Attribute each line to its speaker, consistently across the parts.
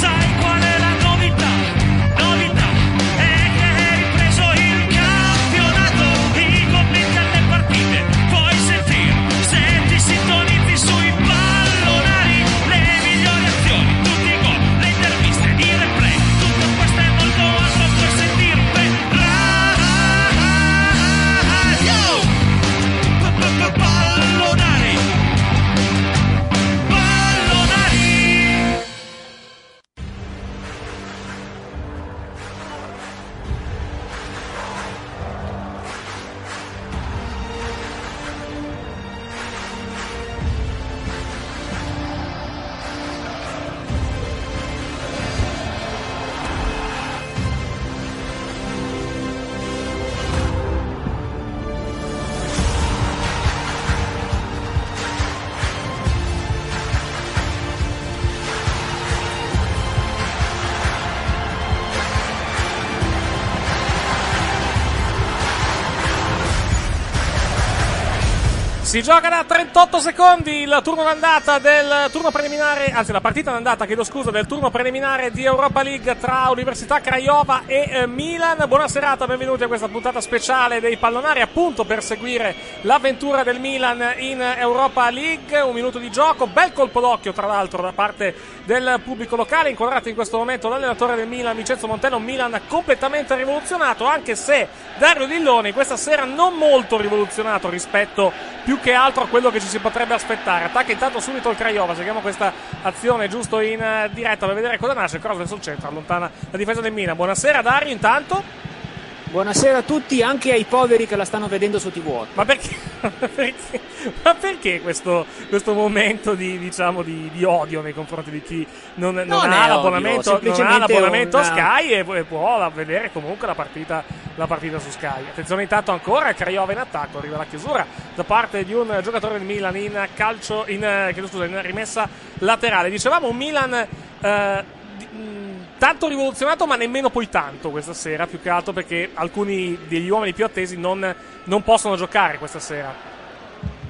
Speaker 1: Sai qual è la novità? Novità è che hai ripreso il campionato. I commenti alle partite puoi sentire. Se ti sintonizzi sui pallonari, le migliori azioni, tutti i gol, le interviste, i replay. Tutto questo e molto altro puoi sentire per radio. Pallonari. Pallonari.
Speaker 2: Si gioca da 38 secondi il turno d'andata del turno preliminare, anzi la partita d'andata, chiedo scusa, del turno preliminare di Europa League tra Università Craiova e eh, Milan. Buona serata, benvenuti a questa puntata speciale dei pallonari, appunto per seguire l'avventura del Milan in Europa League. Un minuto di gioco, bel colpo d'occhio tra l'altro da parte del pubblico locale, inquadrato in questo momento l'allenatore del Milan, Vincenzo Monteno, un Milan completamente rivoluzionato, anche se Dario Dilloni questa sera non molto rivoluzionato rispetto più che altro a quello che ci si potrebbe aspettare. Attacca intanto subito il Craiova, seguiamo questa azione giusto in eh, diretta per vedere cosa nasce. Cross verso il centro, allontana la difesa del Milan. Buonasera Dario intanto,
Speaker 3: Buonasera a tutti, anche ai poveri che la stanno vedendo su TV.
Speaker 2: ma perché, perché- ma perché questo, questo momento di, diciamo, di, di odio nei confronti di chi non, non
Speaker 3: Non è
Speaker 2: ha
Speaker 3: odio,
Speaker 2: l'abbonamento, non ha
Speaker 3: semplicemente
Speaker 2: l'abbonamento a
Speaker 3: una-
Speaker 2: Sky e, e può la- vedere comunque la partita, la partita su Sky. Attenzione intanto ancora, Craiova in attacco, arriva la chiusura da parte di un giocatore del Milan in calcio, in, eh, chiedo scusa, in rimessa laterale. Dicevamo un Milan... eh, di- mh, Tanto rivoluzionato, ma nemmeno poi tanto questa sera. Più che altro perché alcuni degli uomini più attesi non, non possono giocare questa sera.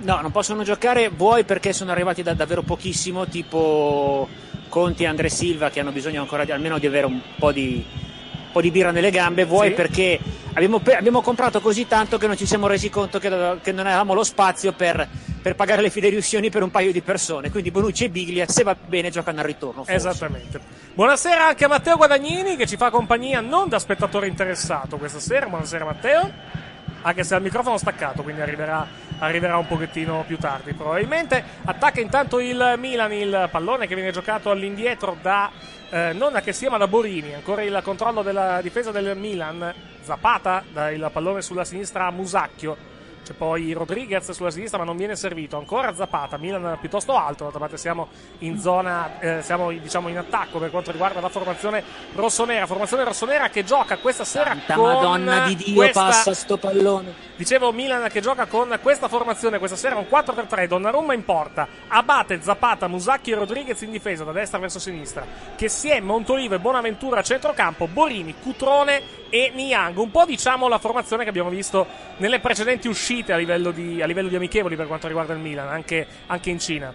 Speaker 3: No, non possono giocare, vuoi perché sono arrivati da davvero pochissimo, tipo Conti e Andre Silva che hanno bisogno ancora di, almeno di avere un po' di, un po' di birra nelle gambe, vuoi
Speaker 2: Sì.
Speaker 3: perché abbiamo, pe- abbiamo comprato così tanto che non ci siamo resi conto che, eh, che non avevamo lo spazio per, per pagare le fideiussioni per un paio di persone. Quindi Bonucci e Biglia, se va bene, giocano al ritorno. forse.
Speaker 2: Esattamente. Buonasera anche a Matteo Guadagnini che ci fa compagnia non da spettatore interessato questa sera. Buonasera Matteo. Anche se ha il microfono staccato, quindi arriverà, arriverà un pochettino più tardi probabilmente. Attacca intanto il Milan il pallone che viene giocato all'indietro da eh, non da che sia ma da Borini. Ancora il controllo della difesa del Milan. Zapata dà il pallone sulla sinistra a Musacchio. C'è poi Rodriguez sulla sinistra, ma non viene servito. Ancora Zapata, Milan piuttosto alto. D'altra parte siamo in zona, eh, siamo diciamo in attacco per quanto riguarda la formazione rossonera. Formazione rossonera che gioca questa sera
Speaker 3: Santa
Speaker 2: con
Speaker 3: Madonna di Dio,
Speaker 2: questa-
Speaker 3: passa sto pallone.
Speaker 2: Dicevo Milan che gioca con questa formazione questa sera un 4-3-3, Donnarumma in porta, Abate, Zapata, Musacchi e Rodriguez in difesa da destra verso sinistra, che si è Montolivo e Bonaventura a centrocampo, Borini, Cutrone e Niang, un po' diciamo la formazione che abbiamo visto nelle precedenti uscite a livello di, a livello di amichevoli per quanto riguarda il Milan, anche, anche in Cina.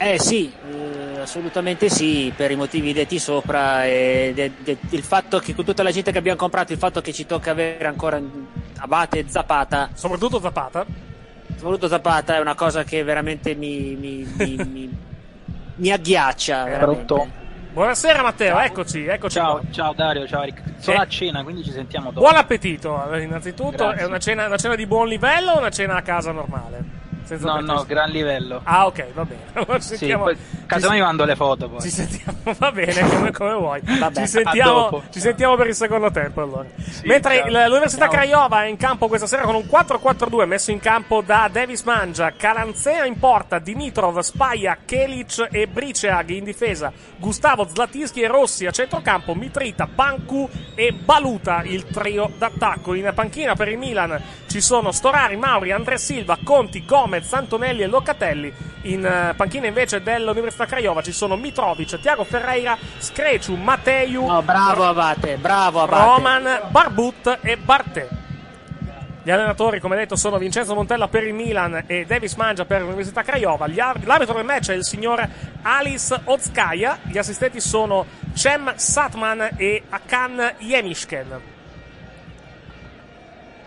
Speaker 3: Eh sì, eh, assolutamente sì, per i motivi detti sopra e de- de- il fatto che con tutta la gente che abbiamo comprato, il fatto che ci tocca avere ancora Abate e Zapata,
Speaker 2: Soprattutto Zapata,
Speaker 3: soprattutto Zapata è una cosa che veramente mi, mi, mi, mi- mi agghiaccia.
Speaker 4: Brutto.
Speaker 3: veramente.
Speaker 2: buonasera Matteo, eccoci, eccoci qua.
Speaker 4: Ciao, ciao Dario, ciao Eric. Sono
Speaker 2: Eh.
Speaker 4: a cena, quindi ci sentiamo dopo.
Speaker 2: Buon appetito eh, innanzitutto,
Speaker 4: Grazie.
Speaker 2: è una cena, una cena di buon livello o una cena a casa normale? Senza
Speaker 4: No,
Speaker 2: pretese.
Speaker 4: no, gran livello.
Speaker 2: Ah, ok, va bene. Allora,
Speaker 4: Sì,
Speaker 2: sentiamo-
Speaker 4: poi,
Speaker 2: ci
Speaker 4: casomai mando le foto poi.
Speaker 2: Ci sentiamo, va bene, come, come vuoi.
Speaker 3: Vabbè,
Speaker 2: ci, sentiamo,
Speaker 4: dopo.
Speaker 2: ci sentiamo per il secondo tempo allora. Mentre
Speaker 4: ciao.
Speaker 2: il- l'Università
Speaker 4: Ciao.
Speaker 2: Craiova è in campo questa sera con un 4-4-2 messo in campo da Davis Mangia, Calanzea in porta, Dimitrov, Spaia, Kelic e Briceag in difesa, Gustavo, Zlatinski e Rossi a centrocampo, Mitrita, Panku e Baluta il trio d'attacco. In panchina per il Milan ci sono Storari, Mauri, Andre Silva, Conti, Gomez, Antonelli e Locatelli. In eh, panchina invece dell'Università Craiova ci sono Mitrovic, Tiago Ferreira, Screciu, Matteiu,
Speaker 3: No, bravo Abate, bravo Abate.
Speaker 2: Roman, Barbut e Bartè. Gli allenatori, come detto, sono Vincenzo Montella per il Milan e Davis Mangia per l'Università Craiova. Gli ar- l'arbitro del match è il signor Alice Ozkaya. Gli assistenti sono Cem Satman e Akan Yemishken.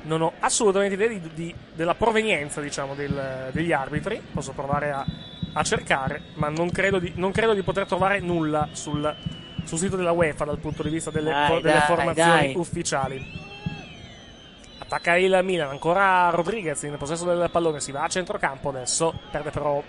Speaker 2: Non ho assolutamente idea di- di- della provenienza, diciamo, del- degli arbitri. Posso provare a, a cercare, ma non credo, di, non credo di poter trovare nulla sul, sul sito della UEFA dal punto di vista delle,
Speaker 3: Dai,
Speaker 2: fo- delle
Speaker 3: dai,
Speaker 2: formazioni
Speaker 3: dai.
Speaker 2: ufficiali. Attacca il Milan, ancora Rodriguez in possesso del pallone, si va a centrocampo adesso, perde però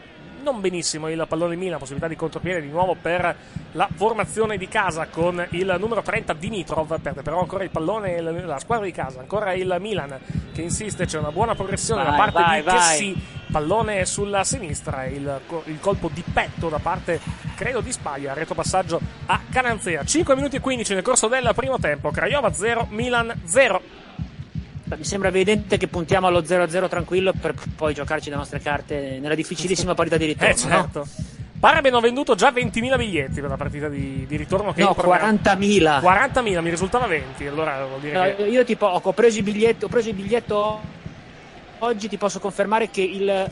Speaker 2: non benissimo il pallone Milan, possibilità di contropiede di nuovo per la formazione di casa con il numero 30 Dimitrov, perde però ancora il pallone la, la squadra di casa, ancora il Milan che insiste, c'è una buona progressione da
Speaker 3: Vai,
Speaker 2: parte
Speaker 3: vai,
Speaker 2: di
Speaker 3: vai.
Speaker 2: Chessy, pallone sulla sinistra, il, co- il colpo di petto da parte credo di Spagna, retropassaggio a Cananzea, 5 minuti e 15 nel corso del primo tempo, Craiova 0, Milan 0.
Speaker 3: Mi sembra evidente che puntiamo allo 0-0 tranquillo per poi giocarci le nostre carte nella difficilissima parità di ritorno.
Speaker 2: Eh certo. Pare abbiano venduto già 20.000 biglietti per la partita di, di ritorno. Che
Speaker 3: No, no
Speaker 2: importerà-
Speaker 3: 40.000.
Speaker 2: 40.000, mi risultava 20. Allora vuol dire
Speaker 3: No,
Speaker 2: che.
Speaker 3: io tipo ho ho preso il biglietto, ho preso il biglietto oggi ti posso confermare che il,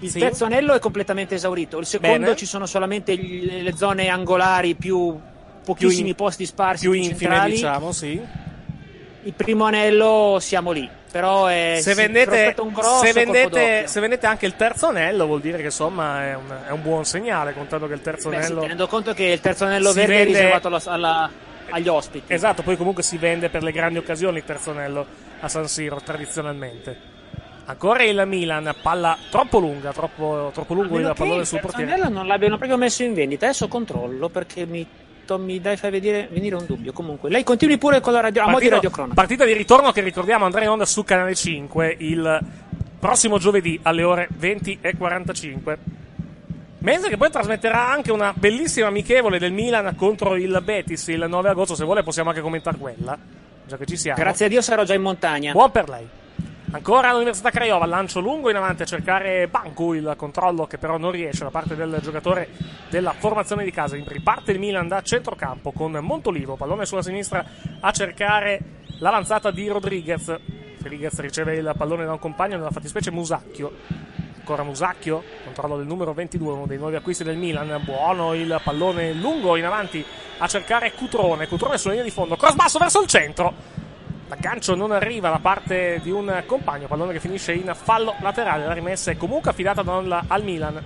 Speaker 3: il
Speaker 2: Sì.
Speaker 3: terzo anello è completamente esaurito. Il secondo
Speaker 2: Bene.
Speaker 3: ci sono solamente gli- le zone angolari più pochissimi
Speaker 2: in-
Speaker 3: posti sparsi
Speaker 2: più
Speaker 3: più
Speaker 2: infime,
Speaker 3: centrali.
Speaker 2: diciamo, sì.
Speaker 3: Il primo anello siamo lì, Eh, però è
Speaker 2: Se
Speaker 3: si-
Speaker 2: vendete,
Speaker 3: aspetta un grosso
Speaker 2: se,
Speaker 3: colpo
Speaker 2: vendete,
Speaker 3: d'occhio.
Speaker 2: se vendete anche il terzo anello, vuol dire che insomma è un, è un buon segnale, contando che il terzo
Speaker 3: Beh, sì,
Speaker 2: anello.
Speaker 3: tenendo conto che il terzo anello
Speaker 2: Si
Speaker 3: verde
Speaker 2: vende-
Speaker 3: è riservato alla- alla- agli ospiti.
Speaker 2: Esatto, poi comunque si vende per le grandi occasioni il terzo anello a San Siro, tradizionalmente. Ancora il Milan, palla troppo lunga, troppo, troppo lungo
Speaker 3: A
Speaker 2: il
Speaker 3: meno che
Speaker 2: pallone sul
Speaker 3: terzo
Speaker 2: portiere.
Speaker 3: anello non l'abbiano proprio messo in vendita. Adesso controllo perché mi, to- mi dai, fai vedere, venire un dubbio. Comunque, lei continui pure con la radio, a mo' di
Speaker 2: Partita-
Speaker 3: radiocronaca.
Speaker 2: Partita di ritorno che ricordiamo andrà in onda su Canale 5 il prossimo giovedì alle ore 20.45. Mentre che poi trasmetterà anche una bellissima amichevole del Milan contro il Betis il 9 agosto. Se vuole possiamo anche commentare quella, già che ci siamo.
Speaker 3: Grazie a Dio sarò già in montagna.
Speaker 2: Buon per lei. Ancora all'Università Craiova, lancio lungo in avanti a cercare Bancu, il controllo che però non riesce da parte del giocatore della formazione di casa. Riparte il Milan da centrocampo con Montolivo, pallone sulla sinistra a cercare l'avanzata di Rodriguez. Rodriguez riceve il pallone da un compagno, nella fattispecie Musacchio. Ancora Musacchio, controllo del numero 22, uno dei nuovi acquisti del Milan. Buono il pallone lungo in avanti a cercare Cutrone. Cutrone sulla linea di fondo, cross basso verso il centro. L'aggancio non arriva da parte di un compagno, pallone che finisce in fallo laterale. La rimessa è comunque affidata dal- al Milan.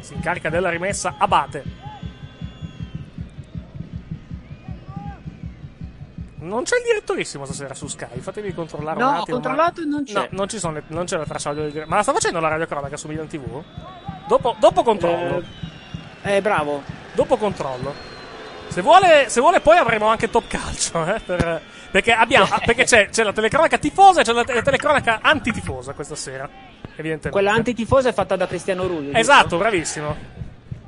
Speaker 2: Si incarica della rimessa Abate. Non c'è il direttorissimo stasera su Sky, fatemi controllare
Speaker 3: No,
Speaker 2: un
Speaker 3: ho
Speaker 2: attimo. ma-
Speaker 3: controllato e non c'è.
Speaker 2: No, non, ci sono le- non c'è la traccia audio del dire- Ma la sta facendo la radio cronaca su Milan TV? Dopo, dopo controllo.
Speaker 3: Eh, bravo.
Speaker 2: Dopo controllo. Se vuole, se vuole poi avremo anche Top Calcio. eh, per- perché abbiamo, ah, perché c'è, c'è la telecronaca tifosa e c'è la, te- la telecronaca antitifosa questa sera. Evidentemente.
Speaker 3: Quella antitifosa è fatta da Cristiano Rulli. giusto?
Speaker 2: Esatto, bravissimo.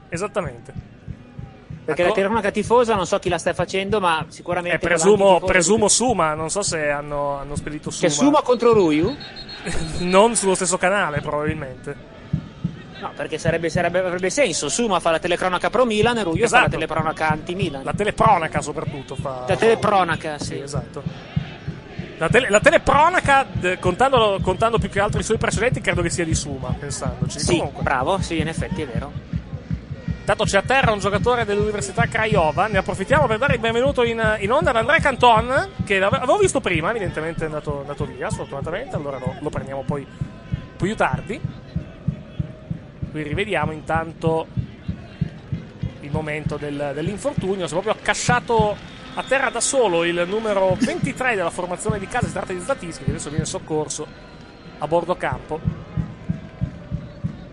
Speaker 2: Esattamente. Ecco.
Speaker 3: Perché la telecronaca tifosa non so chi la sta facendo, ma sicuramente.
Speaker 2: Eh,
Speaker 3: quella
Speaker 2: presumo,
Speaker 3: antitifosa-
Speaker 2: presumo Suma, non so se hanno, hanno spedito Suma.
Speaker 3: C'è Suma contro Ruiu?
Speaker 2: Non sullo stesso canale, probabilmente.
Speaker 3: No, perché sarebbe, sarebbe- avrebbe senso. Suma fa la telecronaca pro Milan e Ruiu fa la
Speaker 2: Esatto.
Speaker 3: telecronaca anti Milan.
Speaker 2: La
Speaker 3: La,
Speaker 2: telepronaca, soprattutto. Fa...
Speaker 3: telepronaca,
Speaker 2: Sì,
Speaker 3: sì.
Speaker 2: esatto. La, tele- la telepronaca, d- contando, contando più che altro i suoi precedenti, credo che sia di Suma, pensandoci.
Speaker 3: Sì,
Speaker 2: Comunque,
Speaker 3: bravo, sì, in effetti è vero.
Speaker 2: intanto c'è a terra un giocatore dell'Università Craiova. Ne approfittiamo per dare il benvenuto in, in onda ad Andrea Canton, che l'ave- avevo visto prima, evidentemente è andato, andato via, sfortunatamente. Allora lo, lo prendiamo poi più tardi. Qui rivediamo intanto il momento del- dell'infortunio. Si è proprio accasciato a terra da solo il numero 23 della formazione di casa. Si tratta di Zatischi, che adesso viene in soccorso a bordo campo.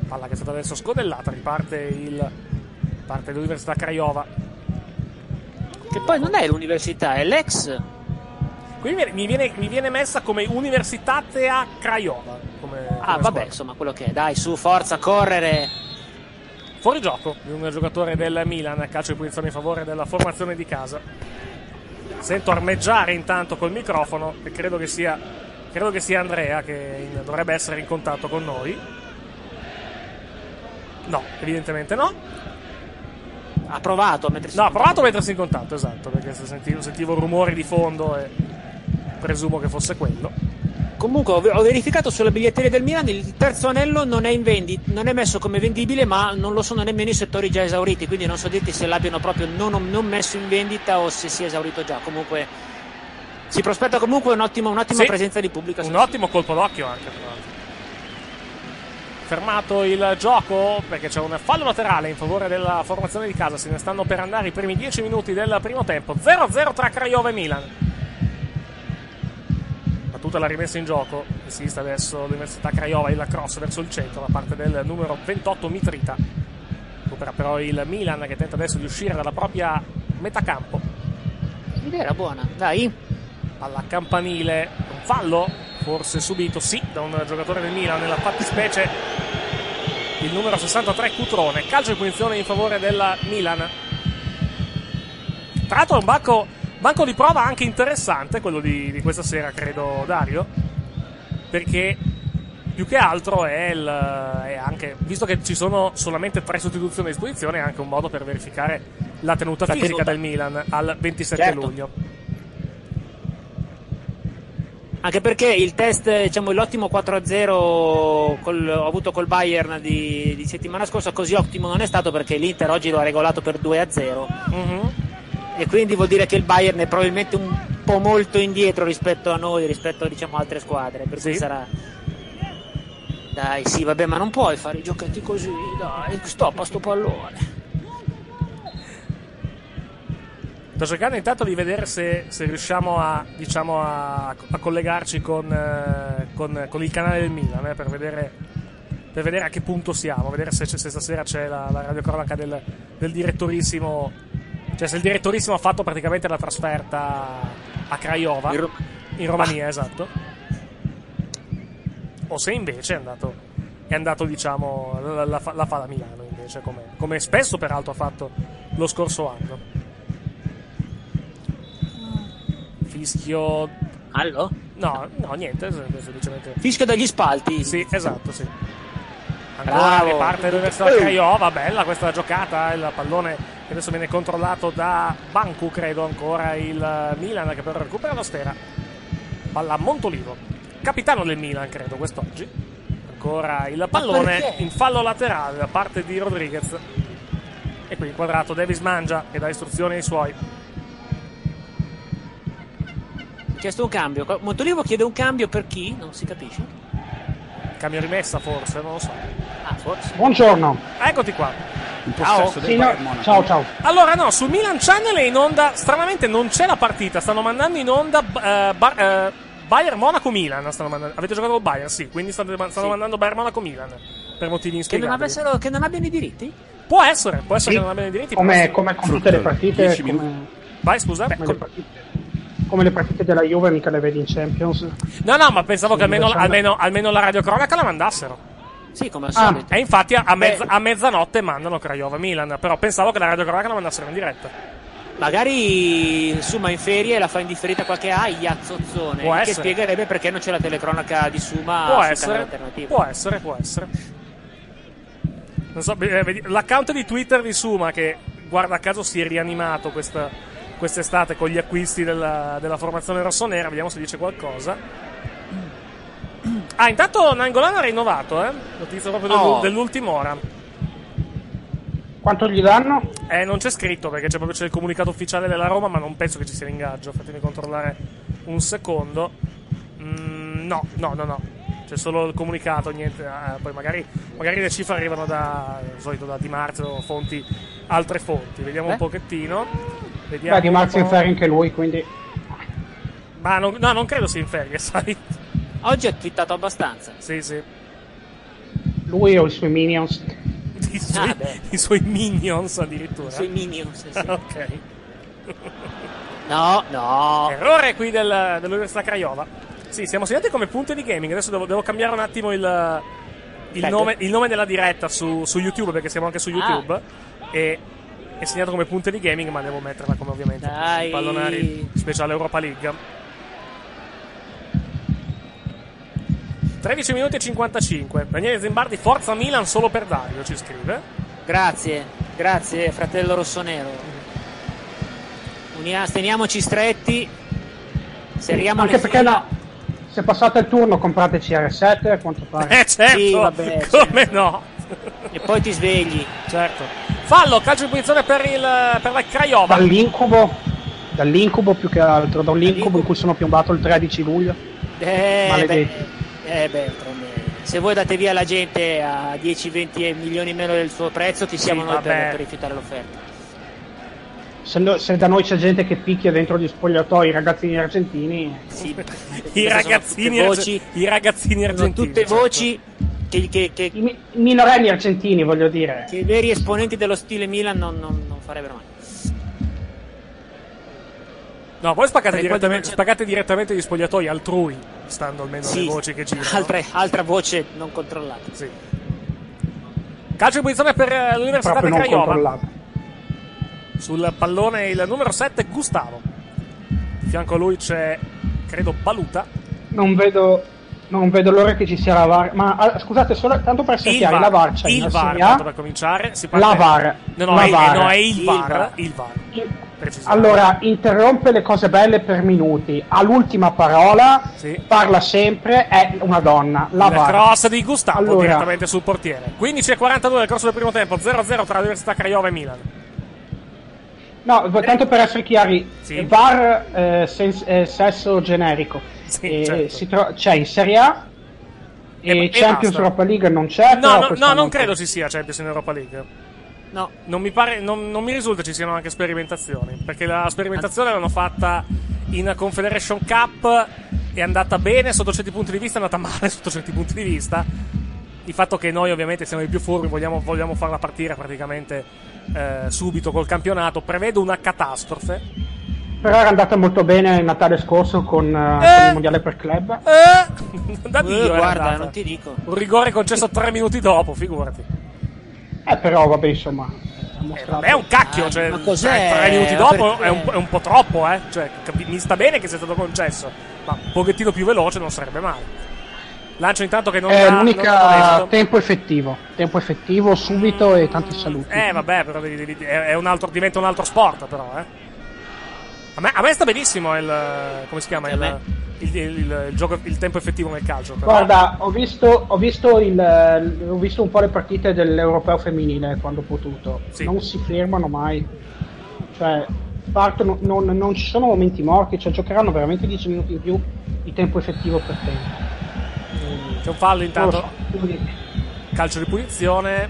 Speaker 2: Palla che è stata adesso scodellata. Riparte il parte dell'Università Craiova.
Speaker 3: Che poi non è l'università, è l'ex.
Speaker 2: Qui mi viene, mi viene- mi viene messa come Universitatea Craiova. Come,
Speaker 3: Ah,
Speaker 2: come
Speaker 3: vabbè,
Speaker 2: squadra.
Speaker 3: insomma, quello che è. Dai, su, forza, correre.
Speaker 2: Fuori gioco di un giocatore del Milan, calcio di punizione in favore della formazione di casa. Sento armeggiare intanto col microfono e credo che sia, credo che sia Andrea che in- dovrebbe essere in contatto con noi. No, evidentemente no.
Speaker 3: Ha provato a mettersi.
Speaker 2: No, ha provato a mettersi in contatto, esatto, perché se sentivo, sentivo rumori di fondo e presumo che fosse quello.
Speaker 3: Comunque, ho, ho verificato sulla biglietteria del Milan. Il terzo anello non è, in vendi- non è messo come vendibile, ma non lo sono nemmeno i settori già esauriti. Quindi non so dirti se l'abbiano proprio non, non messo in vendita o se si è esaurito già. Comunque, si prospetta comunque un ottimo- un'ottima
Speaker 2: Sì.
Speaker 3: presenza di pubblico.
Speaker 2: Un ottimo colpo d'occhio anche, tra l'altro. Fermato il gioco perché c'è un fallo laterale in favore della formazione di casa. Se ne stanno per andare i primi 10 minuti del primo tempo. 0-0 tra Craiova e Milan. Battuta la rimessa in gioco. Insiste adesso l'Università Craiova il cross verso il centro da parte del numero 28 Mitrita. Recupera però il Milan che tenta adesso di uscire dalla propria metà campo.
Speaker 3: L'idea era buona. Dai,
Speaker 2: Palla a campanile, un fallo forse subito, sì, da un giocatore del Milan, nella fattispecie il numero 63 Cutrone. Calcio di punizione in favore del Milan. Tra l'altro è un banco, banco di prova anche interessante, quello di, di questa sera, credo, Dario, perché più che altro è, il, è anche, visto che ci sono solamente tre sostituzioni a disposizione, è anche un modo per verificare la tenuta
Speaker 3: La
Speaker 2: fisica
Speaker 3: tenuta.
Speaker 2: del Milan al 27
Speaker 3: Certo.
Speaker 2: luglio.
Speaker 3: Anche perché il test, diciamo, l'ottimo 4-0 col- ho avuto col Bayern di, di settimana scorsa, così ottimo non è stato perché l'Inter oggi lo ha regolato per 2-0
Speaker 2: Mhm.
Speaker 3: e quindi vuol dire che il Bayern è probabilmente un po' molto indietro rispetto a noi, rispetto diciamo, a altre squadre, per cui
Speaker 2: Sì.
Speaker 3: sarà... Dai, sì, vabbè, ma non puoi fare i giochetti così, dai, stoppa sto pallone.
Speaker 2: Sto cercando intanto di vedere se, se riusciamo a, diciamo, a, a collegarci con, eh, con- con il canale del Milan eh, per, vedere, per vedere a che punto siamo, vedere se, c'è- se stasera c'è la, la radiocronaca del, del direttorissimo, cioè se il direttorissimo ha fatto praticamente la trasferta a Craiova,
Speaker 3: Il Ro-
Speaker 2: in Romania, esatto, o se invece è andato, è andato diciamo, la, la fa- la fa da Milano invece, come, come spesso peraltro ha fatto lo scorso anno. Fischio.
Speaker 3: Allo?
Speaker 2: No, no, niente, sem- semplicemente.
Speaker 3: Fischio dagli spalti.
Speaker 2: Sì, esatto, sì. Ancora
Speaker 3: Bravo.
Speaker 2: che parte l'università
Speaker 3: Eh.
Speaker 2: Craiova, bella questa giocata, il pallone che adesso viene controllato da Bancu, credo ancora il Milan che però recupera la sfera. Palla a Montolivo, capitano del Milan, credo, quest'oggi. Ancora il pallone
Speaker 3: perché?
Speaker 2: in fallo laterale da parte di Rodriguez. E qui inquadrato Davis Mangia che dà istruzioni ai suoi.
Speaker 3: chiesto un cambio. Co- Montolivo chiede un cambio per chi? Non si capisce.
Speaker 2: Cambio rimessa forse, non lo so.
Speaker 3: Ah, forse.
Speaker 5: Buongiorno.
Speaker 2: Eccoti qua.
Speaker 6: In possesso
Speaker 5: Sì,
Speaker 6: del
Speaker 5: no,
Speaker 6: Bayern Monaco.
Speaker 5: ciao, ciao.
Speaker 2: Allora, no, su Milan Channel è in onda. Stranamente non c'è la partita. Stanno mandando in onda eh, Bar- eh, Bayern Monaco Milan. Stanno mandando- Avete giocato con Bayern? Sì, quindi stanno, stanno mandando Bayern Monaco Milan. Per motivi
Speaker 3: Che non,
Speaker 2: inspiegabili.
Speaker 3: avessero, che non abbiano i diritti?
Speaker 2: Può essere, può essere
Speaker 5: Sì.
Speaker 2: che non abbiano i diritti. può
Speaker 5: Come,
Speaker 2: essere-
Speaker 5: come con tutte le partite,
Speaker 6: 10
Speaker 5: come,
Speaker 2: Vai, scusa.
Speaker 5: come le partite, come le partite della Juve, mica le vedi in Champions.
Speaker 2: No, no, ma pensavo che almeno,
Speaker 5: Milan Channel.
Speaker 2: almeno, almeno la radiocronaca la mandassero.
Speaker 3: Sì, come al
Speaker 5: Ah.
Speaker 3: solito.
Speaker 2: E infatti a, a mezz- a mezzanotte mandano Craiova Milan. Però pensavo che la radiocronaca la mandassero in diretta.
Speaker 3: Magari insomma in ferie la fa in differita qualche aia zozzone.
Speaker 2: Può
Speaker 3: che
Speaker 2: essere.
Speaker 3: spiegherebbe perché non c'è la telecronaca di Suma
Speaker 2: può
Speaker 3: sul canale
Speaker 2: essere,
Speaker 3: alternativo.
Speaker 2: può essere, può essere. Non so, eh, vedi- l'account di Twitter di Suma che guarda caso si è rianimato questa, quest'estate con gli acquisti della, della formazione rossonera, vediamo se dice qualcosa. Ah, intanto Nangolan ha rinnovato, eh? Notizia proprio dell'u-
Speaker 6: Oh.
Speaker 2: dell'ultima ora.
Speaker 5: Quanto gli danno?
Speaker 2: Eh, non c'è scritto perché c'è proprio c'è il comunicato ufficiale della Roma, ma non penso che ci sia l'ingaggio. Fatemi controllare un secondo. Mm, no, no, no, no. C'è solo il comunicato, niente. ah, poi magari, magari le cifre arrivano da, al solito da Di Marzio o fonti, altre fonti. Vediamo un
Speaker 3: Eh?
Speaker 2: pochettino. Vediamo
Speaker 5: Beh, Di Marzio
Speaker 2: un
Speaker 5: in
Speaker 2: po'.
Speaker 5: ferie anche lui, quindi
Speaker 2: Ma non, no, non credo sia in ferie, sai.
Speaker 3: Oggi ha twittato abbastanza.
Speaker 2: Sì, sì.
Speaker 5: lui o i suoi minions.
Speaker 2: I suoi,
Speaker 3: Ah, beh.
Speaker 2: i suoi minions addirittura.
Speaker 3: Sui minions. sì, sì.
Speaker 2: ok.
Speaker 3: No, no.
Speaker 2: Errore qui del- dell'Università Craiova. Sì, siamo segnati come punte di gaming. Adesso devo, devo cambiare un attimo il, il,
Speaker 3: Ecco.
Speaker 2: nome, il nome della diretta su, su YouTube, perché siamo anche
Speaker 3: Ah.
Speaker 2: su YouTube. E è segnato come punte di gaming, ma devo metterla come ovviamente
Speaker 3: Dai.
Speaker 2: pallonari speciale Europa League. 13 minuti e 55. Daniele Zimbardi, forza Milan solo per Dario, ci scrive.
Speaker 3: Grazie, grazie fratello rossonero. Unia- Teniamoci stretti. Serriamo
Speaker 5: Anche
Speaker 3: le
Speaker 5: perché
Speaker 3: fila.
Speaker 5: no, se passate il turno comprate CR7, a quanto pare.
Speaker 2: Eh certo,
Speaker 3: Ah, Sì, vabbè, certo.
Speaker 2: come no?
Speaker 3: E poi ti svegli.
Speaker 2: Certo. Fallo, calcio di punizione per, il, per la Craiova.
Speaker 5: Dall'incubo, dall'incubo più che altro, da un incubo in cui sono piombato il 13 luglio.
Speaker 3: Eh, beh,
Speaker 5: Maledetti.
Speaker 3: eh, beh, d'altronde, se voi date via la gente a 10-20 milioni meno del suo prezzo, chi siamo noi per,
Speaker 2: vabbè.
Speaker 3: per rifiutare l'offerta?
Speaker 5: Se, no- se da noi c'è gente che picchia dentro gli spogliatoi i ragazzini argentini,
Speaker 3: Sì, queste
Speaker 2: I
Speaker 3: sono
Speaker 2: ragazzini, arge-
Speaker 3: tutte voci,
Speaker 2: i ragazzini
Speaker 3: sono
Speaker 2: argentini.
Speaker 3: tutte
Speaker 2: certo.
Speaker 3: voci che, che- che-
Speaker 5: i, mi- i minorenni argentini, voglio dire.
Speaker 3: che i veri esponenti dello stile Milan non, non- non farebbero mai.
Speaker 2: No, voi spaccate
Speaker 3: Tre
Speaker 2: direttamente,
Speaker 3: volte non c'è-
Speaker 2: spaccate direttamente gli spogliatoi altrui, stando almeno alle
Speaker 3: Sì,
Speaker 2: voci che girano.
Speaker 3: altre- altra voce non controllata.
Speaker 2: Sì. Calcio di punizione per eh, l'Università
Speaker 5: proprio
Speaker 2: di
Speaker 5: non
Speaker 2: Craiova.
Speaker 5: controllato.
Speaker 2: Sul pallone il numero 7 Gustavo. Di fianco a lui c'è, credo, Baluta.
Speaker 5: Non vedo, non vedo l'ora che ci sia la VAR. Ma ah, scusate, solo, tanto per sentire, la VAR c'è in
Speaker 2: il VAR,
Speaker 5: Serie A?
Speaker 2: tanto per cominciare. Si parte-
Speaker 5: La VAR.
Speaker 2: No, no,
Speaker 5: La
Speaker 2: è,
Speaker 5: VAR.
Speaker 2: eh, no, è il
Speaker 3: Il
Speaker 2: VAR.
Speaker 3: VAR.
Speaker 2: Il VAR. Precisiamo.
Speaker 5: Allora, interrompe le cose belle per minuti, ha l'ultima parola,
Speaker 2: Sì.
Speaker 5: parla sempre, è una donna, la
Speaker 2: il
Speaker 5: VAR.
Speaker 2: cross di Gustavo
Speaker 5: Allora.
Speaker 2: direttamente sul portiere. 15 e 42 nel corso del primo tempo, 0-0 tra l'Università Craiova e Milan.
Speaker 5: No, v- tanto per essere chiari,
Speaker 2: Sì.
Speaker 5: VAR eh, sens- eh, sesso generico.
Speaker 2: Sì,
Speaker 5: Eh,
Speaker 2: certo. Eh,
Speaker 5: si tro- c'è in Serie A,
Speaker 2: E ba-
Speaker 5: e,
Speaker 2: e
Speaker 5: Champions
Speaker 2: basta.
Speaker 5: Europa League non c'è.
Speaker 2: No,
Speaker 5: Eh, però
Speaker 2: no, no,
Speaker 5: quest'anno
Speaker 2: non
Speaker 5: c'è.
Speaker 2: credo ci sia Champions in Europa League.
Speaker 3: No,
Speaker 2: Non mi, pare, non, non mi risulta ci siano anche sperimentazioni. Perché la sperimentazione l'hanno fatta in Confederation Cup. È andata bene sotto certi punti di vista, è andata male sotto certi punti di vista. Il fatto che noi, ovviamente, siamo i più furbi, vogliamo, vogliamo farla partire praticamente eh, subito col campionato. Prevedo una catastrofe.
Speaker 5: Però era andata molto bene il Natale scorso con, eh,
Speaker 2: Eh.
Speaker 5: con il Mondiale per Club.
Speaker 2: Eh, da Dio,
Speaker 3: eh,
Speaker 2: era
Speaker 3: guarda,
Speaker 2: andata.
Speaker 3: non ti dico.
Speaker 2: Un rigore concesso tre minuti dopo, figurati.
Speaker 5: Eh, però vabbè, insomma. ha mostrato-
Speaker 2: Beh, è un cacchio,
Speaker 3: Ah,
Speaker 2: cioè,
Speaker 3: ma cos'è?
Speaker 2: tre- tre minuti
Speaker 3: Ma
Speaker 2: dopo
Speaker 3: perché?
Speaker 2: è un, è un po' troppo, eh. Cioè, capi- mi sta bene che sia stato concesso, ma un pochettino più veloce non sarebbe male. Lancio intanto che non
Speaker 5: È
Speaker 2: ha- non ha
Speaker 5: l'unica
Speaker 2: onesto.
Speaker 5: tempo effettivo. Tempo effettivo, subito e tanti saluti.
Speaker 2: Eh, vabbè, però devi- devi- è, è un altro, diventa un altro sport, però, eh. A me, a me sta benissimo il. come si chiama?
Speaker 3: Anche a
Speaker 2: Il, il- il- il- il gioco, il tempo effettivo nel calcio. però.
Speaker 5: Guarda, ho visto, ho, visto il, eh, ho visto un po' le partite dell'Europeo femminile quando ho potuto.
Speaker 2: Sì.
Speaker 5: Non si fermano mai. Cioè, parto, non, non- non ci sono momenti morti, cioè giocheranno veramente 10 minuti in più di tempo effettivo per tempo.
Speaker 2: C'è un fallo
Speaker 5: Non lo
Speaker 2: intanto.
Speaker 5: so, quindi-
Speaker 2: Calcio di punizione.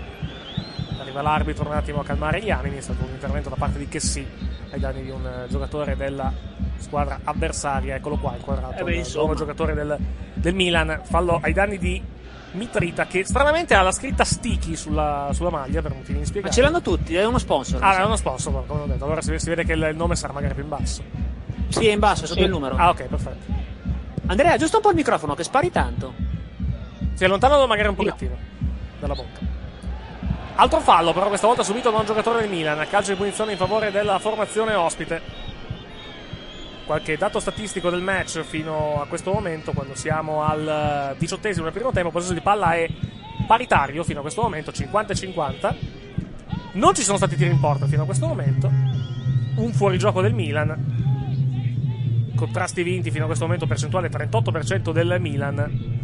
Speaker 2: Arriva l'arbitro un attimo a calmare gli animi. È stato un intervento da parte di Chessy ai danni di un eh, giocatore della squadra avversaria. Eccolo qua, inquadrato.
Speaker 3: Eh beh,
Speaker 2: il
Speaker 3: insomma.
Speaker 2: nuovo giocatore del, del Milan. Fallo ai danni di Mitrita, che stranamente ha la scritta Sticky sulla, sulla maglia per motivi
Speaker 3: Ma
Speaker 2: inspiegabili.
Speaker 3: ce l'hanno tutti, è uno sponsor.
Speaker 2: Ah, è uno sponsor, guarda, come ho detto. Allora si, si vede che il, il nome sarà magari più in basso.
Speaker 3: Sì, è in basso, sotto
Speaker 5: Sì.
Speaker 3: il numero.
Speaker 2: Ah, ok, perfetto.
Speaker 3: Andrea, giusto un po' il microfono, che spari tanto.
Speaker 2: Si è allontanato magari un
Speaker 3: Io.
Speaker 2: pochettino dalla bocca. Altro fallo, però questa volta subito da un giocatore del Milan. Calcio di punizione in favore della formazione ospite. Qualche dato statistico del match fino a questo momento, quando siamo al eh, diciottesimo del primo tempo, il possesso di palla è paritario fino a questo momento, 50-50. Non ci sono stati tiri in porta fino a questo momento. Un fuorigioco del Milan. Contrasti vinti fino a questo momento, percentuale 38% del Milan.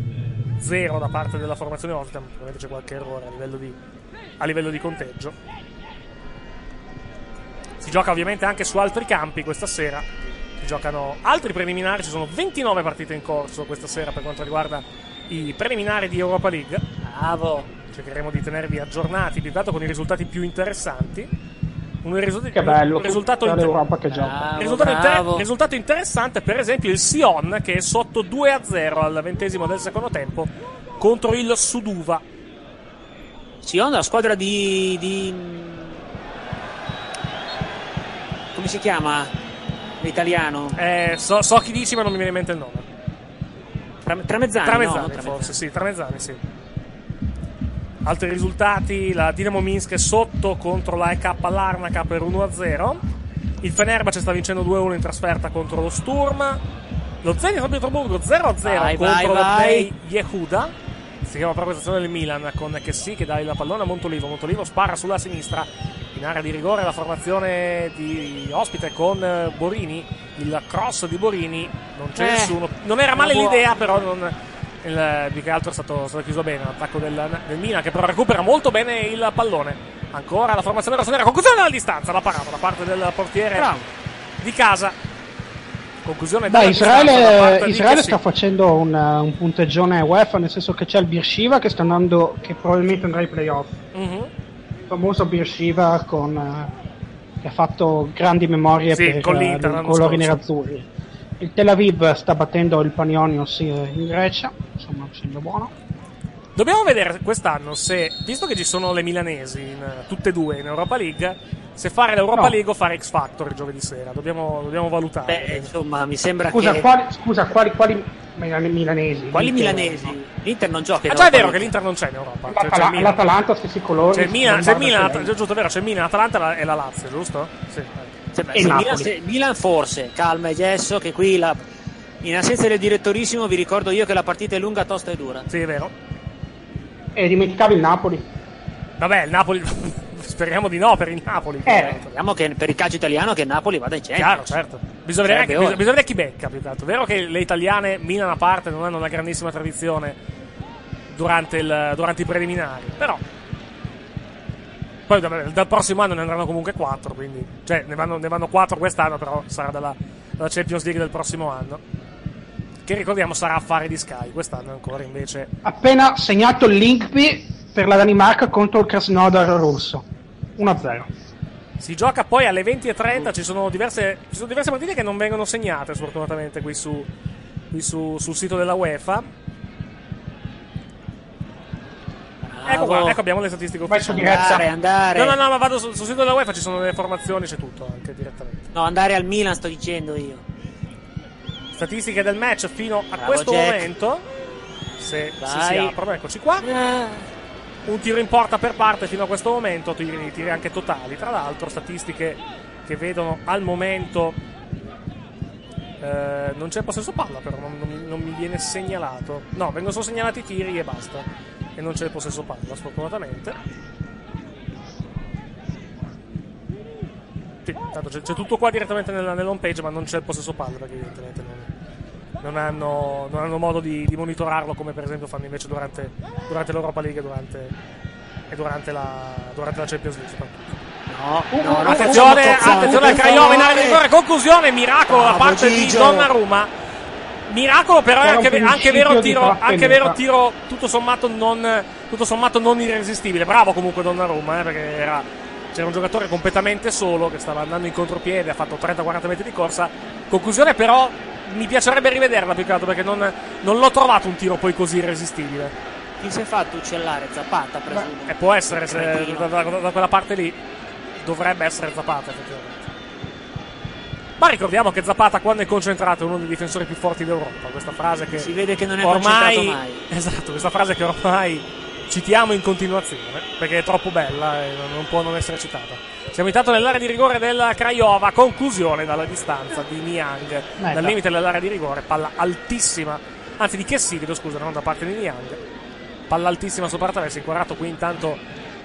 Speaker 2: 0 da parte della formazione ospite, ma probabilmente c'è qualche errore a livello di, a livello di conteggio. Si gioca ovviamente anche su altri campi questa sera. Si giocano altri preliminari, ci sono 29 partite in corso questa sera per quanto riguarda i preliminari di Europa League.
Speaker 3: Bravo.
Speaker 2: Cercheremo di tenervi aggiornati, più che altro con i risultati più interessanti. Un risultato,
Speaker 5: Che bello,
Speaker 2: un risultato
Speaker 5: tutta
Speaker 2: inter-
Speaker 5: l'Europa che gioca.
Speaker 3: Bravo,
Speaker 2: Risultato, inter-
Speaker 3: bravo.
Speaker 2: risultato interessante, per esempio, il Sion che è sotto 2-0 al ventesimo del secondo tempo contro il Suduva.
Speaker 3: Sì, ho la squadra di, di- Come si chiama? L'italiano?
Speaker 2: Eh, so, so chi dici, ma non mi viene in mente il nome.
Speaker 3: Tra- Tramezzani, no,
Speaker 2: Tramezzani,
Speaker 3: non Tramezzani.
Speaker 2: forse, sì, Tramezzani, sì. Altri risultati, la Dinamo Minsk è sotto contro la EK Larnaca per 1-0. Il Fenerbahce sta vincendo 2-1 in trasferta contro lo Sturm. Lo Zenit San Pietroburgo 0-0
Speaker 3: Vai,
Speaker 2: contro
Speaker 3: vai,
Speaker 2: lo
Speaker 3: vai.
Speaker 2: Bay Yehuda. Si chiama proprio stazione del Milan con Chessy che dà la pallone a Montolivo. Montolivo spara sulla sinistra in area di rigore la formazione di ospite con eh, Borini. Il cross di Borini non c'è
Speaker 3: Eh,
Speaker 2: nessuno. Non era male
Speaker 3: non può.
Speaker 2: l'idea, però non, il, più che altro è stato, è stato chiuso bene l'attacco del, del Milan che però recupera molto bene il pallone. Ancora la formazione rossonera, conclusione dalla distanza, la parata da parte del portiere
Speaker 3: Bravo.
Speaker 2: di casa. Conclusione
Speaker 5: Beh,
Speaker 2: dalla distanza da parte
Speaker 5: Israele,
Speaker 2: di
Speaker 5: Israele
Speaker 2: Kessie.
Speaker 5: sta facendo un, eh, un punteggione UEFA, nel senso che c'è il Birshiva che sta andando, che probabilmente andrà ai playoff.
Speaker 2: Mhm.
Speaker 5: Il famoso Birshiva con, eh, che ha fatto grandi memorie
Speaker 2: Sì,
Speaker 5: per
Speaker 2: con
Speaker 5: eh,
Speaker 2: l'Inter l'anno
Speaker 5: i
Speaker 2: scorso.
Speaker 5: colori nerazzurri. Il Tel Aviv sta battendo il Panionios eh, in Grecia, insomma, sembra buono.
Speaker 2: Dobbiamo vedere quest'anno se, visto che ci sono le milanesi, in, eh, tutte e due in Europa League, se fare l'Europa
Speaker 5: No.
Speaker 2: League o fare X Factor il giovedì sera. Dobbiamo, dobbiamo valutare.
Speaker 3: Beh, insomma, mi sembra
Speaker 5: Scusa,
Speaker 3: che...
Speaker 5: quali, scusa, quali, quali milan- milanesi?
Speaker 3: Quali
Speaker 5: L'Inter-
Speaker 3: milanesi? L'Inter non gioca. in
Speaker 2: ah, già è
Speaker 3: Europa
Speaker 2: vero che
Speaker 3: League.
Speaker 2: l'Inter non c'è in Europa. Cioè, c'è il
Speaker 5: L'Atala-
Speaker 2: Milan.
Speaker 5: L'Atalanta, stessi colori.
Speaker 2: C'è il Milan, c'è il
Speaker 5: Lombardo,
Speaker 2: Milan,
Speaker 5: Firenze.
Speaker 2: At- giusto, vero, c'è il Milan, Atalanta e la Lazio, giusto? Sì.
Speaker 3: Cioè, beh,
Speaker 5: E
Speaker 3: sì,
Speaker 5: Napoli.
Speaker 3: Milan, se- Milan forse, calma e gesso, che qui la- in assenza del direttorissimo vi ricordo io che la partita è lunga, tosta e dura.
Speaker 2: Sì, è vero.
Speaker 5: E dimenticavi il Napoli.
Speaker 2: Vabbè, il Napoli. Speriamo di no per il Napoli.
Speaker 5: Eh.
Speaker 3: Speriamo che per il calcio italiano che Napoli vada in
Speaker 2: Chiaro,
Speaker 3: Champions.
Speaker 2: certo. Bisogna vedere,
Speaker 3: Sarebbe
Speaker 2: anche- bis-
Speaker 3: ora.
Speaker 2: bisogna vedere chi becca più che altro. Vero che le italiane, Milan a parte, non hanno una grandissima tradizione durante, il- durante i preliminari, però. Poi vabbè, dal prossimo anno ne andranno comunque 4, quindi. Cioè, ne vanno, ne vanno 4 quest'anno, però sarà dalla, dalla Champions League del prossimo anno. Che ricordiamo sarà affare di Sky. Quest'anno ancora invece.
Speaker 5: Appena segnato il Linkby per la Danimarca contro il Krasnodar russo. 1-0.
Speaker 2: Si gioca poi alle 20.30, ci sono diverse, ci sono diverse partite che non vengono segnate sfortunatamente qui, su, qui su- sul sito della UEFA. Ecco qua, ecco abbiamo le statistiche
Speaker 5: Vai su
Speaker 2: ufficiali.
Speaker 5: diretta.
Speaker 3: Andare, andare.
Speaker 2: No, no, no, ma vado sul, sul sito della UEFA, ci sono le formazioni, c'è tutto anche direttamente.
Speaker 3: No, andare al Milan sto dicendo io.
Speaker 2: Statistiche del match fino a
Speaker 3: Bravo,
Speaker 2: questo
Speaker 3: Jack.
Speaker 2: momento. Se, se si
Speaker 3: Vai.
Speaker 2: aprono, eccoci qua. Ah. un tiro in porta per parte fino a questo momento, tiri, tiri anche totali, tra l'altro statistiche che vedono al momento eh, non c'è possesso palla però non, non mi- non mi viene segnalato no, vengono solo segnalati i tiri e basta e non c'è il possesso palla sfortunatamente Sì, tanto c'è, c'è tutto qua direttamente nella, nell'home page ma non c'è il possesso palla perché evidentemente non, non hanno, non hanno modo di, di monitorarlo come per esempio fanno invece durante, durante l'Europa League e durante, e durante la, durante la Champions League soprattutto
Speaker 3: No, No,
Speaker 5: Uh,
Speaker 3: no,
Speaker 5: uh,
Speaker 3: no,
Speaker 2: Attenzione,
Speaker 3: Cozzani,
Speaker 2: attenzione al
Speaker 3: per
Speaker 2: Craiova in
Speaker 3: favore.
Speaker 2: area di rigore. Conclusione, miracolo da
Speaker 3: Bravo,
Speaker 2: parte di
Speaker 3: Gigio.
Speaker 2: Donnarumma. Miracolo, però è
Speaker 5: Era un
Speaker 2: anche, anche vero
Speaker 5: principio di
Speaker 2: tiro, anche
Speaker 5: trattenuta.
Speaker 2: vero tiro tutto sommato, non, tutto sommato non irresistibile. Bravo comunque Donnarumma, eh, perché era- c'era un giocatore completamente solo che stava andando in contropiede, ha fatto 30-40 metri di corsa. Conclusione, però mi piacerebbe rivederla più che altro perché non, non l'ho trovato un tiro poi così irresistibile.
Speaker 3: Chi si è fatto uccellare? Zapata, presumo.
Speaker 2: E eh, può essere, se,
Speaker 3: Cretino.
Speaker 2: da, da- da quella parte lì, dovrebbe essere Zapata effettivamente. Ma ricordiamo che Zapata, quando è concentrato, è uno dei difensori più forti d'Europa. Questa frase che
Speaker 3: Si vede che non è
Speaker 2: ormai.
Speaker 3: concentrato mai.
Speaker 2: Esatto, questa frase che ormai citiamo in continuazione perché è troppo bella e non può non essere citata. Siamo intanto nell'area di rigore della Craiova. Conclusione dalla distanza di Niang.
Speaker 5: Merda.
Speaker 2: Dal limite dell'area di rigore, palla altissima. Anzi, di Chessy, chiedo scusa, non da parte di Niang. Palla altissima sopra la traversa, inquadrato qui intanto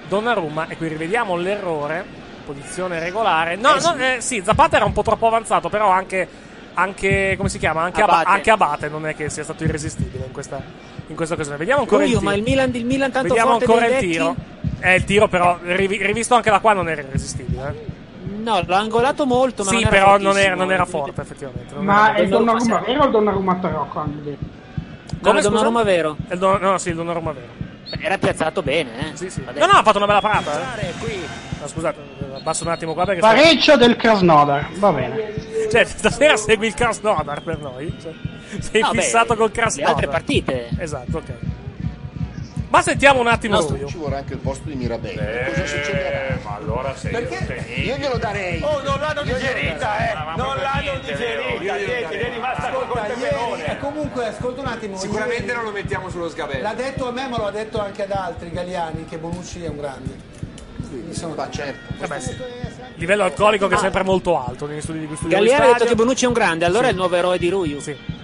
Speaker 2: Donnarumma. E qui rivediamo l'errore. Posizione regolare. No, no, eh, sì, Zapata era un po' troppo avanzato, però anche. Anche, come si chiama? Anche Aba-
Speaker 3: Abate.
Speaker 2: anche Abate non è che sia stato irresistibile in questa, in questa occasione. Vediamo ancora il
Speaker 3: Io,
Speaker 2: tiro.
Speaker 3: ma il Milan, il Milan tanto
Speaker 2: Vediamo
Speaker 3: forte
Speaker 2: ancora
Speaker 3: dei
Speaker 2: il
Speaker 3: vecchi?
Speaker 2: tiro. Eh, il tiro, però, rivi- rivisto anche da qua, non era irresistibile. eh.
Speaker 3: No, l'ha angolato molto, ma
Speaker 2: Sì,
Speaker 3: non era
Speaker 2: però non
Speaker 3: fortissimo. eh.
Speaker 2: era, non era forte, effettivamente. Non
Speaker 5: Ma
Speaker 2: era-
Speaker 5: è il Donnarumma
Speaker 3: Donnarumma-
Speaker 5: vero o il Donnarumma tarocco? hanno detto?
Speaker 2: Come,
Speaker 3: No,
Speaker 2: scusa?
Speaker 3: Donnarumma vero.
Speaker 2: È il Don- no, sì, il Donnarumma vero.
Speaker 3: Beh, Era piazzato bene, eh.
Speaker 2: Sì, sì.
Speaker 3: Va
Speaker 2: No,
Speaker 3: bene.
Speaker 2: no, ha fatto una bella parata. eh. No, scusate, abbasso un attimo qua perché.
Speaker 5: Pareggio del Krasnodar, va bene.
Speaker 2: sta- Cioè, stasera segui il Krasnodar per noi. Cioè, sei
Speaker 3: No, beh,
Speaker 2: fissato col
Speaker 3: Le altre
Speaker 2: Krasnodar.
Speaker 3: partite.
Speaker 2: Esatto, ok. Ma sentiamo un attimo Rubio.
Speaker 6: ci vorrà anche il posto di Mirabelli. Cosa succederà?
Speaker 7: Eh, ma allora sei
Speaker 6: Perché? Io glielo darei.
Speaker 7: Oh, non l'hanno digerita, eh! Non l'hanno digerita, niente, è rimasta col
Speaker 8: E
Speaker 7: coltellone.
Speaker 8: comunque, ascolta un attimo.
Speaker 7: Sicuramente
Speaker 8: ieri-
Speaker 7: non lo mettiamo sullo sgabello.
Speaker 8: L'ha detto a me, ma lo ha detto anche ad altri, Galliani, che Bonucci è un grande. Mi sono
Speaker 6: Ma certo.
Speaker 2: Vabbè, sì. Livello alcolico che è sempre molto alto negli studi di cui studiamo in
Speaker 3: Galliani ha detto che
Speaker 2: stadio.
Speaker 3: Bonucci è un grande, allora
Speaker 2: Sì.
Speaker 3: è il nuovo eroe di Ruiu.
Speaker 2: Sì.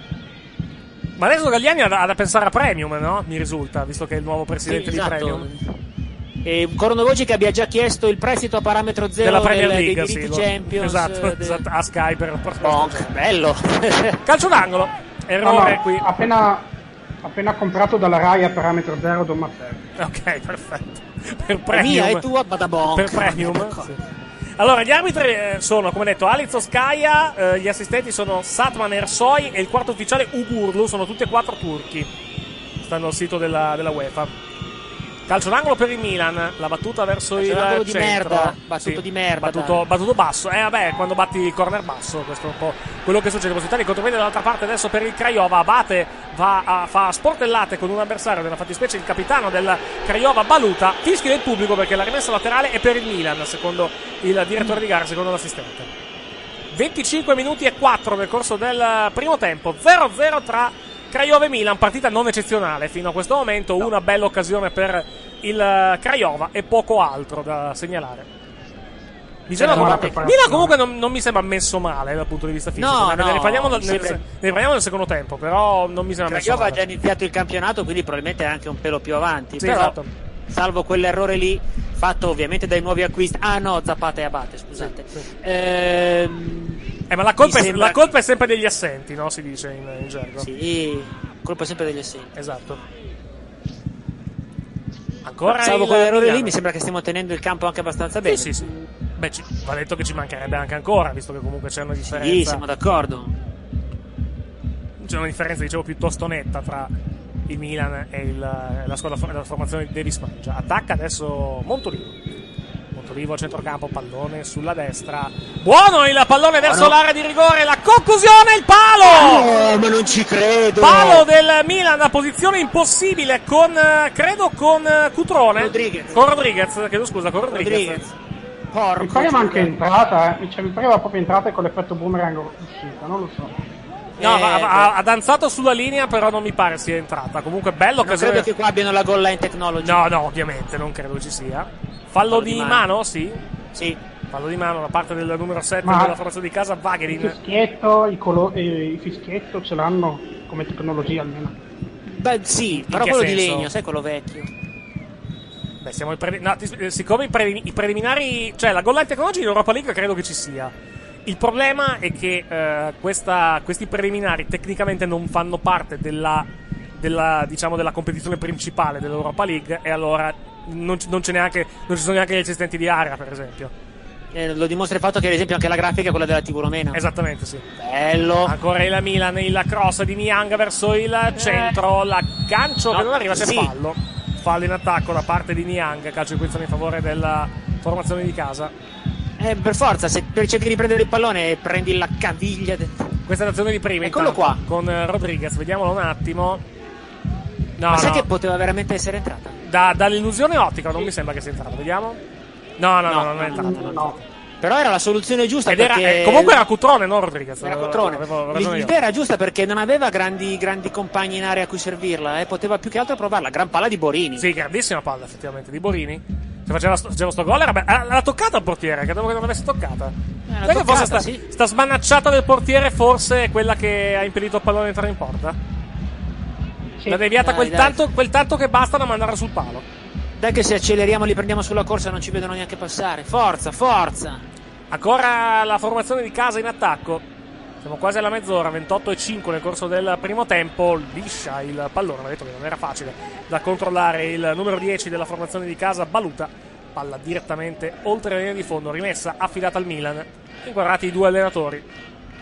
Speaker 2: Ma adesso Gagliani ha da, ha da pensare a Premium, no? Mi risulta, visto che è il nuovo presidente
Speaker 3: esatto.
Speaker 2: di Premium.
Speaker 3: E Cornovoci che abbia già chiesto il prestito a parametro zero
Speaker 2: Della Premier
Speaker 3: del-
Speaker 2: League,
Speaker 3: dei
Speaker 2: sì.
Speaker 3: diritti
Speaker 2: lo-
Speaker 3: Champions.
Speaker 2: esatto,
Speaker 3: eh, de-
Speaker 2: esatto, a Sky per la prossima
Speaker 3: Bonk,
Speaker 2: stagione.
Speaker 3: bello.
Speaker 2: Calcio d'angolo.
Speaker 5: No, no,
Speaker 2: Errore qui.
Speaker 5: appena, appena comprato dalla Rai a parametro zero Don Matteo.
Speaker 2: Ok, perfetto. Per
Speaker 3: è
Speaker 2: Premium.
Speaker 3: mia e tua, badabonk.
Speaker 2: per premium. Allora, gli arbitri eh, sono, come detto, Alex Oskaya, eh, gli assistenti sono Satman Ersoy e il quarto ufficiale Ugurlu, sono tutti e quattro turchi. Stanno al sito della, della UEFA. Calcio d'angolo per il Milan, la battuta verso
Speaker 3: Calcio
Speaker 2: il
Speaker 3: d'angolo
Speaker 2: centro.
Speaker 3: di merda, battuto di merda,
Speaker 2: Battuto,
Speaker 3: dai.
Speaker 2: battuto basso. Eh vabbè, quando batti il corner basso, questo è un po' quello che succede. Questo Italia contropiede dall'altra parte adesso per il Craiova. Abate va a, fa sportellate con un avversario, nella fattispecie il capitano del Craiova Baluta. Fischi del pubblico perché la rimessa laterale è per il Milan, secondo il direttore di gara, secondo l'assistente. 25 minuti e 4 nel corso del primo tempo, 0-0 tra Craiova e Milan, partita non eccezionale fino a questo momento, una bella occasione per il eh, Craiova e poco altro da segnalare. Diceva
Speaker 5: Era una
Speaker 2: comunque,
Speaker 5: preparazione.
Speaker 2: Milan comunque non, non mi sembra messo male dal punto di vista fisico,
Speaker 3: No,
Speaker 2: ne- ne,
Speaker 3: no,
Speaker 2: parliamo dal-
Speaker 3: mi
Speaker 2: ne-
Speaker 3: sembra-
Speaker 2: ne parliamo nel secondo tempo, però non mi sembra messo
Speaker 3: Craiova ha
Speaker 2: male.
Speaker 3: Cioè, già iniziato il campionato, quindi probabilmente è anche un pelo più avanti.
Speaker 2: Sì,
Speaker 3: però,
Speaker 2: esatto.
Speaker 3: salvo quell'errore lì, fatto ovviamente dai nuovi acquisti. Ah no, Zapata e Abate, scusate. Ehm,
Speaker 2: Eh, ma la colpa,
Speaker 3: mi
Speaker 2: è,
Speaker 3: sembra-
Speaker 2: la colpa è sempre degli assenti, no? Si dice in, in gergo.
Speaker 3: Sì, colpa sempre degli assenti.
Speaker 2: Esatto. Ancora
Speaker 3: Salvo
Speaker 2: il
Speaker 3: quell'errore lì,
Speaker 2: Milan.
Speaker 3: mi sembra che stiamo tenendo il campo anche abbastanza bene.
Speaker 2: Sì, sì, sì. Beh, ci- va detto che ci mancherebbe anche ancora, visto che comunque c'è una
Speaker 3: Sì,
Speaker 2: differenza.
Speaker 3: siamo d'accordo.
Speaker 2: c'è una differenza, dicevo, piuttosto netta tra il Milan e il- la squadra for- la formazione di Davis Maggia. Attacca adesso Montolivo. Montolivo a centrocampo, pallone sulla destra. Buono il pallone verso l'area di rigore, la conclusione, il palo!
Speaker 3: ma non ci credo.
Speaker 2: Palo del Milan, una posizione impossibile con, eh, credo, con eh, Cutrone.
Speaker 3: Rodriguez.
Speaker 2: Con Rodriguez, chiedo scusa, con
Speaker 3: Rodriguez.
Speaker 2: Rodriguez.
Speaker 5: Mi
Speaker 3: Porco.
Speaker 5: pareva anche entrata, eh. Cioè, mi pareva proprio entrata e con l'effetto boomerang uscita, non lo so.
Speaker 2: No,
Speaker 3: Eh,
Speaker 2: ha, ha- ha danzato sulla linea, però non mi pare sia entrata. Comunque, bella
Speaker 3: Non
Speaker 2: occasione.
Speaker 3: credo che qua abbiano la goal line technology.
Speaker 2: No, no, ovviamente, non credo ci sia. Fallo, di,
Speaker 3: di
Speaker 2: mano.
Speaker 3: mano.
Speaker 2: sì.
Speaker 3: Sì.
Speaker 2: Fallo di mano da parte del numero 7
Speaker 5: Ma-
Speaker 2: della formazione di casa,
Speaker 5: Il
Speaker 2: Wagerin.
Speaker 5: fischietto, i colo- eh, il fischietto ce l'hanno come tecnologia almeno.
Speaker 3: Beh, sì, però
Speaker 2: che
Speaker 3: quello di
Speaker 2: senso?
Speaker 3: legno, sai quello vecchio.
Speaker 2: Beh, siamo ai preli- no, ti- eh, siccome i, preli- i preliminari, cioè la goal line technology in Europa League credo che ci sia. Il problema è che eh, questa- questi preliminari tecnicamente non fanno parte della, della, diciamo, della competizione principale dell'Europa League e allora non, c- non, c'è neanche, non ci sono neanche gli assistenti di area, per esempio.
Speaker 3: Eh, lo dimostra il fatto che, ad esempio, anche la grafica è quella della TV Romena.
Speaker 2: Esattamente, sì.
Speaker 3: Bello.
Speaker 2: Ancora il Milan, il cross di Niang verso il centro, l'aggancio che
Speaker 3: Eh. No,
Speaker 2: non arriva, c'è
Speaker 3: sì.
Speaker 2: fallo. Fallo in attacco da parte di Niang, calcio di punizione in favore della formazione di casa.
Speaker 3: Eh, per forza, se per cerchi di prendere il pallone, prendi la caviglia. del-
Speaker 2: Questa è l'azione di prima.
Speaker 3: Eccolo
Speaker 2: intanto, Con eh, Rodriguez, vediamolo un attimo. No,
Speaker 3: Ma sai
Speaker 2: no,
Speaker 3: che poteva veramente essere entrata?
Speaker 2: da- dall'illusione ottica non mi sembra che sia entrato, vediamo. No, no, no,
Speaker 3: No,
Speaker 2: non è entrato. non è entrato.
Speaker 3: Però era la soluzione giusta.
Speaker 2: Ed era-
Speaker 3: perché-
Speaker 2: eh, comunque era Cutrone, non Rodriguez.
Speaker 3: Era
Speaker 2: avevo-
Speaker 3: Cotrone.
Speaker 2: avevo ragione io.
Speaker 3: L'idea era giusta perché non aveva grandi, grandi compagni in area a cui servirla, eh. poteva più che altro provarla. Gran palla di Borini.
Speaker 2: Sì, grandissima palla effettivamente di Borini. Se faceva sto, faceva sto gol era be- ah, l'ha toccata il portiere, credevo che non l'avesse toccata. Sai che
Speaker 3: Eh, toccata,
Speaker 2: forse sta,
Speaker 3: sì.
Speaker 2: sta smanacciata del portiere forse è quella che ha impedito il pallone di entrare in porta. L'ha deviata
Speaker 3: Dai,
Speaker 2: quel,
Speaker 3: dai.
Speaker 2: Tanto, quel tanto che basta da mandare sul palo.
Speaker 3: Dai che se acceleriamo li prendiamo sulla corsa non ci vedono neanche passare. Forza, forza.
Speaker 2: Ancora la formazione di casa in attacco. Siamo quasi alla mezz'ora, 28 e 5 nel corso del primo tempo. Liscia il pallone, mi ha detto che non era facile da controllare il numero 10 della formazione di casa, Baluta. Palla direttamente oltre la linea di fondo, rimessa, affidata al Milan. Inquadrati i due allenatori.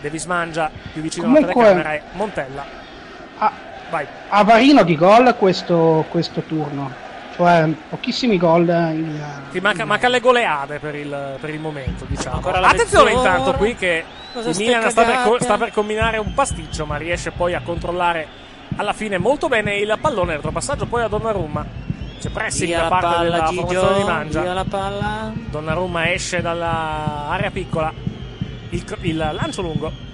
Speaker 2: Davis Mangia, più vicino
Speaker 5: Comunque-
Speaker 2: alla telecamera, e Montella. Vai.
Speaker 5: Avarino di gol questo, questo turno, cioè pochissimi gol in,
Speaker 2: Ti manca, manca le goleade per il, per il momento, diciamo.
Speaker 3: Ancora la
Speaker 2: Attenzione
Speaker 3: mezz'ora.
Speaker 2: intanto qui che
Speaker 3: Cosa
Speaker 2: il
Speaker 3: ste
Speaker 2: Milan sta per, co-
Speaker 3: cagate?
Speaker 2: sta per combinare un pasticcio, ma riesce poi a controllare alla fine molto bene il pallone. Retropassaggio poi a Donnarumma. C'è pressing da
Speaker 3: Via la
Speaker 2: Eh parte
Speaker 3: palla,
Speaker 2: della
Speaker 3: Gigio,
Speaker 2: formazione di Mangia.
Speaker 3: via la palla.
Speaker 2: Donnarumma esce dall'area piccola. Il, cro- il lancio lungo.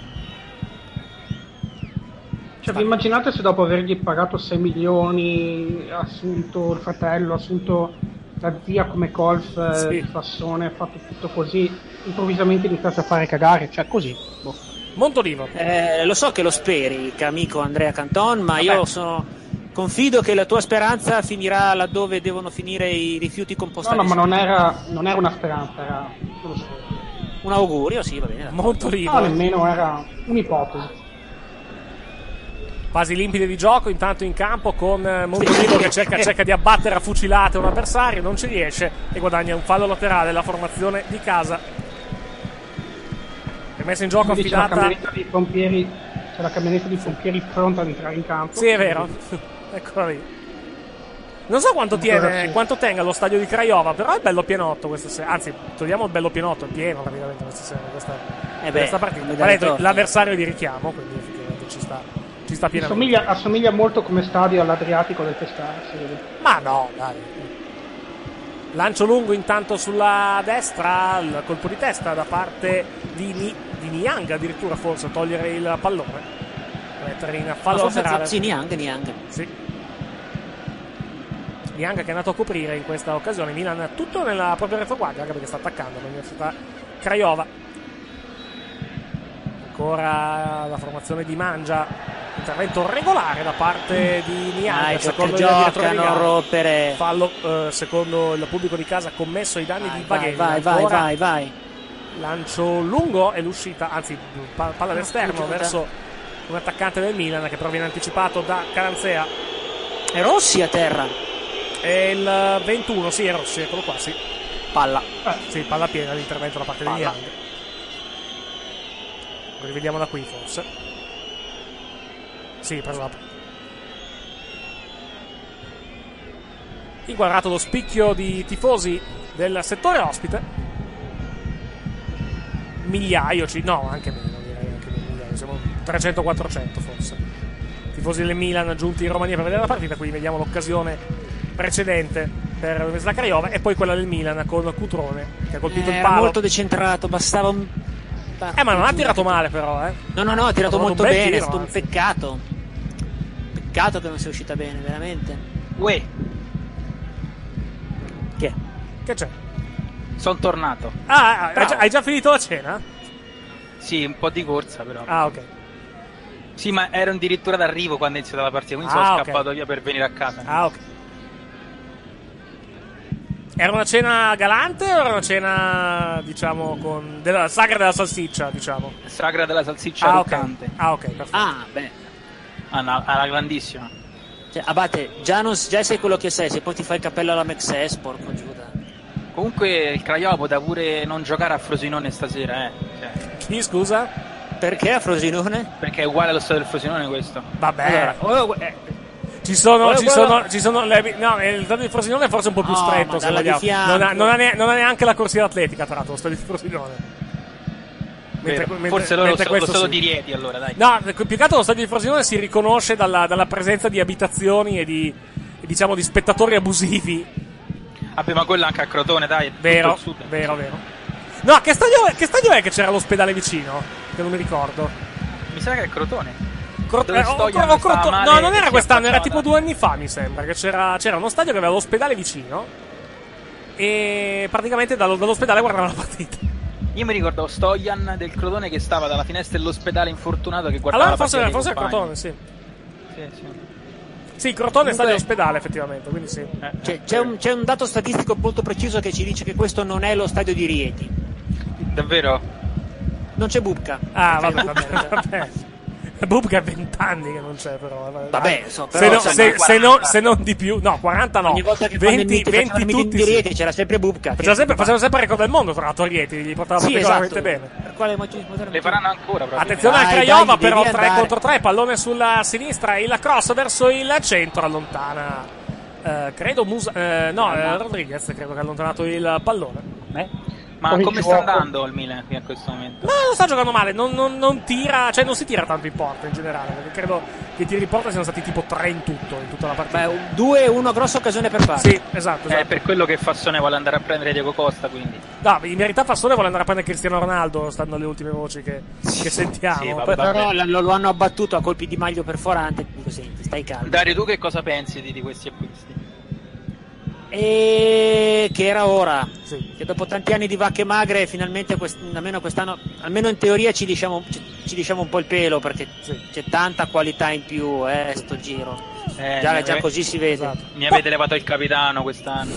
Speaker 5: Cioè, vi immaginate se dopo avergli pagato 6 milioni, assunto il fratello, assunto la zia come golf, eh,
Speaker 2: Sì.
Speaker 5: il Fassone, fatto tutto così, improvvisamente iniziate a fare cagare, cioè così. boh.
Speaker 2: Montolivo.
Speaker 3: Eh, lo so che lo speri, ca- amico Andrea Canton, ma io sono confido che la tua speranza finirà laddove devono finire i rifiuti
Speaker 5: No,
Speaker 3: compostati.
Speaker 5: no, ma non era, non era una speranza, era non lo so.
Speaker 3: Un augurio, sì, va bene. d'accordo.
Speaker 5: No,
Speaker 2: Montolivo.
Speaker 5: nemmeno era un'ipotesi.
Speaker 2: Fasi limpide di gioco, intanto in campo con eh, Montolivo che cerca, cerca di abbattere a fucilate un avversario, non ci riesce e guadagna un fallo laterale la formazione di casa. Rimessa in gioco
Speaker 5: Quindi c'è la
Speaker 2: affidata.
Speaker 5: camionetta dei pompieri, c'è la camionetta dei pompieri pronta ad entrare in campo.
Speaker 2: Sì, è vero. Eccola lì. Non so quanto, tiene, quanto tenga lo stadio di Craiova, però è bello pienotto questa sera. Anzi, togliamo il bello pienotto, è pieno praticamente questa sera. Questa,
Speaker 3: Eh beh,
Speaker 2: questa partita.
Speaker 3: come
Speaker 2: Ma
Speaker 3: dare
Speaker 2: detto,
Speaker 3: torto.
Speaker 2: l'avversario di richiamo, quindi effettivamente ci sta, ci sta pienamente.
Speaker 5: Assomiglia, assomiglia molto come stadio all'Adriatico del Pescara, si vede.
Speaker 2: Ma no, dai. Lancio lungo intanto sulla destra, il colpo di testa da parte di, Ni- di Niang addirittura forse, a togliere il pallone. Mettere in
Speaker 3: Ma
Speaker 2: fallo
Speaker 3: forse-
Speaker 2: laterale.
Speaker 3: Sì, neanche, neanche.
Speaker 2: Sì. Niang che è andato a coprire in questa occasione. Milan tutto nella propria retroguardia, anche perché sta attaccando l'Università Craiova. Ancora la formazione di Mangia. Intervento regolare da parte di Niang.
Speaker 3: Dai, gioca,
Speaker 2: secondo il direttore
Speaker 3: gioca,
Speaker 2: di
Speaker 3: non
Speaker 2: gara.
Speaker 3: rompere.
Speaker 2: Fallo eh, secondo il pubblico di casa commesso ai danni di
Speaker 3: Vai,
Speaker 2: Baghetti.
Speaker 3: vai, vai,
Speaker 2: Ancora
Speaker 3: vai, vai.
Speaker 2: Lancio lungo e l'uscita, anzi pa- palla d'esterno verso un attaccante del Milan che però viene anticipato da Caranzea.
Speaker 3: È Rossi a terra.
Speaker 2: E il 21, sì, è Rossi, eccolo qua, sì.
Speaker 3: Palla.
Speaker 2: Sì, palla piena l'intervento da parte di
Speaker 3: Palla.
Speaker 2: Young. Lo rivediamo da qui forse. Sì, preso la Inquadrato lo spicchio di tifosi del settore ospite. Migliaio, ci- no, anche meno, direi anche meno, migliaio, siamo 300-400 forse. Tifosi del Milan giunti in Romania per vedere la partita, quindi vediamo l'occasione precedente per l'Università Craiova e poi quella del Milan con Cutrone che ha colpito il
Speaker 3: Eh, Era
Speaker 2: palo.
Speaker 3: molto decentrato, bastava un...
Speaker 2: Eh, ma non ha tirato male, però, eh.
Speaker 3: No, no, no, ha tirato
Speaker 2: Ha fatto
Speaker 3: molto
Speaker 2: un bel
Speaker 3: bene,
Speaker 2: tiro,
Speaker 3: è stato un
Speaker 2: anzi.
Speaker 3: peccato. Peccato che non sia uscita bene, veramente.
Speaker 4: Uè,
Speaker 3: Che?
Speaker 2: Che c'è?
Speaker 4: sono tornato.
Speaker 2: Ah, hai
Speaker 4: Bravo.
Speaker 2: già, hai già finito la cena?
Speaker 4: Sì, un po' di corsa però.
Speaker 2: Ah, ok.
Speaker 4: Sì, ma ero addirittura d'arrivo quando è iniziata la partita, quindi
Speaker 2: Ah,
Speaker 4: sono
Speaker 2: ok.
Speaker 4: scappato via per venire a casa.
Speaker 2: Ah, ok. Era una cena galante o era una cena, diciamo, con. della sagra della salsiccia, diciamo?
Speaker 4: Sagra della salsiccia
Speaker 2: Ah, ok.
Speaker 4: roccante.
Speaker 2: Ah, ok, perfetto.
Speaker 3: Ah, beh.
Speaker 4: Ah, no, alla grandissima.
Speaker 3: Cioè, Abate, già, non, già sei quello che sei, se poi ti fai il cappello alla Mexes, porco Giuda.
Speaker 4: Comunque il Craiova potrà pure non giocare a Frosinone stasera, eh.
Speaker 2: Chi scusa?
Speaker 3: Perché a Frosinone?
Speaker 4: Perché è uguale allo stato del Frosinone questo.
Speaker 2: Vabbè.
Speaker 4: Allora, oh, eh,
Speaker 2: Ci sono,
Speaker 4: Eh,
Speaker 2: ci
Speaker 4: quello- Oh,
Speaker 2: sono, ci sono le- no, eh, il dato di Frosinone è forse un po' più
Speaker 4: No,
Speaker 2: stretto.
Speaker 4: ma
Speaker 2: Se
Speaker 4: dalla di
Speaker 2: vogliamo.
Speaker 4: fianco.
Speaker 2: non, ha, non ha ne- non ha neanche la corsia atletica, tra l'altro, lo stadio di Frosinone.
Speaker 4: vero.
Speaker 2: mentre-
Speaker 4: Forse loro lo,
Speaker 2: mentre
Speaker 4: so- lo
Speaker 2: questo
Speaker 4: stato
Speaker 2: sì.
Speaker 4: di Rieti allora, dai.
Speaker 2: No, più che altro lo stadio di Frosinone si riconosce dalla, dalla presenza di abitazioni e di, e diciamo, di spettatori abusivi.
Speaker 4: Vabbè, ma quello anche a Crotone, dai. è tutto
Speaker 2: Vero,
Speaker 4: il sud.
Speaker 2: vero, vero. No, che stadio, che stadio è che c'era l'ospedale vicino? Che non mi ricordo.
Speaker 4: Mi sa che è Crotone.
Speaker 2: Cro-
Speaker 4: Dove
Speaker 2: eh, ho- ho-
Speaker 4: Stoian
Speaker 2: ho-
Speaker 4: stava
Speaker 2: Croto-
Speaker 4: male
Speaker 2: no, non
Speaker 4: e si
Speaker 2: era
Speaker 4: è
Speaker 2: quest'anno, era
Speaker 4: affacciato.
Speaker 2: tipo due anni fa, mi sembra. Che c'era, c'era uno stadio che aveva l'ospedale vicino. E praticamente dallo- dall'ospedale guardava la partita.
Speaker 4: Io mi ricordo Stojan del Crotone che stava dalla finestra dell'ospedale infortunato che guardava
Speaker 2: Allora
Speaker 4: la
Speaker 2: forse,
Speaker 4: partita
Speaker 2: forse era
Speaker 4: dei compagni.
Speaker 2: Crotone, sì.
Speaker 4: Sì, sì.
Speaker 2: Sì, Crotone
Speaker 3: Comunque-
Speaker 2: è stadio ospedale, effettivamente, quindi sì.
Speaker 3: Cioè, c'è, un, c'è un dato statistico molto preciso che ci dice che questo non è lo stadio di Rieti.
Speaker 2: eh.
Speaker 4: Davvero?
Speaker 3: Non c'è Bubka.
Speaker 2: Ah, vabbè, vabbè, vabbè. Bubka è 20 anni che non c'è, però. Ah,
Speaker 3: Vabbè, so,
Speaker 2: se,
Speaker 3: però
Speaker 2: no-
Speaker 3: c'è
Speaker 2: se-
Speaker 3: anche
Speaker 2: se no-
Speaker 3: 40.
Speaker 2: se non di più, no, 40 no.
Speaker 3: Ogni volta che
Speaker 2: 20,
Speaker 3: fanno il meeting,
Speaker 2: 20
Speaker 3: facevano il meeting
Speaker 2: tutti.
Speaker 3: di
Speaker 2: sì.
Speaker 3: Rieti c'era sempre Bubka.
Speaker 2: Faceva sempre, faceva sempre il record del mondo, tra l'altro, a Rieti, gli portava
Speaker 3: Sì,
Speaker 2: particolarmente
Speaker 3: esatto.
Speaker 2: bene.
Speaker 3: Per quale motivo?
Speaker 4: Le faranno ancora, proprio.
Speaker 2: Attenzione
Speaker 3: Dai,
Speaker 2: a Craiova,
Speaker 3: dai, devi
Speaker 2: però 3
Speaker 3: andare.
Speaker 2: contro 3, pallone sulla sinistra, il cross verso il centro, allontana. eh, credo Musa, eh, no,
Speaker 3: Ah,
Speaker 2: eh, Rodriguez credo che ha allontanato il pallone.
Speaker 4: Ma
Speaker 2: Fuori
Speaker 4: come sta
Speaker 2: gioco.
Speaker 4: andando il Milan qui a questo momento?
Speaker 2: Ma non sta giocando male, non, non- non tira, cioè non si tira tanto in porta in generale, perché credo che i tiri in porta siano stati tipo 3 in tutto, in tutta la partita.
Speaker 3: Beh, 2-1, grossa occasione per fare.
Speaker 2: Sì, esatto,
Speaker 4: È
Speaker 2: esatto.
Speaker 4: per quello che Fassone vuole andare a prendere Diego Costa, quindi.
Speaker 2: No, in verità Fassone vuole andare a prendere Cristiano Ronaldo, stanno le ultime voci che, che sentiamo.
Speaker 4: Sì, vabbè.
Speaker 2: Poi-
Speaker 3: Però la- lo, lo hanno abbattuto a colpi di maglio perforante. Dico, senti, stai calmo.
Speaker 4: Dario, tu che cosa pensi di, di questi acquisti?
Speaker 3: E che era ora.
Speaker 2: Sì.
Speaker 3: Che dopo tanti anni di vacche magre, finalmente, quest- almeno quest'anno, almeno in teoria, ci diciamo, ci, ci lisciamo un po' il pelo perché c'è tanta qualità in più, eh, sto giro.
Speaker 4: Eh, Esatto.
Speaker 3: già,
Speaker 4: mi
Speaker 3: già
Speaker 4: ave-
Speaker 3: così si vede.
Speaker 4: Mi avete levato il capitano quest'anno.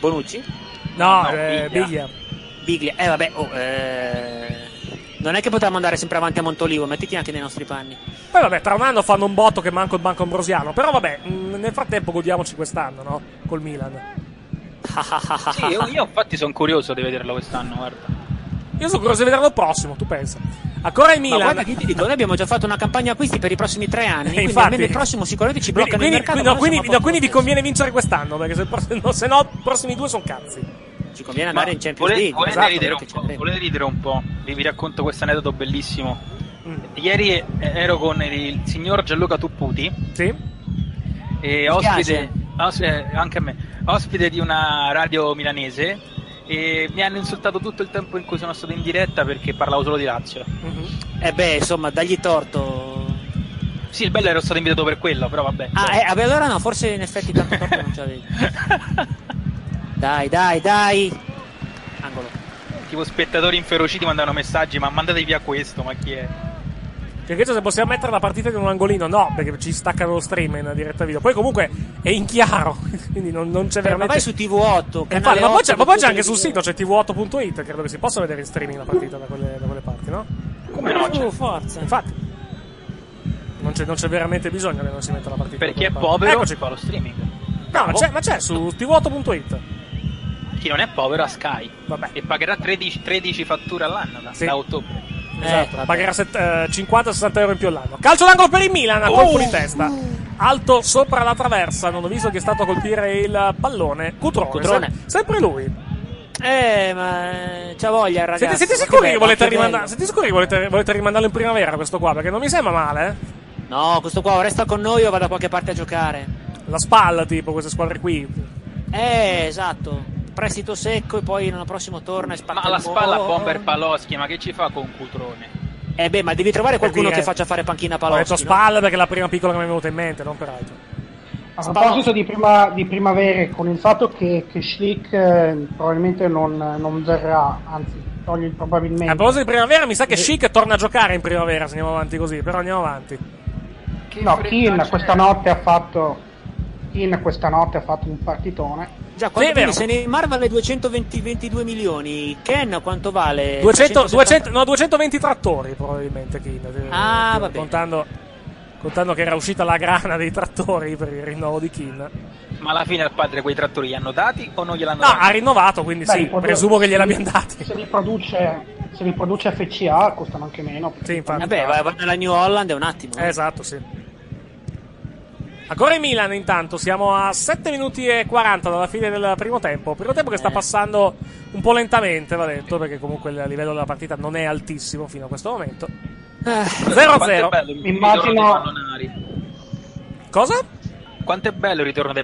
Speaker 3: Bonucci?
Speaker 2: No,
Speaker 4: No,
Speaker 2: eh,
Speaker 4: Biglia.
Speaker 2: Biglia.
Speaker 3: Biglia. Eh, vabbè, oh, eh, non è che potevamo andare sempre avanti a Montolivo, mettiti anche nei nostri panni.
Speaker 2: Poi vabbè, tra un anno fanno un botto che manco il Banco Ambrosiano. Però vabbè, mh, nel frattempo godiamoci quest'anno, no? Col Milan.
Speaker 4: sì, io, io infatti sono curioso di vederlo quest'anno, guarda.
Speaker 2: Io sono curioso di vederlo prossimo, tu pensa. Ancora il
Speaker 3: Ma
Speaker 2: Milan.
Speaker 3: guarda che ti dico, noi abbiamo già fatto una campagna acquisti per i prossimi tre anni, quindi
Speaker 2: infatti.
Speaker 3: almeno il prossimo sicuramente ci
Speaker 2: quindi,
Speaker 3: bloccano
Speaker 2: quindi,
Speaker 3: il mercato.
Speaker 2: quindi-
Speaker 3: ma
Speaker 2: no, quindi,
Speaker 3: noi siamo a
Speaker 2: no, quindi vi
Speaker 3: posto
Speaker 2: conviene vincere quest'anno, perché se, il prossimo- no, se no i prossimi due sono cazzi.
Speaker 3: lo stesso. Ci conviene
Speaker 4: Ma
Speaker 3: andare Ah, in Champions
Speaker 4: volete,
Speaker 3: League.
Speaker 4: volete
Speaker 3: esatto,
Speaker 4: ridere
Speaker 3: quello
Speaker 4: un
Speaker 3: che ci
Speaker 4: po',
Speaker 3: andremo.
Speaker 4: volete ridere un po'? Vi, vi racconto questo aneddoto bellissimo.
Speaker 2: Mm.
Speaker 4: Ieri eh, ero con il signor Gianluca Tupputi,
Speaker 2: Sì?
Speaker 4: e
Speaker 3: dispiace.
Speaker 4: ospite, os- eh, anche a me, ospite di una radio milanese. E mi hanno insultato tutto il tempo in cui sono stato in diretta perché parlavo solo di Lazio.
Speaker 2: Mhm.
Speaker 3: Eh beh, insomma, dagli torto.
Speaker 4: Sì, il bello ero stato invitato per quello, però vabbè. Cioè
Speaker 3: Ah, eh, vabbè, allora no, forse in effetti tanto torto non ce l'avevi. Dai, dai, dai. Angolo.
Speaker 4: tipo spettatori inferociti mandano messaggi, ma mandate via questo, ma chi è?
Speaker 2: Perché se possiamo mettere la partita in un angolino, no, perché ci staccano lo stream in diretta video. Poi comunque è in chiaro, quindi non, non c'è
Speaker 3: Eh, ma
Speaker 2: veramente...
Speaker 3: vai su TV8.
Speaker 2: Eh, infatti,
Speaker 3: canale
Speaker 2: ma poi
Speaker 3: 8,
Speaker 2: c'è, ma poi c'è anche
Speaker 3: tutte
Speaker 2: sul sito,
Speaker 3: le
Speaker 2: c'è tv8.it, credo che si possa vedere in streaming la partita da quelle, da quelle parti, no?
Speaker 4: Come no?
Speaker 3: video.
Speaker 4: Cioè,
Speaker 3: Uh, forza.
Speaker 2: Infatti, non c'è, non c'è veramente bisogno che non si metta la partita.
Speaker 4: per chi è
Speaker 2: da quelle parti.
Speaker 4: povero
Speaker 2: Eccoci
Speaker 4: fa
Speaker 2: qua.
Speaker 4: lo streaming.
Speaker 2: No, ma
Speaker 4: Bravo.
Speaker 2: c'è, ma c'è su tv8.it.
Speaker 4: Chi non è povero ha Sky
Speaker 2: Vabbè.
Speaker 4: e pagherà 13, 13 fatture all'anno da,
Speaker 2: Sì.
Speaker 4: da ottobre.
Speaker 3: Eh,
Speaker 2: Esatto,
Speaker 3: vabbè.
Speaker 2: pagherà set- eh, 50-60 euro in più all'anno. Calcio d'angolo per il Milan, a colpo di testa. Alto sopra la traversa, non ho visto che è stato a colpire il pallone. Cutrone,
Speaker 3: Cutrone.
Speaker 2: sem- sempre lui.
Speaker 3: Eh, ma eh, c'ha voglia, ragazzi.
Speaker 2: Siete, siete
Speaker 3: Ma
Speaker 2: sicuri
Speaker 3: bello,
Speaker 2: che volete,
Speaker 3: ma bello.
Speaker 2: rimanda- siete sicuri che volete, volete rimandarlo in primavera questo qua? Perché non mi sembra male, eh?
Speaker 3: No, questo qua o resta con noi o va da qualche parte a giocare.
Speaker 2: La spalla, tipo, queste squadre qui.
Speaker 3: Eh, esatto. Prestito secco e poi l'anno prossimo torna e spacca
Speaker 4: Ma alla
Speaker 3: il mo-
Speaker 4: spalla Bomber Paloschi, ma che ci fa con Cutrone?
Speaker 3: Eh beh, ma devi trovare qualcuno
Speaker 2: Per dire-
Speaker 3: che faccia fare panchina
Speaker 2: Eh,
Speaker 3: a
Speaker 2: Ho detto
Speaker 3: Paloschi. no?
Speaker 2: spalla perché è la prima piccola che mi è venuta in mente, non peraltro.
Speaker 5: A proposito di, prima, di primavere, con il fatto che, che Schlick eh, probabilmente non, non verrà, anzi, togli il
Speaker 2: A
Speaker 5: probabilmente.
Speaker 2: proposito di primavera, mi sa che
Speaker 5: Sì.
Speaker 2: Chic torna a giocare in primavera se andiamo avanti così, però andiamo avanti.
Speaker 4: Che
Speaker 5: No,
Speaker 4: fretta
Speaker 5: Keane
Speaker 4: c'è?
Speaker 5: questa notte ha fatto. Keane questa notte ha fatto un partitone.
Speaker 3: Già, quando
Speaker 2: Sì, è vero.
Speaker 3: quindi se Neymar vale 222 milioni, Ken quanto vale?
Speaker 2: 200,
Speaker 3: 370?
Speaker 2: 200 no, 220 trattori probabilmente Keane. eh,
Speaker 3: Ah,
Speaker 2: eh,
Speaker 3: va bene.
Speaker 2: Contando, contando che era uscita la grana dei trattori per il rinnovo di Kin.
Speaker 4: Ma alla fine al padre quei trattori gli hanno dati o non gliel'hanno
Speaker 2: No,
Speaker 4: dati?
Speaker 2: ha rinnovato, quindi
Speaker 4: Beh,
Speaker 2: sì,
Speaker 4: riprodu-
Speaker 2: presumo che gliel'abbiano dati.
Speaker 5: Se li produce, se li produce FCA costano anche meno. Sì,
Speaker 3: Vabbè, vai, vai nella New Holland è un attimo.
Speaker 2: Eh, Esatto, sì. Ancora in Milan intanto, siamo a 7 minuti e 40 dalla fine del primo tempo. Primo tempo che
Speaker 3: Eh.
Speaker 2: sta passando un po' lentamente, va detto, perché comunque il livello della partita non è altissimo fino a questo momento.
Speaker 3: Eh,
Speaker 4: Quanto è
Speaker 2: 0-0.
Speaker 4: bello il ritorno dei pallonari.
Speaker 2: Cosa?
Speaker 4: Quanto è bello il ritorno dei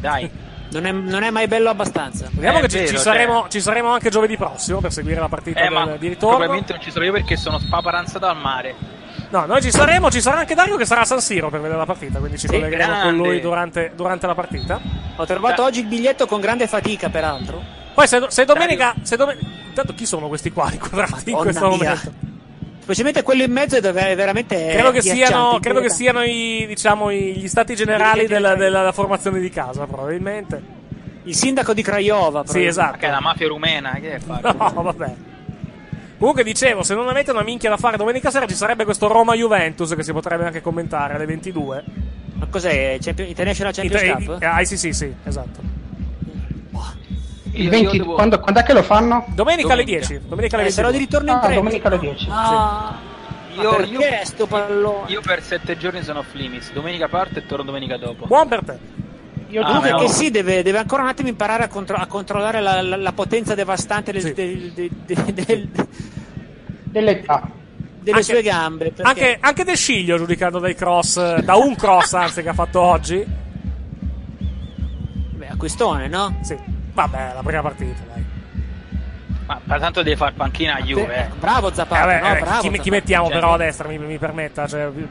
Speaker 4: dai.
Speaker 3: non, è, non è mai bello abbastanza.
Speaker 2: Vediamo
Speaker 4: Eh,
Speaker 2: che ci,
Speaker 4: vero,
Speaker 2: ci
Speaker 4: cioè.
Speaker 2: saremo, ci saremo anche giovedì prossimo per seguire la partita
Speaker 4: Eh,
Speaker 2: del-
Speaker 4: ma
Speaker 2: di ritorno.
Speaker 4: probabilmente non ci sono io perché sono spaparanzato al mare.
Speaker 2: No, noi ci saremo, ci sarà anche Dario che sarà a San Siro per vedere la partita, quindi ci
Speaker 3: Sì,
Speaker 2: collegheremo con
Speaker 3: grande.
Speaker 2: lui durante, durante la partita.
Speaker 3: Ho trovato oggi il biglietto con grande fatica, peraltro.
Speaker 2: Poi se, se domenica... Se dome- Intanto chi sono questi qua inquadrati in
Speaker 3: Madonna
Speaker 2: questo
Speaker 3: mia.
Speaker 2: momento?
Speaker 3: Specialmente quello in mezzo è dove è veramente.
Speaker 2: Credo che,
Speaker 3: agghiacciante,
Speaker 2: siano, credo che
Speaker 3: inquietante.
Speaker 2: siano i, diciamo, i- gli stati generali della, della formazione di casa, probabilmente.
Speaker 3: Il sindaco di Craiova.
Speaker 2: Sì, esatto.
Speaker 4: Che è la mafia rumena, Ah, che è fatto?
Speaker 2: No, vabbè. Comunque dicevo, se non avete una minchia da fare domenica sera ci sarebbe questo Roma-Juventus che si potrebbe anche commentare alle 22.
Speaker 3: Ma cos'è? Champion- International Champions
Speaker 2: Inter-
Speaker 3: Cup?
Speaker 2: eh, ICC, sì, esatto.
Speaker 5: Il 20
Speaker 4: devo-
Speaker 5: quando, quando è che lo fanno?
Speaker 2: Domenica alle
Speaker 4: Domenica.
Speaker 2: 10. Domenica alle
Speaker 3: Eh,
Speaker 2: 10.
Speaker 3: sarò di ritorno in
Speaker 5: Ah,
Speaker 3: tre.
Speaker 5: domenica alle 10.
Speaker 3: Ah,
Speaker 4: Io,
Speaker 3: perché
Speaker 4: io-
Speaker 3: sto pallone?
Speaker 4: io per sette giorni sono off limits. Domenica parto e torno domenica dopo.
Speaker 2: Buon per te.
Speaker 5: Io
Speaker 4: Ah,
Speaker 3: No,
Speaker 4: ma
Speaker 3: perché
Speaker 4: no.
Speaker 3: sì, deve, deve ancora un attimo imparare a, contro- a controllare la, la- la potenza devastante del-
Speaker 2: Sì.
Speaker 3: del- del- del- del-
Speaker 5: dell'età.
Speaker 3: delle
Speaker 2: Anche-
Speaker 3: sue gambe. perché-
Speaker 2: Anche, anche De Sciglio, giudicando dai cross, eh, da un cross anzi che ha fatto oggi.
Speaker 3: Beh, a questone, no?
Speaker 2: Sì, vabbè, la prima partita, dai. Eh,
Speaker 4: Ma ma tanto devi far panchina a Juve.
Speaker 3: Te-
Speaker 4: eh.
Speaker 3: Bravo Zapata,
Speaker 2: Eh, vabbè,
Speaker 3: no,
Speaker 2: eh,
Speaker 3: bravo.
Speaker 2: chi, chi
Speaker 3: Zapata.
Speaker 2: mettiamo
Speaker 4: Cioè-
Speaker 2: però a destra, mi, mi permetta? Cioè, mm,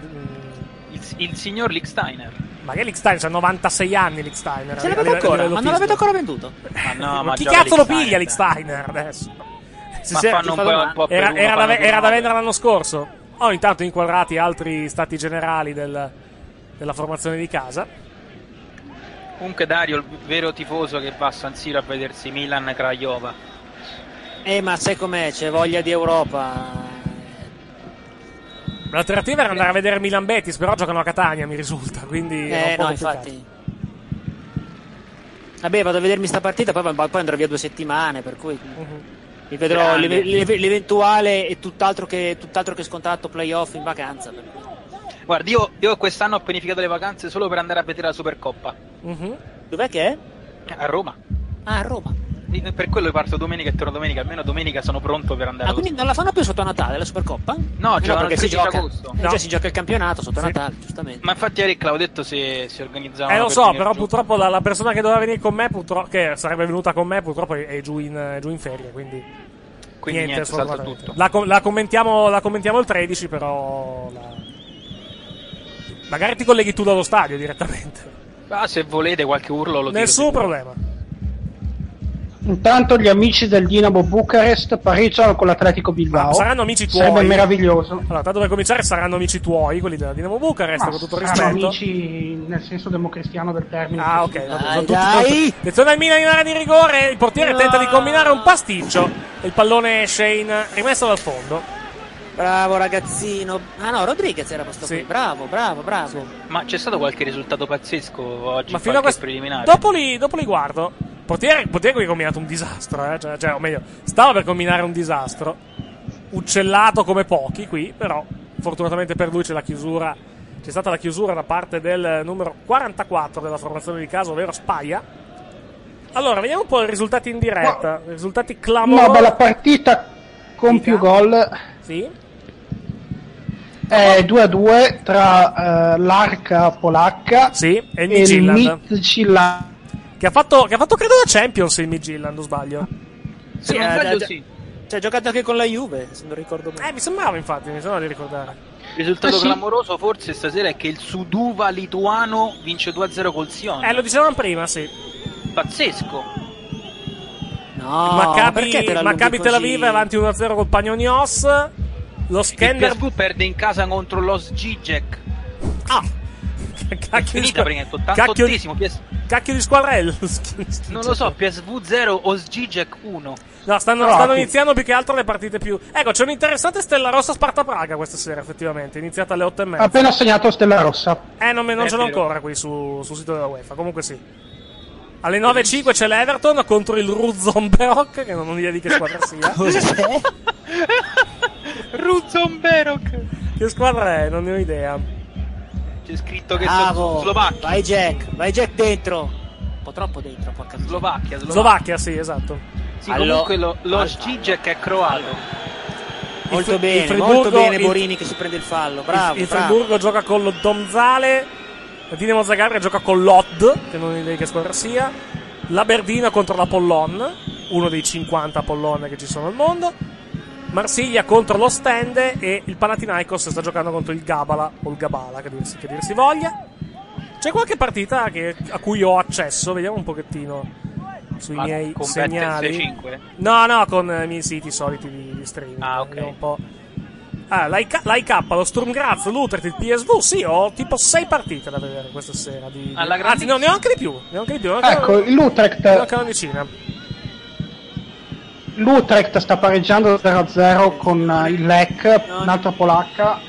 Speaker 4: Il, il signor Licksteiner.
Speaker 2: ma che Licksteiner? C'ha 96 anni Licksteiner.
Speaker 3: Ce
Speaker 2: a
Speaker 3: l'avete
Speaker 2: live- a
Speaker 3: ancora,
Speaker 2: livello
Speaker 3: ma non l'avete
Speaker 2: autistico.
Speaker 3: ancora venduto.
Speaker 4: Ma no,
Speaker 2: Ma
Speaker 4: ma
Speaker 2: chi
Speaker 4: gioca
Speaker 2: cazzo lo
Speaker 4: Licksteiner,
Speaker 2: piglia
Speaker 4: dai.
Speaker 2: Licksteiner adesso? Se
Speaker 4: Ma
Speaker 2: si era-
Speaker 4: fanno un
Speaker 3: fa
Speaker 4: po',
Speaker 3: domani.
Speaker 4: un po' per
Speaker 2: era,
Speaker 4: uno,
Speaker 2: era da,
Speaker 4: fanno
Speaker 2: ve-
Speaker 4: per
Speaker 2: era da
Speaker 4: due.
Speaker 2: vendere l'anno scorso. Ho intanto inquadrati altri stati generali del- della formazione di casa.
Speaker 4: Comunque Dario, il vero tifoso che va a San Siro a vedersi Milan Craiova.
Speaker 3: Eh, ma sai com'è? C'è voglia di Europa.
Speaker 2: L'alternativa era andare a vedere Milan Betis, però giocano a Catania, mi risulta. Quindi è
Speaker 3: Eh,
Speaker 2: un po'
Speaker 3: no,
Speaker 2: complicato.
Speaker 3: infatti. Vabbè, vado a vedermi sta partita, poi, poi andrò via due settimane, per cui
Speaker 2: Mhm.
Speaker 3: mi vedrò
Speaker 4: Grande.
Speaker 3: l'eve- l'eve- l'eventuale e tutt'altro che, tutt'altro che scontato playoff in vacanza. per cui.
Speaker 4: Guarda, io, io quest'anno ho pianificato le vacanze solo per andare a vedere la Supercoppa
Speaker 2: Mhm.
Speaker 3: Dov'è che è?
Speaker 4: a Roma.
Speaker 3: Ah, a Roma.
Speaker 4: Io Per quello parto domenica e torno domenica, almeno domenica sono pronto per andare
Speaker 3: Ah,
Speaker 4: a
Speaker 3: quindi non la fanno più sotto Natale la Supercoppa?
Speaker 4: No, giocano
Speaker 3: perché
Speaker 4: il
Speaker 3: si
Speaker 4: 13
Speaker 3: gioca.
Speaker 4: agosto.
Speaker 3: Eh,
Speaker 2: No.
Speaker 3: già si gioca il campionato sotto
Speaker 2: Sì.
Speaker 3: Natale, giustamente.
Speaker 4: Ma infatti Eric l'avevo detto se si organizzava.
Speaker 2: Eh lo so, però purtroppo la, la persona che doveva venire con me, purtroppo, che sarebbe venuta con me, purtroppo è, è giù, in, è giù in ferie, quindi,
Speaker 4: Quindi niente, salta
Speaker 2: assolutamente.
Speaker 4: tutto.
Speaker 2: La, co- la commentiamo, la commentiamo il 13, però... la- Magari ti colleghi tu dallo stadio direttamente.
Speaker 4: Ah, se volete qualche urlo lo dico.
Speaker 2: Nessun problema.
Speaker 5: Intanto gli amici del Dinamo Bucarest pareggiano con l'Atletico Bilbao.
Speaker 2: Ma saranno amici tuoi?
Speaker 5: Sarebbe meraviglioso.
Speaker 2: Allora, tanto per cominciare saranno amici tuoi, quelli della Dinamo Bucarest,
Speaker 5: Ma
Speaker 2: con tutto
Speaker 5: saranno
Speaker 2: rispetto.
Speaker 5: amici nel senso democristiano del termine.
Speaker 2: Ah, ok. vabbè,
Speaker 3: Dai,
Speaker 2: sono tutti
Speaker 3: dai.
Speaker 2: contro- Attenzione al Milan in area di rigore. Il portiere
Speaker 3: No.
Speaker 2: tenta di combinare un pasticcio. E il pallone esce in rimesso dal fondo.
Speaker 3: Bravo ragazzino. Ah no, Rodriguez era questo
Speaker 2: Sì.
Speaker 3: qui. Bravo, bravo, bravo.
Speaker 4: Ma c'è stato qualche risultato pazzesco oggi?
Speaker 2: Ma fino a
Speaker 4: qualche
Speaker 2: questo.
Speaker 4: preliminare?
Speaker 2: Dopo li, dopo li guardo. Portiere, il portiere qui ha combinato un disastro. Eh? Cioè, cioè, o meglio, stava per combinare un disastro. Uccellato come pochi qui. Però, fortunatamente per lui c'è la chiusura. C'è stata la chiusura da parte del numero 44 della formazione di casa, ovvero Spaia. Allora, vediamo un po' i risultati in diretta. Risultati
Speaker 5: No, ma
Speaker 2: clamorosi.
Speaker 5: la partita con
Speaker 2: Dica.
Speaker 5: più gol
Speaker 2: Sì.
Speaker 5: è 2-2 tra eh, l'Arca polacca
Speaker 2: Sì, e il
Speaker 5: e il
Speaker 2: Midgilland.
Speaker 5: Midtjylland.
Speaker 2: Che ha fatto, che ha fatto credo la Champions il Midgilland, non sbaglio.
Speaker 4: Se
Speaker 3: Sì,
Speaker 4: non
Speaker 3: eh,
Speaker 4: sbaglio
Speaker 3: da-
Speaker 4: sì. Il
Speaker 3: Ci Cioè, ha giocato anche con la Juve, se non ricordo bene.
Speaker 2: Eh, mi sembrava infatti, mi sembrava di ricordare.
Speaker 4: risultato
Speaker 5: Eh sì.
Speaker 4: clamoroso forse stasera è che il Suduva lituano vince 2-0 col Sion.
Speaker 2: Eh, lo dicevamo prima, sì.
Speaker 4: Pazzesco.
Speaker 3: No,
Speaker 2: Maccabi,
Speaker 3: Oh, perché te la allunghi
Speaker 2: Maccabi Tel
Speaker 3: così?
Speaker 2: Aviv è avanti 1-0 col Pagnonios. Lo
Speaker 4: Il
Speaker 2: Skender...
Speaker 4: PSV perde in casa contro l'Os Zizek.
Speaker 2: Ah! Cacchio di
Speaker 4: finita
Speaker 2: squadra-
Speaker 4: praticamente,
Speaker 2: cacchio di-
Speaker 4: 88esimo, PS...
Speaker 2: Cacchio di squadrello.
Speaker 4: non lo so, PSV 0 o Zizek 1.
Speaker 2: No, stanno,
Speaker 4: No,
Speaker 2: stanno
Speaker 4: sì.
Speaker 2: iniziando più che altro le partite più. Ecco, c'è un'interessante Stella Rossa Sparta Praga questa sera, effettivamente. Iniziata alle 8 e
Speaker 5: Ha
Speaker 2: mezza.
Speaker 5: appena segnato Stella Rossa.
Speaker 2: Eh, non, me- non
Speaker 5: È
Speaker 2: ce l'ho
Speaker 5: vero.
Speaker 2: ancora qui su, sul sito della UEFA. Comunque sì. Alle 9.05 c'è l'Everton contro il Ruzzomberok, che non ho idea di che squadra sia.
Speaker 4: Ruzzomberok!
Speaker 2: Che squadra è? Non ne ho idea.
Speaker 4: C'è scritto che sono
Speaker 3: Bravo.
Speaker 4: Slovacchi.
Speaker 3: Vai Jack, vai Jack dentro. Un po' troppo dentro, porca miseria.
Speaker 4: Slovacchia, Slovacchia.
Speaker 2: Slovacchia, sì, esatto.
Speaker 4: Sì, comunque lo, lo Zizek è croato.
Speaker 3: Molto
Speaker 2: Il Fri-
Speaker 3: bene,
Speaker 2: il Friburgo-
Speaker 3: molto bene
Speaker 2: il-
Speaker 3: Borini che si prende il fallo. Bravo,
Speaker 2: il, il
Speaker 3: bravo.
Speaker 2: Friburgo gioca con lo Donzale. La Dinamo Zagabria gioca con l'Odd, che non ho idea di che squadra sia. La Berdina contro l'Apollon, uno dei 50 Apollon che ci sono al mondo. Marsiglia contro lo Stende e il Panathinaikos sta giocando contro il Gabala o il Gabala, che dir si, che dir si voglia. C'è qualche partita che- a cui ho accesso, vediamo un pochettino sui
Speaker 4: Ma
Speaker 2: miei
Speaker 4: con
Speaker 2: segnali.
Speaker 4: 6-5?
Speaker 2: No, no, con eh, i miei siti soliti di, di streaming.
Speaker 4: Ah, ok.
Speaker 2: Un po'. Ah, l'IK, l'IK, lo Sturm Graz, l'Utrecht, il PSV, sì, ho tipo 6 partite da vedere questa sera. Di, di-
Speaker 4: Alla
Speaker 2: Anzi,
Speaker 4: grandissima.
Speaker 2: no, ne ho anche di più. Ne ho anche di più. ne ho anche-
Speaker 5: Ecco, il Utrecht-
Speaker 3: eh,
Speaker 2: Ne ho anche una decina.
Speaker 5: L'Utrecht sta pareggiando 0-0 con eh, il Lech, un'altra polacca.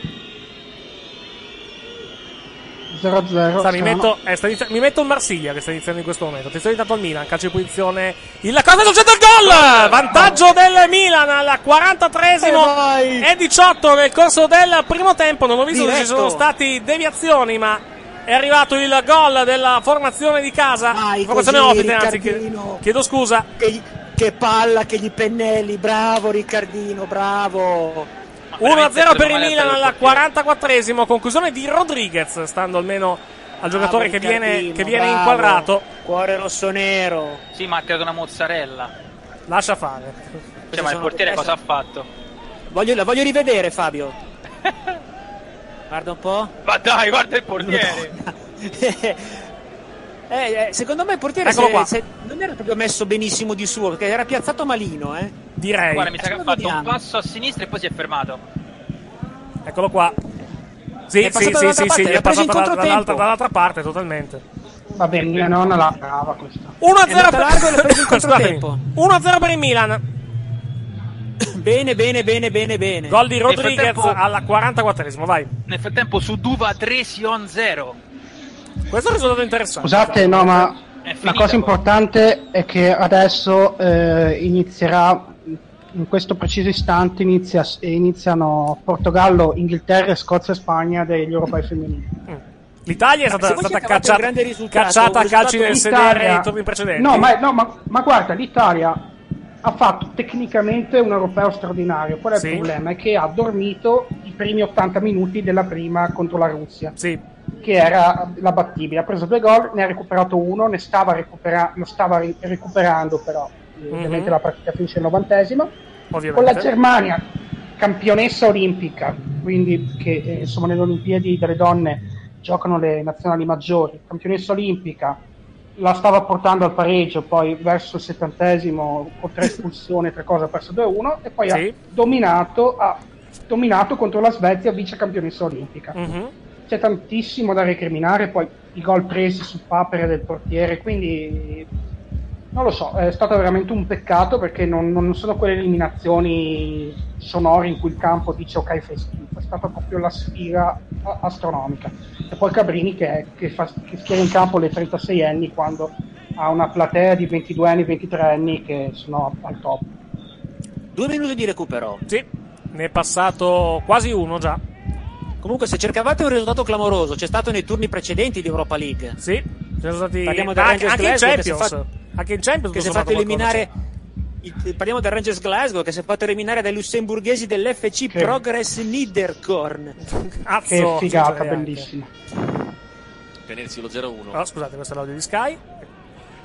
Speaker 5: 0-0.
Speaker 2: Sta, mi,
Speaker 5: strano.
Speaker 2: metto, eh, sta inizia- mi metto il Marsiglia che sta iniziando in questo momento. Attenzione intanto al Milan, calcio di punizione. Il Lacoste non c'entra il gol! Vantaggio del Milan al
Speaker 3: Eh,
Speaker 2: 43esimo e 18 nel corso del primo tempo. Non ho visto se ci
Speaker 3: Diretto.
Speaker 2: sono stati deviazioni, ma è arrivato il gol della formazione di casa. formazione
Speaker 3: così,
Speaker 2: ospite, anzi,
Speaker 3: Riccardino.
Speaker 2: che- chiedo scusa.
Speaker 3: Che, che palla, che gli pennelli. Bravo Riccardino, bravo.
Speaker 2: 1-0 per il Milan al 44esimo, conclusione di Rodriguez, stando almeno al
Speaker 3: Ah,
Speaker 2: giocatore che viene, che viene inquadrato. Cioè,
Speaker 3: Cuore rosso-nero.
Speaker 4: Sì, ma ha tirato una mozzarella.
Speaker 2: Lascia fare.
Speaker 4: Cioè, ma il
Speaker 3: sono-
Speaker 4: portiere
Speaker 3: queste-
Speaker 4: cosa ha fatto?
Speaker 3: Voglio, la voglio rivedere, Fabio. Guarda un po'.
Speaker 4: Ma dai, guarda il portiere!
Speaker 3: eh, eh, secondo me il portiere
Speaker 2: Eccolo
Speaker 3: se-
Speaker 2: qua.
Speaker 3: se- non era proprio messo benissimo di suo, perché era piazzato malino, eh.
Speaker 2: Direi.
Speaker 4: Guarda, mi sa che ha
Speaker 3: Sono
Speaker 4: fatto un
Speaker 3: italiano.
Speaker 4: passo a sinistra e poi si è fermato.
Speaker 2: Eccolo qua. Sì,
Speaker 3: È
Speaker 2: sì,
Speaker 3: passato
Speaker 2: sì,
Speaker 3: dall'altra
Speaker 2: sì, sì,
Speaker 3: parte,
Speaker 2: è
Speaker 3: l'ha preso
Speaker 2: passato
Speaker 3: in
Speaker 2: da-
Speaker 3: controtempo.
Speaker 2: dall'altra, dall'altra parte totalmente.
Speaker 5: Va bene, mia nonna la brava questa.
Speaker 2: 1-0
Speaker 3: È andato largo e l'ha preso in
Speaker 2: per... Scusatemi.
Speaker 3: controtempo.
Speaker 2: 1-0 per il Milan.
Speaker 3: Bene, bene, bene, bene, bene.
Speaker 2: Gol di
Speaker 4: Nel
Speaker 2: Rodriguez
Speaker 4: frattempo-
Speaker 2: alla 44esimo, vai.
Speaker 4: Nel frattempo su Duva 3 Sion 0.
Speaker 2: Certo Questo è un risultato interessante.
Speaker 5: Scusate, no, ma
Speaker 4: È finita,
Speaker 5: la cosa
Speaker 4: poi.
Speaker 5: importante è che adesso eh, inizierà, in questo preciso istante, inizia- iniziano Portogallo, Inghilterra, Scozia e Spagna degli europei femminili.
Speaker 2: L'Italia è
Speaker 3: Ma
Speaker 2: stata,
Speaker 3: se voi
Speaker 2: stata
Speaker 3: ci avevate un
Speaker 2: cacciata,
Speaker 3: grande risultato,
Speaker 2: cacciata a
Speaker 3: un
Speaker 2: calci
Speaker 3: risultato
Speaker 2: nel
Speaker 3: in
Speaker 2: sedere
Speaker 5: Italia-
Speaker 2: nei turni precedenti.
Speaker 5: No, ma, no, ma- ma guarda, l'Italia ha fatto tecnicamente un europeo straordinario. Qual è
Speaker 2: Sì.
Speaker 5: il problema? È che ha dormito i primi 80 minuti della prima contro la Russia,
Speaker 2: Sì,
Speaker 5: che era la battibile. Ha preso due gol, ne ha recuperato uno, ne stava, recupera- lo stava ri- recuperando però. eh, Ovviamente la partita finisce al novantesimo. Con la
Speaker 2: ovviamente.
Speaker 5: Germania, campionessa olimpica, quindi che eh, insomma nelle Olimpiadi delle donne giocano le nazionali maggiori, campionessa olimpica, la stava portando al pareggio, poi verso il settantesimo, oltre espulsione, tre cose, ha perso 2-1 e poi
Speaker 2: Sì.
Speaker 5: ha dominato, ha dominato contro la Svezia, vice campionessa olimpica.
Speaker 2: Mhm.
Speaker 5: C'è tantissimo da recriminare, poi i gol presi su papere del portiere, quindi non lo so, è stato veramente un peccato perché non, non sono quelle eliminazioni sonore in cui il campo dice ok fai schifo, è stata proprio la sfida a- astronomica. E poi Cabrini che, è- che fa, che schiera in campo le 36 anni quando ha una platea di 22 anni, 23 anni che sono al top.
Speaker 3: Due minuti di recupero.
Speaker 2: Sì, ne è passato quasi uno già.
Speaker 3: Comunque, se cercavate un risultato clamoroso, c'è stato nei turni precedenti di Europa League.
Speaker 2: Sì, ci sono stati
Speaker 3: Parliamo del
Speaker 2: anche,
Speaker 3: Rangers
Speaker 2: anche in
Speaker 3: Glasgow che si è
Speaker 2: Champions. Anche in Champions
Speaker 3: Che si è
Speaker 2: tutto
Speaker 3: fatto
Speaker 2: sommato qualcosa
Speaker 3: eliminare.
Speaker 2: c'è.
Speaker 3: il- parliamo del Rangers Glasgow che si è fatto eliminare dai lussemburghesi dell'FC
Speaker 5: Che-
Speaker 3: Progress Niederkorn.
Speaker 2: Cazzo,
Speaker 5: Che
Speaker 3: cioè,
Speaker 5: figata,
Speaker 2: succede anche.
Speaker 5: bellissima.
Speaker 9: Tenersi lo 0-1.
Speaker 2: Ah, scusate, questo è l'audio di Sky.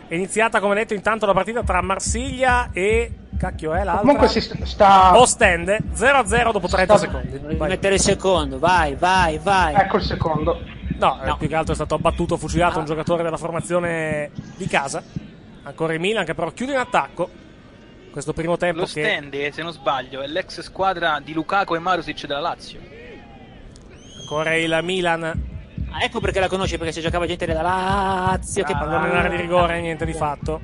Speaker 2: È iniziata, come detto, intanto la partita tra Marsiglia e. Cacchio, è l'altra.
Speaker 5: Comunque si st- sta...
Speaker 2: Ostende 0-0 dopo 30
Speaker 5: Sta-
Speaker 2: secondi.
Speaker 3: Devi
Speaker 2: Vai.
Speaker 3: mettere il secondo, vai, vai, vai.
Speaker 5: Ecco il secondo.
Speaker 2: No, eh, più che altro è stato abbattuto,
Speaker 3: Ah.
Speaker 2: fucilato un giocatore della formazione di casa. Ancora il Milan che però chiude in attacco. Questo primo tempo
Speaker 4: Lo
Speaker 2: che.
Speaker 4: Stende, se non sbaglio, è l'ex squadra di Lukaku e Marusic della Lazio.
Speaker 2: Ancora il Milan
Speaker 3: Ah, ecco perché la conosci, perché ci giocava gente della Lazio che
Speaker 2: Ah, non in area di rigore, niente di fatto.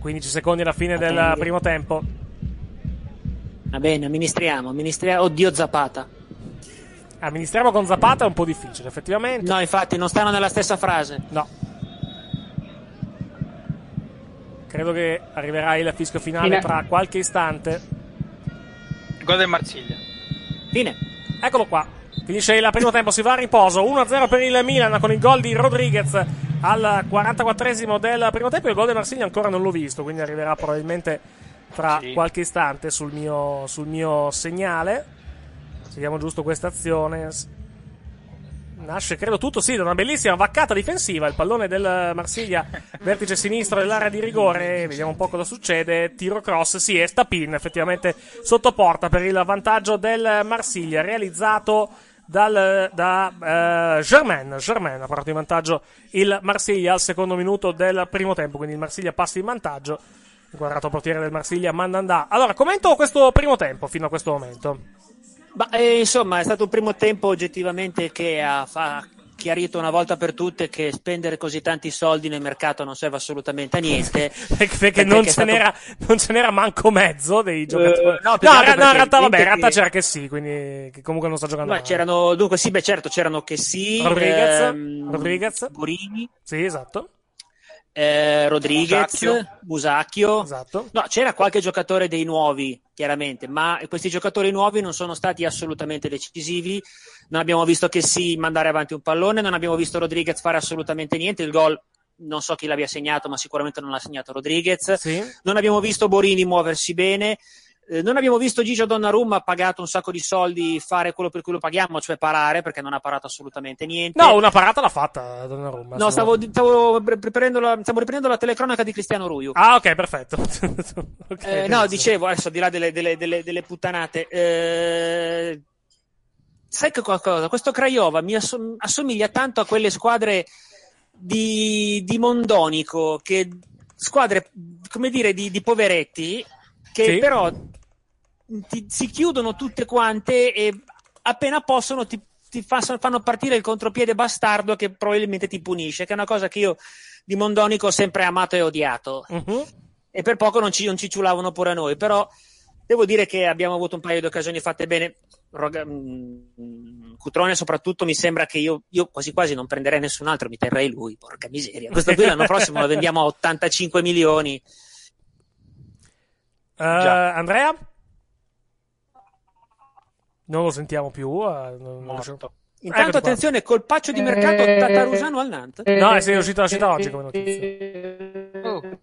Speaker 2: 15 secondi alla fine del
Speaker 3: Attendi.
Speaker 2: primo tempo.
Speaker 3: Va bene, amministriamo, amministriamo. Oddio Zapata.
Speaker 2: Amministriamo con Zapata è un po' difficile, effettivamente.
Speaker 3: No, infatti, non stanno nella stessa frase.
Speaker 2: No. Credo che arriverà il fischio finale
Speaker 3: Fine.
Speaker 2: tra qualche istante.
Speaker 4: Gol del Marsiglia.
Speaker 3: Fine.
Speaker 2: Eccolo qua. Finisce il primo tempo, si va a riposo. 1-0 per il Milan con il gol di Rodriguez al 44 del primo tempo. Il gol del Marsiglia ancora non l'ho visto, quindi arriverà probabilmente tra qualche istante sul mio, sul mio segnale. Seguiamo giusto questa azione. S- Nasce, credo, tutto sì, da una bellissima vaccata difensiva. Il pallone del Marsiglia, vertice sinistro dell'area di rigore. Vediamo un po' cosa succede. Tiro cross, sì, è Stapin, effettivamente sotto porta per il vantaggio del Marsiglia, realizzato dal, da eh, Germain. Germain ha portato in vantaggio il Marsiglia al secondo minuto del primo tempo. Quindi il Marsiglia passa in vantaggio. Guardato portiere del Marsiglia, Mandanda. Allora, commento questo primo tempo fino a questo momento.
Speaker 3: Ma eh, insomma, è stato un primo tempo oggettivamente che ha, fa- ha chiarito una volta per tutte che spendere così tanti soldi nel mercato non serve assolutamente a niente.
Speaker 2: Perché, perché non,
Speaker 3: è
Speaker 2: ce
Speaker 3: stato-
Speaker 2: n'era, non ce n'era manco mezzo dei giocatori.
Speaker 3: Eh, no,
Speaker 2: no,
Speaker 3: più che
Speaker 2: in realtà-
Speaker 3: altro
Speaker 2: no, in
Speaker 3: perché
Speaker 2: realtà, vabbè, in
Speaker 3: gente
Speaker 2: realtà
Speaker 3: che-
Speaker 2: c'era che sì, quindi che comunque non sta giocando.
Speaker 3: Ma
Speaker 2: male.
Speaker 3: c'erano, dunque, sì, beh, certo, c'erano che sì.
Speaker 2: Rodriguez,
Speaker 3: ehm,
Speaker 2: Rodriguez.
Speaker 3: Gurini.
Speaker 2: Sì, esatto.
Speaker 3: eh, Rodriguez,
Speaker 2: Musacchio.
Speaker 3: Musacchio.
Speaker 2: Esatto.
Speaker 3: No, c'era qualche giocatore dei nuovi, chiaramente, ma questi giocatori nuovi non sono stati assolutamente decisivi. Non abbiamo visto che sì mandare avanti un pallone, non abbiamo visto Rodriguez fare assolutamente niente. Il gol non so chi l'abbia segnato, ma sicuramente non l'ha segnato Rodriguez.
Speaker 2: Sì.
Speaker 3: Non abbiamo visto Borini muoversi bene. Eh, non abbiamo visto Gigio Donnarumma pagato un sacco di soldi fare quello per cui lo paghiamo, cioè parare, perché non ha parato assolutamente niente.
Speaker 2: No, una parata l'ha fatta Donnarumma.
Speaker 3: No,
Speaker 2: se vuoi.
Speaker 3: stavo, stavo riprendendo la, stavo riprendendo la telecronaca di Cristiano Ruiu.
Speaker 2: Ah, ok, perfetto. Ok,
Speaker 3: Eh, no, dicevo, adesso al di là delle, delle- delle- delle puttanate, eh, sai che qualcosa? Questo Craiova mi assom- assomiglia tanto a quelle squadre di, di Mondonico, che squadre, come dire, di, di poveretti, che
Speaker 2: Sì.
Speaker 3: però ti- si chiudono tutte quante e appena possono ti, ti fa- fanno partire il contropiede bastardo che probabilmente ti punisce, che è una cosa che io di Mondonico ho sempre amato e odiato
Speaker 2: Mhm.
Speaker 3: e per poco non ci, non ci ciulavano pure a noi. Però devo dire che abbiamo avuto un paio di occasioni fatte bene. Roga- mm, Cutrone, soprattutto, mi sembra che io, io quasi quasi non prenderei nessun altro, mi terrei lui. Porca miseria, questo qui l'anno prossimo lo vendiamo a 85 milioni.
Speaker 2: Eh, Andrea? Non lo sentiamo più. eh, non- non riusciamo- Eccoti
Speaker 3: Intanto,
Speaker 2: qua.
Speaker 3: attenzione, colpaccio di mercato
Speaker 2: Eh,
Speaker 3: Tatarusano al Nantes.
Speaker 2: No, eh, sì, è uscita, è uscita oggi come notizia.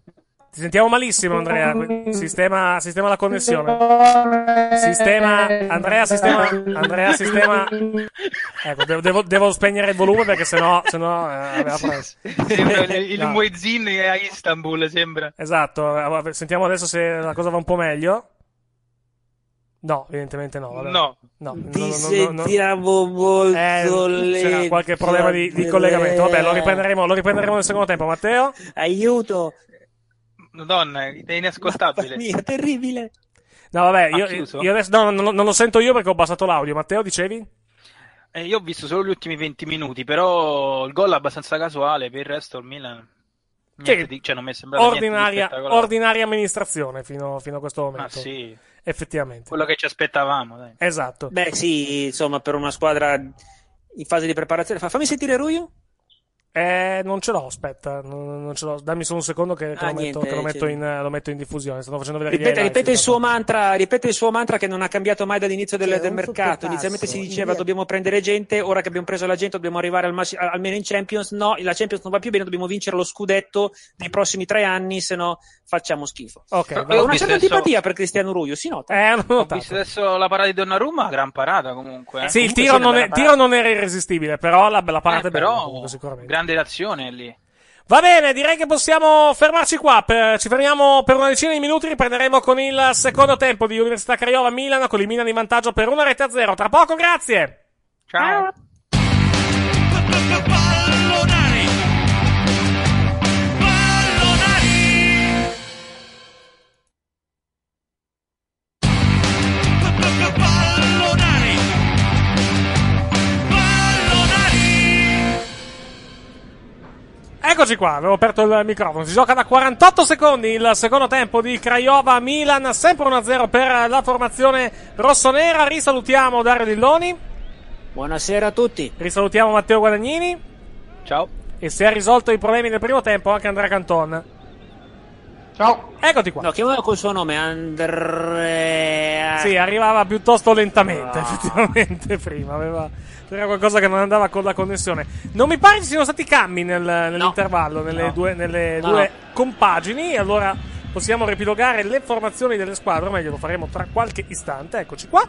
Speaker 2: Ti sentiamo malissimo, Andrea. Sistema, sistema la connessione. Sistema, Andrea, sistema, Andrea, sistema. Ecco, devo, devo- devo spegnere il volume perché sennò, sennò eh, aveva preso.
Speaker 4: Sembra il, il
Speaker 2: No.
Speaker 4: Muezzin a Istanbul, sembra.
Speaker 2: Esatto, eh, sentiamo adesso se la cosa va un po' meglio. No, evidentemente no. vabbè.
Speaker 4: No.
Speaker 2: no, no,
Speaker 3: Ti
Speaker 2: no, no, no.
Speaker 3: sentiamo molto
Speaker 2: Eh, c'era
Speaker 3: lento,
Speaker 2: qualche problema di, di collegamento. Vabbè, lo riprenderemo, lo riprenderemo nel secondo tempo, Matteo.
Speaker 3: Aiuto!
Speaker 4: Madonna, è inascoltabile.
Speaker 3: Mia, terribile.
Speaker 2: No, vabbè,
Speaker 4: Ha
Speaker 2: io,
Speaker 4: Ah, chiuso?
Speaker 2: io adesso no, non, non lo sento io perché ho abbassato l'audio. Matteo, dicevi?
Speaker 4: Eh, io ho visto solo gli ultimi 20 minuti, però il gol è abbastanza casuale, per il resto il Milan... niente di- cioè, non mi è sembrato niente di
Speaker 2: ordinaria,
Speaker 4: spettacolare.
Speaker 2: ordinaria amministrazione fino, fino a questo momento.
Speaker 4: Ma sì,
Speaker 2: Effettivamente.
Speaker 4: quello che ci aspettavamo, dai.
Speaker 2: Esatto.
Speaker 3: Beh, sì, insomma, per una squadra in fase di preparazione. Fa- Fammi sentire Ruiu.
Speaker 2: Eh, non ce l'ho, aspetta. Non, non ce l'ho. Dammi solo un secondo che, che
Speaker 3: Ah,
Speaker 2: lo, metto,
Speaker 3: niente,
Speaker 2: che lo, metto
Speaker 3: c'è-
Speaker 2: in, eh, lo metto in diffusione. Stanno facendo vedere gli
Speaker 3: Ripete,
Speaker 2: highlights,
Speaker 3: ripete il
Speaker 2: intanto.
Speaker 3: suo mantra, ripete il suo mantra che non ha cambiato mai dall'inizio del, del mercato. Inizialmente si diceva dobbiamo prendere gente, ora che abbiamo preso la gente dobbiamo arrivare al massi- al- almeno in Champions. No, la Champions non va più bene, dobbiamo vincere lo scudetto nei prossimi tre anni, se no facciamo schifo.
Speaker 2: Ok,
Speaker 3: Ho
Speaker 2: va-
Speaker 3: una certa
Speaker 4: adesso-
Speaker 3: antipatia per Cristiano Ruiu, si nota.
Speaker 2: eh, non ho
Speaker 4: Ho
Speaker 2: notato.
Speaker 4: visto adesso la parata di Donnarumma, gran parata comunque. eh.
Speaker 2: Sì, il
Speaker 4: Comunque
Speaker 2: tiro
Speaker 4: sì, una
Speaker 2: non, è-
Speaker 4: bella
Speaker 2: tiro non era irresistibile, però la, la
Speaker 4: parata.
Speaker 2: parata
Speaker 4: Eh,
Speaker 2: è bella.
Speaker 4: però,
Speaker 2: comunque, sicuramente.
Speaker 4: grande azione lì.
Speaker 2: Va bene, direi che possiamo fermarci qua. per- ci fermiamo per una decina di minuti. Riprenderemo con il secondo tempo di Università Craiova Milano con il Milan in vantaggio per una rete a zero. Tra poco, grazie.
Speaker 4: Ciao.
Speaker 1: Pallonari. Pallonari. Pallonari. Pallonari.
Speaker 2: Eccoci qua, avevo aperto il microfono. Si gioca da 48 secondi il secondo tempo di Craiova Milan, sempre 1-0 per la formazione rossonera. Risalutiamo Dario Dilloni.
Speaker 3: Buonasera a tutti.
Speaker 2: Risalutiamo Matteo Guadagnini.
Speaker 4: Ciao.
Speaker 2: E se ha risolto i problemi nel primo tempo anche Andrea Canton. Ciao. Eccoti qua.
Speaker 3: No, chiamalo col suo nome, Andrea.
Speaker 2: Sì, arrivava piuttosto lentamente, effettivamente, prima. Aveva, c'era qualcosa che non andava con la connessione. Non mi pare ci siano stati cambi nel- nell'intervallo, nelle
Speaker 3: No.
Speaker 2: due, nelle
Speaker 3: No,
Speaker 2: due
Speaker 3: no.
Speaker 2: compagini. Allora possiamo ripilogare le formazioni delle squadre, o meglio lo faremo tra qualche istante. Eccoci qua.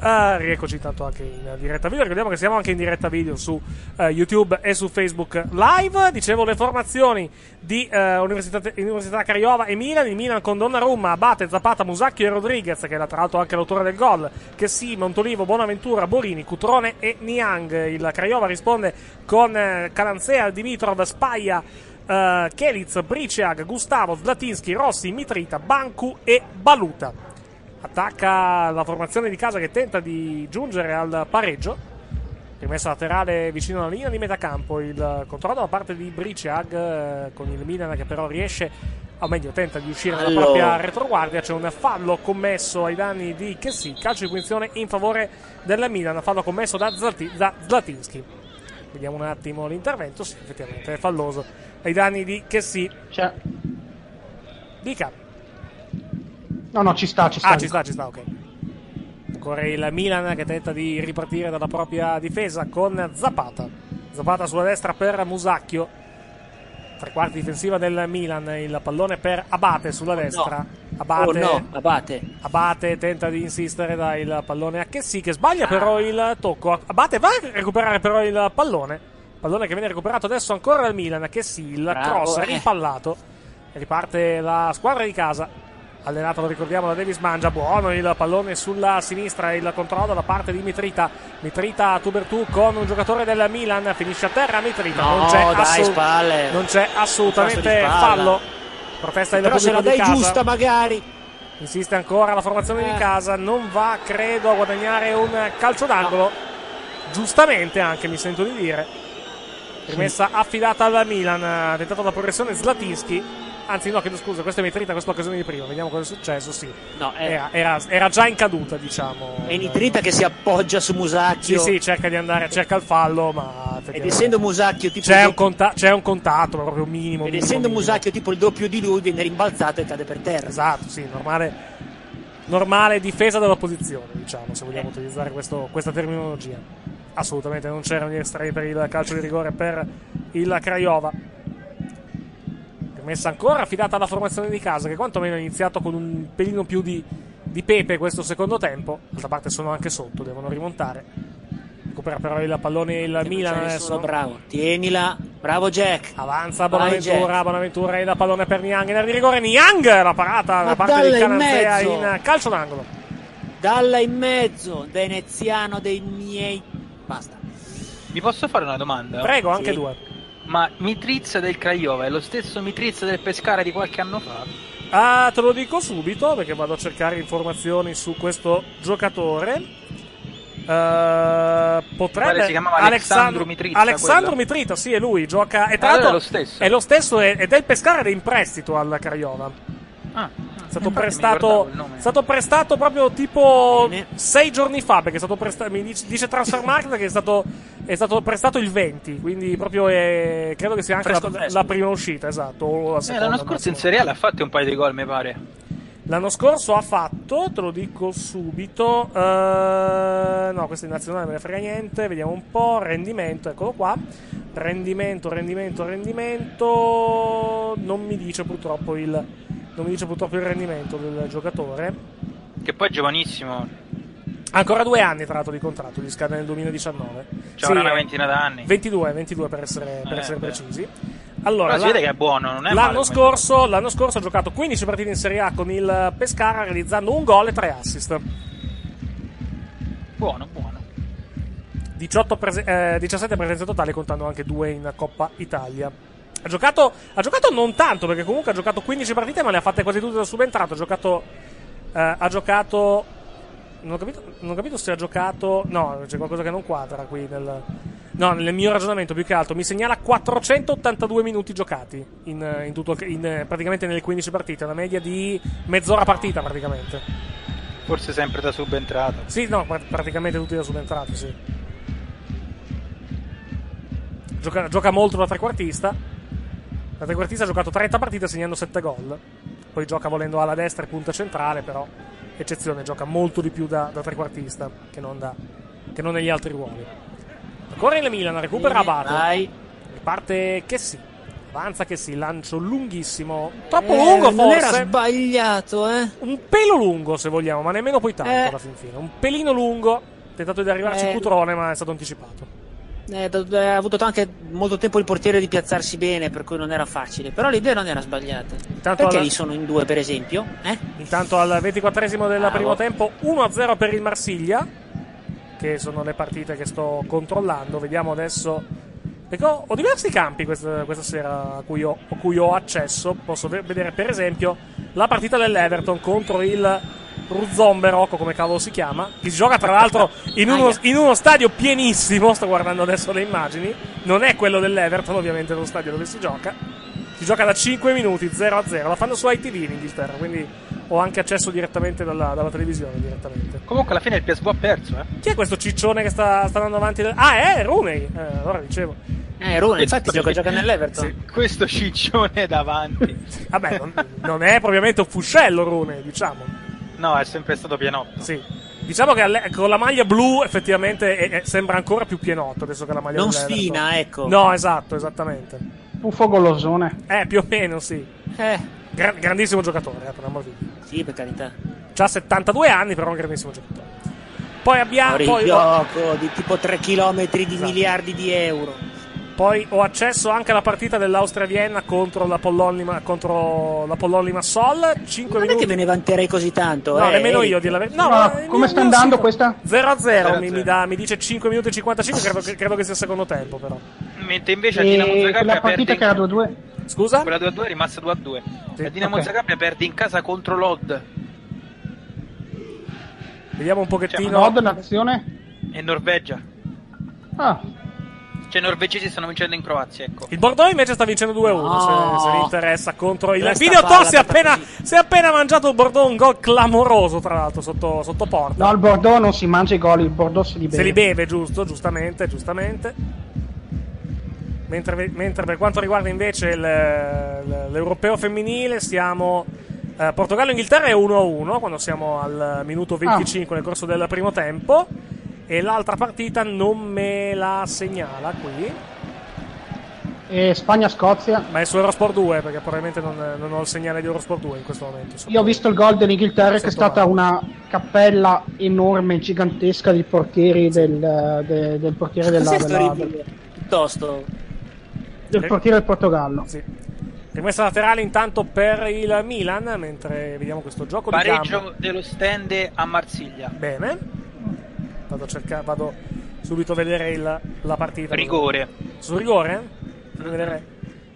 Speaker 2: Eh, rieccoci tanto anche in diretta video. Ricordiamo che siamo anche in diretta video su eh, YouTube e su Facebook Live. Dicevo le formazioni di eh, Università, Università Craiova e Milan. Il Milan con Donnarumma, Abate, Zapata, Musacchio e Rodriguez, che era tra l'altro anche l'autore del gol. Che sì, Montolivo, Bonaventura, Borini, Cutrone e Niang. Il Craiova risponde con eh, Calanzea, Dimitrov, Spaglia. eh, Kelitz, Briciag, Gustavo, Zlatinski, Rossi, Mitrita, Bancu e Baluta attacca la formazione di casa che tenta di giungere al pareggio. Rimessa laterale vicino alla linea di metà campo. Il controllo da parte di Briciag eh, con il Milan che però riesce, o meglio, tenta di uscire dalla
Speaker 3: Allora.
Speaker 2: propria retroguardia. C'è un fallo commesso ai danni di Chessy. Calcio di punizione in favore del Milan. Fallo commesso da, Zlati- da Zlatinski. Vediamo un attimo l'intervento. Sì, effettivamente è falloso ai danni di Chessy. Dica.
Speaker 5: No, no, ci sta, ci sta.
Speaker 2: Ah, ci sta, ci sta, ok. Ancora il Milan che tenta di ripartire dalla propria difesa con Zapata. Zapata sulla destra per Musacchio. Tre quarti difensiva del Milan. Il pallone per Abate sulla destra. Abate,
Speaker 3: Oh no, Abate.
Speaker 2: Abate tenta di insistere dal pallone a Chessy che sbaglia
Speaker 3: Ah.
Speaker 2: però il tocco. Abate va a recuperare però il pallone. Pallone che viene recuperato adesso ancora dal Milan. Chessy, il
Speaker 3: Bravo,
Speaker 2: cross
Speaker 3: eh.
Speaker 2: rimpallato. E riparte la squadra di casa. Allenato, lo ricordiamo, da Davis Mangia. Buono il pallone sulla sinistra. Il controllo da parte di Mitrita. Mitrita tu per tu con un giocatore del Milan. Finisce a terra Mitrita.
Speaker 3: No,
Speaker 2: non c'è
Speaker 3: dai,
Speaker 2: assolut-
Speaker 3: spalle.
Speaker 2: Non c'è
Speaker 3: Contrasto di
Speaker 2: assolutamente
Speaker 3: spalla.
Speaker 2: fallo. Protesta il
Speaker 3: Però se la
Speaker 2: pubblico di
Speaker 3: dai
Speaker 2: casa.
Speaker 3: giusta, magari.
Speaker 2: Insiste ancora la formazione
Speaker 3: Eh.
Speaker 2: di casa, non va credo a guadagnare un calcio d'angolo. Giustamente anche, mi sento di dire. Rimessa affidata al Milan, eh, tentato la progressione Zlatinski. Anzi, no, chiedo scusa, questa è Mitrita, questa è l'occasione di prima. Vediamo cosa è successo. Sì,
Speaker 3: No, è-
Speaker 2: era, era- era già in caduta, diciamo.
Speaker 3: Eh. È Nitrita che si appoggia su
Speaker 2: Sì,
Speaker 3: Musacchio.
Speaker 2: sì, cerca di andare, cerca il fallo, ma.
Speaker 3: Ed essendo Musacchio tipo.
Speaker 2: C'è
Speaker 3: il
Speaker 2: un,
Speaker 3: doppio-
Speaker 2: conta- c'è un contatto, ma proprio minimo.
Speaker 3: ed
Speaker 2: minimo,
Speaker 3: essendo
Speaker 2: minimo.
Speaker 3: Musacchio tipo il doppio di lui, viene rimbalzato e cade per terra.
Speaker 2: Esatto, sì, normale, normale difesa dell'opposizione, diciamo, se
Speaker 3: Eh.
Speaker 2: vogliamo utilizzare questo- questa terminologia. Assolutamente non c'erano gli estranei per il calcio di rigore per il Craiova. Messa ancora affidata alla formazione di casa, che quantomeno ha iniziato con un pelino più di, di pepe questo secondo tempo. D'altra parte sono anche sotto, devono rimontare. Recupera però il pallone il Milan
Speaker 3: c'è
Speaker 2: adesso.
Speaker 3: nessuno, bravo. Tienila, bravo Jack.
Speaker 2: Avanza
Speaker 3: Vai,
Speaker 2: Bonaventura,
Speaker 3: Jack.
Speaker 2: Bonaventura e la pallone per Niang, in area di rigore Niang, la parata da
Speaker 3: Ma
Speaker 2: parte di
Speaker 3: dalla in
Speaker 2: Cananzea
Speaker 3: mezzo.
Speaker 2: in calcio d'angolo.
Speaker 3: Dalla in mezzo, veneziano dei miei. Basta.
Speaker 4: Vi posso fare una domanda?
Speaker 2: Prego, anche due.
Speaker 4: Ma Mitrizza del Craiova è lo stesso Mitrizza del Pescara di qualche anno fa?
Speaker 2: Ah, te lo dico subito perché vado a cercare informazioni su questo giocatore. Eh, potrebbe
Speaker 4: Quale si chiamava Alexandru
Speaker 2: Alexand-
Speaker 4: Mitrita,
Speaker 2: Alexandru
Speaker 4: quello?
Speaker 2: Mitrita, sì, è lui, gioca e tra
Speaker 4: Ah, Allora
Speaker 2: l'altro
Speaker 4: è lo stesso.
Speaker 2: È lo stesso è- è del Pescara ed è in prestito al Craiova. è stato
Speaker 4: Ah, infatti mi
Speaker 2: prestato,
Speaker 4: ricordavo il nome.
Speaker 2: è stato prestato proprio tipo sei giorni fa. Perché è stato prestato. Mi dice, dice Transfer Market che è stato, è stato prestato il 20. Quindi, proprio è- credo che sia anche
Speaker 4: Fresco,
Speaker 2: la,
Speaker 4: fresco.
Speaker 2: la prima uscita. Esatto. o la
Speaker 4: Eh,
Speaker 2: seconda,
Speaker 4: l'anno
Speaker 2: al
Speaker 4: scorso
Speaker 2: massimo.
Speaker 4: in Serie A l'ha fatto un paio di gol, mi pare.
Speaker 2: L'anno scorso ha fatto, te lo dico subito, eh, no, questo in nazionale me ne frega niente, vediamo un po', rendimento, eccolo qua, rendimento, rendimento, rendimento, non mi dice purtroppo il, non mi dice purtroppo il rendimento del giocatore.
Speaker 4: Che poi è giovanissimo,
Speaker 2: Ancora due anni tra l'altro di contratto, gli scade nel 2019.
Speaker 4: c'ha avrà una
Speaker 2: eh,
Speaker 4: ventina d'anni.
Speaker 2: 22, 22 per essere, per
Speaker 4: Eh,
Speaker 2: essere
Speaker 4: beh.
Speaker 2: precisi. Allora,
Speaker 4: Però si
Speaker 2: la-
Speaker 4: vede che è buono, non è male
Speaker 2: L'anno
Speaker 4: come-
Speaker 2: scorso, l'anno scorso ha giocato 15 partite in Serie A con il Pescara realizzando un gol e tre assist.
Speaker 4: Buono, buono.
Speaker 2: 18 prese- eh, 17 presenze totali contando anche due in Coppa Italia. Ha giocato, ha giocato non tanto perché comunque ha giocato 15 partite ma le ha fatte quasi tutte da subentrato. Ha giocato... eh, ha giocato... Non ho, capito, non ho capito se ha giocato... No, c'è qualcosa che non quadra qui nel... No, nel mio ragionamento più che altro mi segnala 482 minuti giocati in, eh, in tutto, il- in, eh, praticamente nelle 15 partite, una media di mezz'ora partita praticamente.
Speaker 4: Forse sempre da subentrato.
Speaker 2: Sì, no, pra- praticamente tutti da subentrati, sì. Gioca, gioca molto da trequartista. Da trequartista ha giocato 30 partite segnando 7 gol. Poi gioca volendo alla destra e punta centrale, però eccezione, gioca molto di più da, da trequartista che non, da, che non negli altri ruoli. Corre il Milan, recupera Abate. Riparte che sì. Avanza che sì, lancio lunghissimo. Troppo
Speaker 3: Eh,
Speaker 2: lungo
Speaker 3: non era
Speaker 2: forse.
Speaker 3: sbagliato, eh.
Speaker 2: Un pelo lungo se vogliamo, ma nemmeno poi tanto
Speaker 3: Eh.
Speaker 2: alla fin fine. Un pelino lungo. Tentato di arrivarci
Speaker 3: Eh.
Speaker 2: Cutrone, ma è stato anticipato.
Speaker 3: Eh, do- do- ha avuto anche molto tempo il portiere di piazzarsi bene, per cui non era facile. Però l'idea non era sbagliata. Perché
Speaker 2: alla-
Speaker 3: lì sono in due, per esempio? Eh?
Speaker 2: Intanto al 24esimo del
Speaker 3: Bravo.
Speaker 2: primo tempo 1-0 per il Marsiglia, che sono le partite che sto controllando. Vediamo adesso. Perché ho, ho diversi campi questa, questa sera a cui, ho, a cui ho accesso. Posso ve- vedere, per esempio, la partita dell'Everton contro il Ruzzomberocco, come cavolo si chiama, che si gioca tra l'altro in uno, in uno stadio pienissimo. Sto guardando adesso le immagini. Non è quello dell'Everton, ovviamente, è lo stadio dove si gioca. Si gioca da 5 minuti 0 a 0. La fanno su ITV in Inghilterra, quindi ho anche accesso direttamente dalla, dalla televisione. Direttamente.
Speaker 4: Comunque alla fine il PSV ha perso, eh.
Speaker 2: Chi è questo ciccione che sta, sta andando avanti? Ah, è Rooney. Eh, allora dicevo.
Speaker 3: Eh, Rooney, infatti, gioca- gioca nell'Everton.
Speaker 4: questo ciccione davanti.
Speaker 2: Vabbè, non, non è propriamente un fuscello Rooney, diciamo.
Speaker 4: No, è sempre stato pianotto.
Speaker 2: Sì. Diciamo che alle- con la maglia blu effettivamente è- è- sembra ancora più pienotto adesso che la maglia
Speaker 3: Non
Speaker 2: dell'Everton.
Speaker 3: sfina, ecco.
Speaker 2: No, esatto, esattamente.
Speaker 5: Puffo golosone.
Speaker 2: Eh, più o meno, sì.
Speaker 3: Eh.
Speaker 2: Gra- grandissimo giocatore, eh, per amor di Dio.
Speaker 3: Sì, per carità.
Speaker 2: C'ha 72 anni, però è un grandissimo giocatore. Poi abbiamo.
Speaker 3: Fuori
Speaker 2: Ah, poi- Esatto.
Speaker 3: gioco di tipo 3 km di miliardi di euro.
Speaker 2: Poi ho accesso anche alla partita dell'Austria-Vienna contro la Pollonima, contro la Pollonima Sol. 5
Speaker 3: Non è
Speaker 2: minuti.
Speaker 3: che me ne vanterei così tanto.
Speaker 2: No,
Speaker 3: eh,
Speaker 2: nemmeno
Speaker 3: Eric.
Speaker 2: io, a dir la verità. No,
Speaker 5: Ma
Speaker 2: ma-
Speaker 5: come sta
Speaker 2: non
Speaker 5: andando
Speaker 2: so.
Speaker 5: questa?
Speaker 2: 0 a 0,
Speaker 4: 0-0.
Speaker 2: mi, mi dà- mi dice 5 minuti e 55, credo, che- credo che sia il secondo tempo però.
Speaker 4: Mentre invece a Dinamo
Speaker 5: E
Speaker 4: Zagabria
Speaker 5: la partita
Speaker 4: perde
Speaker 5: che era 2-2.
Speaker 2: Scusa?
Speaker 4: quella 2-2 è rimasta 2-2.
Speaker 2: Sì,
Speaker 4: La Dinamo
Speaker 5: ok.
Speaker 4: Zagabria perde in casa contro l'Od
Speaker 2: Vediamo un pochettino.
Speaker 5: Nord, l'azione.
Speaker 4: e Norvegia.
Speaker 5: Ah,
Speaker 4: Cioè i norvegesi stanno vincendo in Croazia, ecco.
Speaker 2: Il Bordeaux invece sta vincendo 2-1,
Speaker 3: No.
Speaker 2: se, se vi interessa, contro il
Speaker 3: Questa
Speaker 2: Videotor
Speaker 3: palla
Speaker 2: si è
Speaker 3: fatta
Speaker 2: appena, si è appena mangiato il Bordeaux un gol clamoroso, tra l'altro, sotto, sotto porta.
Speaker 5: no, il Bordeaux non si mangia i gol, il Bordeaux si libera.
Speaker 2: Se li beve, giusto, giustamente, giustamente. Mentre, mentre per quanto riguarda invece il- l- l'europeo femminile, siamo eh, Portogallo-Inghilterra è 1-1 quando siamo al minuto 25 nel corso del primo tempo. E l'altra partita non me la segnala qui,
Speaker 5: E Spagna-Scozia.
Speaker 2: ma è su Eurosport 2 perché probabilmente non, non ho il segnale di Eurosport 2 in questo momento.
Speaker 5: Io ho visto il gol dell'Inghilterra che è
Speaker 2: Sotto
Speaker 5: stata
Speaker 2: mano.
Speaker 5: una cappella enorme, gigantesca di portieri del, eh, de- del portiere della,
Speaker 3: Questo è
Speaker 5: della-
Speaker 3: orribile. Piuttosto.
Speaker 5: del portiere del Portogallo.
Speaker 2: Sì. Rimessa laterale intanto per il Milan, mentre vediamo questo gioco di gamba.
Speaker 4: Pareggio dello stand a Marsiglia.
Speaker 2: Bene, vado a cercare, vado subito a vedere il- la partita.
Speaker 4: Rigore.
Speaker 2: Su rigore? Fammi vedere,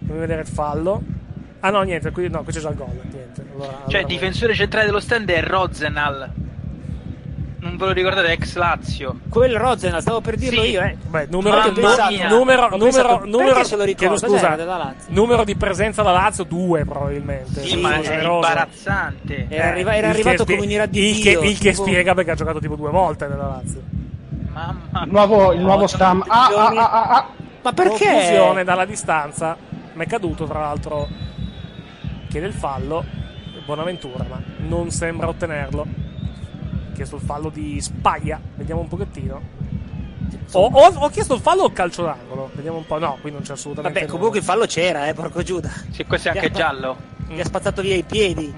Speaker 2: fammi vedere il fallo. Ah no, niente, qui, no, qui c'è già il gol. Niente. Allora,
Speaker 4: Cioè
Speaker 2: allora-
Speaker 4: il difensore centrale dello stand è Rosenal. Non ve lo ricordate, ex Lazio.
Speaker 3: Quel Rosenal, stavo per dirlo
Speaker 4: Sì.
Speaker 3: io, eh.
Speaker 2: Beh, numero,
Speaker 3: Mamma
Speaker 2: numero-
Speaker 3: mia.
Speaker 2: numero,
Speaker 3: Ho
Speaker 2: numero,
Speaker 3: pensato,
Speaker 2: numero,
Speaker 3: perché se lo ricorda?
Speaker 2: chiedo scusa,
Speaker 3: Cos'era della Lazio?
Speaker 2: numero di presenza da Lazio 2 probabilmente.
Speaker 4: Sì,
Speaker 3: Sì, sì,
Speaker 4: ma è
Speaker 2: numeroso.
Speaker 4: imbarazzante.
Speaker 5: Eh.
Speaker 3: Era, arriva- era
Speaker 2: il che
Speaker 3: arrivato
Speaker 2: spie-
Speaker 3: come un'ira di
Speaker 2: il che,
Speaker 3: Dio,
Speaker 2: il che
Speaker 3: tipo-
Speaker 2: spiega perché ha giocato tipo due volte nella Lazio.
Speaker 4: Mamma
Speaker 5: Il nuovo, Oh, il nuovo
Speaker 3: No,
Speaker 5: Stam.
Speaker 3: sono
Speaker 5: Ah, ah,
Speaker 3: tutti
Speaker 5: ah, ah, ah.
Speaker 3: Ma perché?
Speaker 2: Confusione dalla distanza. Ma è caduto, tra l'altro, chiede il fallo. Bonaventura, ma non sembra ottenerlo. Ha chiesto il fallo di Spaglia. Vediamo un pochettino. Ho, ho- ho chiesto il fallo o il calcio d'angolo? Vediamo un po'. No, qui non c'è assolutamente.
Speaker 3: Vabbè, comunque
Speaker 2: nulla.
Speaker 3: il fallo c'era, eh, porco Giuda.
Speaker 2: Mm.
Speaker 4: Sì, questo è anche giallo.
Speaker 3: Gli ha spazzato via i piedi.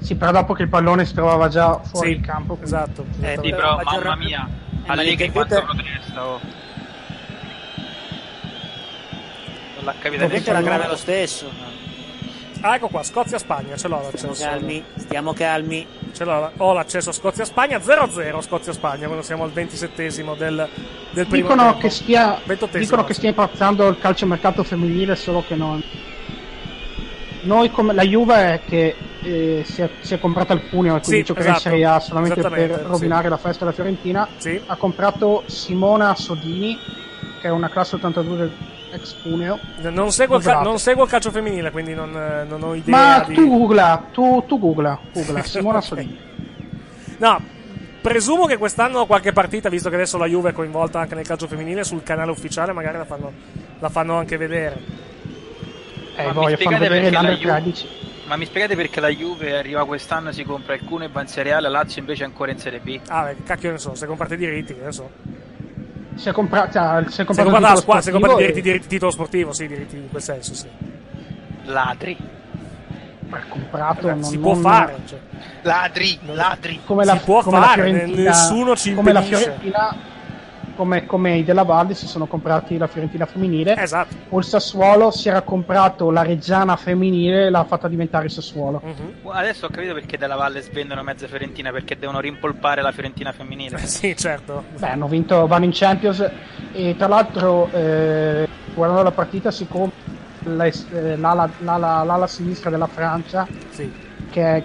Speaker 5: Sì, però dopo che il pallone si trovava già fuori
Speaker 2: Sì,
Speaker 5: il campo. quindi-
Speaker 2: Esatto. esattamente.
Speaker 4: Sì, però,
Speaker 3: Ma
Speaker 4: mamma
Speaker 3: Giorgio-
Speaker 4: mia.
Speaker 3: Eh, ma
Speaker 4: Allegri
Speaker 3: il
Speaker 4: quanto
Speaker 3: computer-
Speaker 4: protesta, oh. Non l'ha capita
Speaker 3: Ovviamente era
Speaker 4: nessuno.
Speaker 3: grave lo stesso.
Speaker 2: Ah, ecco qua, Scozia-Spagna. Ce l'ho l'accesso.
Speaker 3: Stiamo calmi, stiamo calmi.
Speaker 2: Ce l'ho, ho l'accesso a Scozia-Spagna 0-0 Scozia-Spagna quando siamo al 27esimo del, del primo
Speaker 5: Dicono,
Speaker 2: tempo.
Speaker 5: che stia,
Speaker 2: Ventottesimo,
Speaker 5: dicono che
Speaker 2: sì.
Speaker 5: stia impazzando il calcio mercato femminile, solo che non. noi come la Juve è che eh, si, è, si è comprata il Cuneo e
Speaker 2: Sì,
Speaker 5: quindi giocherà
Speaker 2: esatto,
Speaker 5: in Serie A solamente per
Speaker 2: esattamente, sì.
Speaker 5: rovinare la festa della Fiorentina ha comprato Simona Sodini che è una classe 82 del ex Cuneo
Speaker 2: Non seguo, il ca-
Speaker 5: Comprata.
Speaker 2: non seguo il calcio femminile, quindi non, eh, non ho idea
Speaker 5: ma
Speaker 2: di...
Speaker 5: tu googla tu, tu googla googla Simona Sodini
Speaker 2: No, presumo che quest'anno qualche partita, visto che adesso la Juve è coinvolta anche nel calcio femminile, sul canale ufficiale magari la fanno, la fanno anche vedere.
Speaker 5: eh,
Speaker 4: mi
Speaker 5: voglio far
Speaker 4: spiegate
Speaker 5: vedere
Speaker 4: perché la
Speaker 5: l'Under
Speaker 4: Juve-
Speaker 5: 13
Speaker 4: Ma mi spiegate perché la Juve arriva quest'anno, si compra il Cuneo e va in Serie A, la Lazio invece è ancora in Serie B?
Speaker 2: Ah, beh, che cacchio ne so, se comprate i diritti, che ne so.
Speaker 5: si è comprato cioè, si è
Speaker 2: Se comprate,
Speaker 5: comprato tutto
Speaker 2: la
Speaker 5: lo
Speaker 2: squadra, se
Speaker 5: sportivo
Speaker 2: comprate i
Speaker 5: e-
Speaker 2: diritti, diritti di titolo sportivo, sì, i diritti in quel senso, sì.
Speaker 4: Ladri.
Speaker 5: comprato
Speaker 2: Vabbè,
Speaker 5: non-
Speaker 2: si può
Speaker 5: non-
Speaker 2: fare, cioè.
Speaker 4: Ladri, ladri.
Speaker 5: come
Speaker 2: Si
Speaker 5: la,
Speaker 2: può
Speaker 5: come
Speaker 2: fare,
Speaker 5: la Fiorentina,
Speaker 2: nessuno ci
Speaker 5: come la
Speaker 2: impedisce.
Speaker 5: Fiorentina, come, come i della Valle si sono comprati la Fiorentina femminile.
Speaker 2: Esatto.
Speaker 5: O il Sassuolo si era comprato la Reggiana femminile e l'ha fatta diventare il Sassuolo.
Speaker 2: Mhm.
Speaker 4: Adesso ho capito perché della Valle svendono mezza Fiorentina, perché devono rimpolpare la Fiorentina femminile.
Speaker 2: sì, certo.
Speaker 5: Beh, hanno vinto, vanno in Champions e tra l'altro eh, guardando la partita si compra la- eh, l'ala, l'ala- l'ala sinistra della Francia che,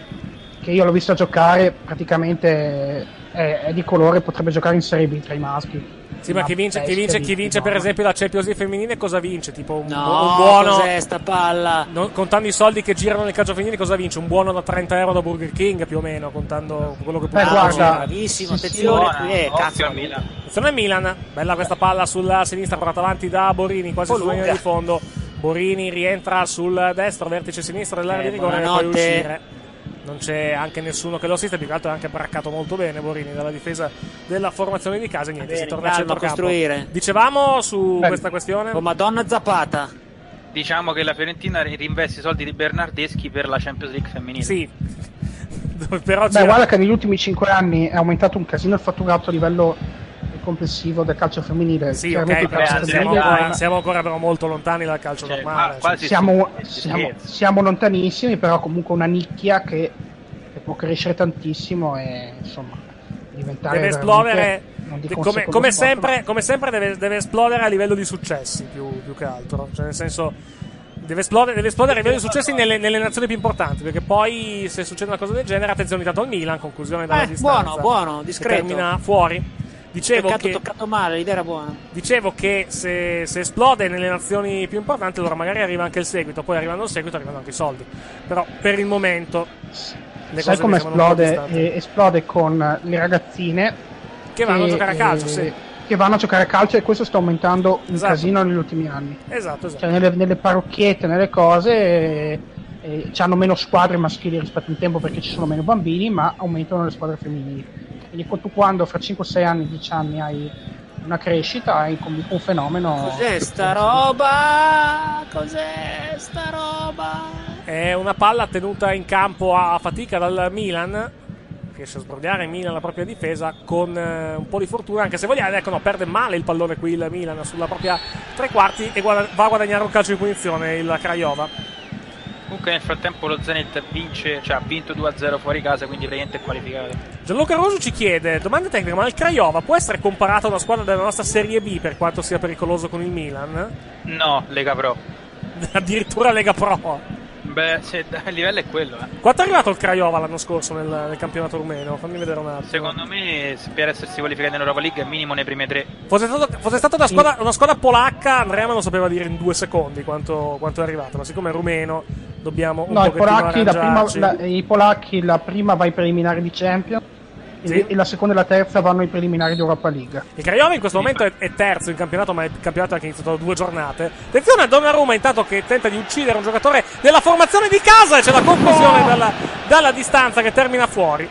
Speaker 5: che io l'ho vista giocare praticamente è, è di colore potrebbe giocare in Serie B tra i maschi.
Speaker 2: Sì, ma chi vince, chi vince, chi vince per esempio la Champions League femminile cosa vince? Tipo un,
Speaker 3: No,
Speaker 2: bu- un buono...
Speaker 3: cos'è sta palla?
Speaker 2: No, contando i soldi che girano nel calcio femminile cosa vince? Un buono da 30 euro da Burger King più o meno, contando quello che può
Speaker 3: Eh,
Speaker 5: Beh, guarda,
Speaker 3: Ah, bravissimo,
Speaker 2: attenzione,
Speaker 4: Buona,
Speaker 2: eh,
Speaker 4: occhio
Speaker 2: cazzo.
Speaker 4: a Milan.
Speaker 2: Attenzione Milan, bella questa palla sulla sinistra portata avanti da Borini, quasi
Speaker 3: Oh,
Speaker 2: sulla linea
Speaker 3: lunga.
Speaker 2: di fondo. Borini rientra sul destro, vertice sinistro dell'area
Speaker 3: Eh,
Speaker 2: di rigore e poi
Speaker 3: buonanotte.
Speaker 2: uscire. Non c'è anche nessuno che lo assiste, più che altro è anche braccato molto bene Borini dalla difesa della formazione di casa. Niente,
Speaker 3: Bene,
Speaker 2: si torna a
Speaker 3: calma,
Speaker 2: centrocampo.
Speaker 3: costruire.
Speaker 2: Dicevamo su questa questione...
Speaker 3: Oh, Madonna Zapata.
Speaker 4: Diciamo che la Fiorentina ri- rinveste i soldi di Bernardeschi per la Champions League femminile.
Speaker 2: Sì. Però
Speaker 5: Beh, guarda che negli ultimi 5 anni è aumentato un casino il fatturato a livello complessivo del calcio femminile.
Speaker 2: Sì, ok,
Speaker 5: Chiaramente il
Speaker 2: però
Speaker 5: calcio
Speaker 2: siamo,
Speaker 5: femminile
Speaker 2: ancora,
Speaker 5: è-
Speaker 2: siamo ancora però molto lontani dal
Speaker 4: Cioè,
Speaker 2: calcio normale. cioè,
Speaker 5: siamo, siamo- siamo lontanissimi, però comunque una nicchia che, che può crescere tantissimo e insomma diventare
Speaker 2: deve
Speaker 5: veramente-
Speaker 2: esplodere
Speaker 5: non dico un
Speaker 2: come,
Speaker 5: secondo
Speaker 2: come
Speaker 5: sport,
Speaker 2: sempre, come sempre deve, deve esplodere a livello di successi più, più che altro cioè nel senso deve esplodere, deve esplodere a livello di successi nelle, nelle nazioni più importanti perché poi se succede una cosa del genere attenzione tanto al Milan conclusione dalla
Speaker 3: Eh,
Speaker 2: distanza
Speaker 3: buono, buono,
Speaker 2: che
Speaker 3: discreto.
Speaker 2: termina fuori dicevo
Speaker 3: Peccato,
Speaker 2: che,
Speaker 3: toccato male, l'idea era buona.
Speaker 2: dicevo che se, se esplode nelle nazioni più importanti allora magari arriva anche il seguito poi arrivando il seguito arrivano anche i soldi però per il momento le
Speaker 5: Sai
Speaker 2: cose diciamo
Speaker 5: come
Speaker 2: mi sembrano un po'
Speaker 5: esplode?
Speaker 2: distanti.
Speaker 5: Eh, esplode con le ragazzine eh,
Speaker 2: Che vanno a giocare a calcio, sì.
Speaker 5: Che vanno a giocare a calcio e questo sta aumentando un casino negli ultimi anni.
Speaker 2: esatto esatto
Speaker 5: Cioè, nelle, nelle parrocchiette, nelle cose, eh, eh, ci hanno meno squadre maschili rispetto in tempo perché ci sono meno bambini, ma aumentano le squadre femminili. Quindi tu quando fra 5-6 anni, 10 anni hai una crescita, hai comunque un fenomeno.
Speaker 3: Cos'è sta roba? Cos'è sta roba?
Speaker 2: È una palla tenuta in campo a fatica dal Milan. Riesce a sbrogliare Milan la propria difesa con eh, un po' di fortuna, anche se vogliamo, ecco no, perde male il pallone qui il Milan sulla propria tre quarti e guada- va a guadagnare un calcio di punizione il Craiova.
Speaker 4: Comunque nel frattempo lo Zenit vince, cioè ha vinto 2-0 fuori casa, quindi praticamente è qualificato.
Speaker 2: Gianluca Rosu ci chiede, domanda tecnica, ma il Craiova può essere comparato a una squadra della nostra Serie B per quanto sia pericoloso con il Milan?
Speaker 4: No, Lega Pro.
Speaker 2: Addirittura Lega Pro.
Speaker 4: Beh, se, il livello è quello, eh.
Speaker 2: Quanto è arrivato il Craiova l'anno scorso nel, nel campionato rumeno? Fammi vedere un attimo.
Speaker 4: Secondo me se- per essersi qualificati in Europa League è minimo nei primi tre.
Speaker 2: Fosse, stato- fosse stata una squadra, una squadra polacca, Andrea me lo sapeva dire in due secondi quanto, quanto è arrivato, ma siccome è rumeno dobbiamo un
Speaker 5: No, i
Speaker 2: pochettino
Speaker 5: polacchi, la prima,
Speaker 2: arrangiarci.
Speaker 5: la- i polacchi la prima va ai preliminari di Champions e-
Speaker 2: Sì.
Speaker 5: e la seconda e la terza vanno ai preliminari di Europa League.
Speaker 2: Il Craiova in questo momento è, è terzo in campionato, ma il campionato è anche iniziato da due giornate. Attenzione a Donnarumma intanto che tenta di uccidere un giocatore della formazione di casa e c'è la conclusione dalla, dalla distanza che termina fuori.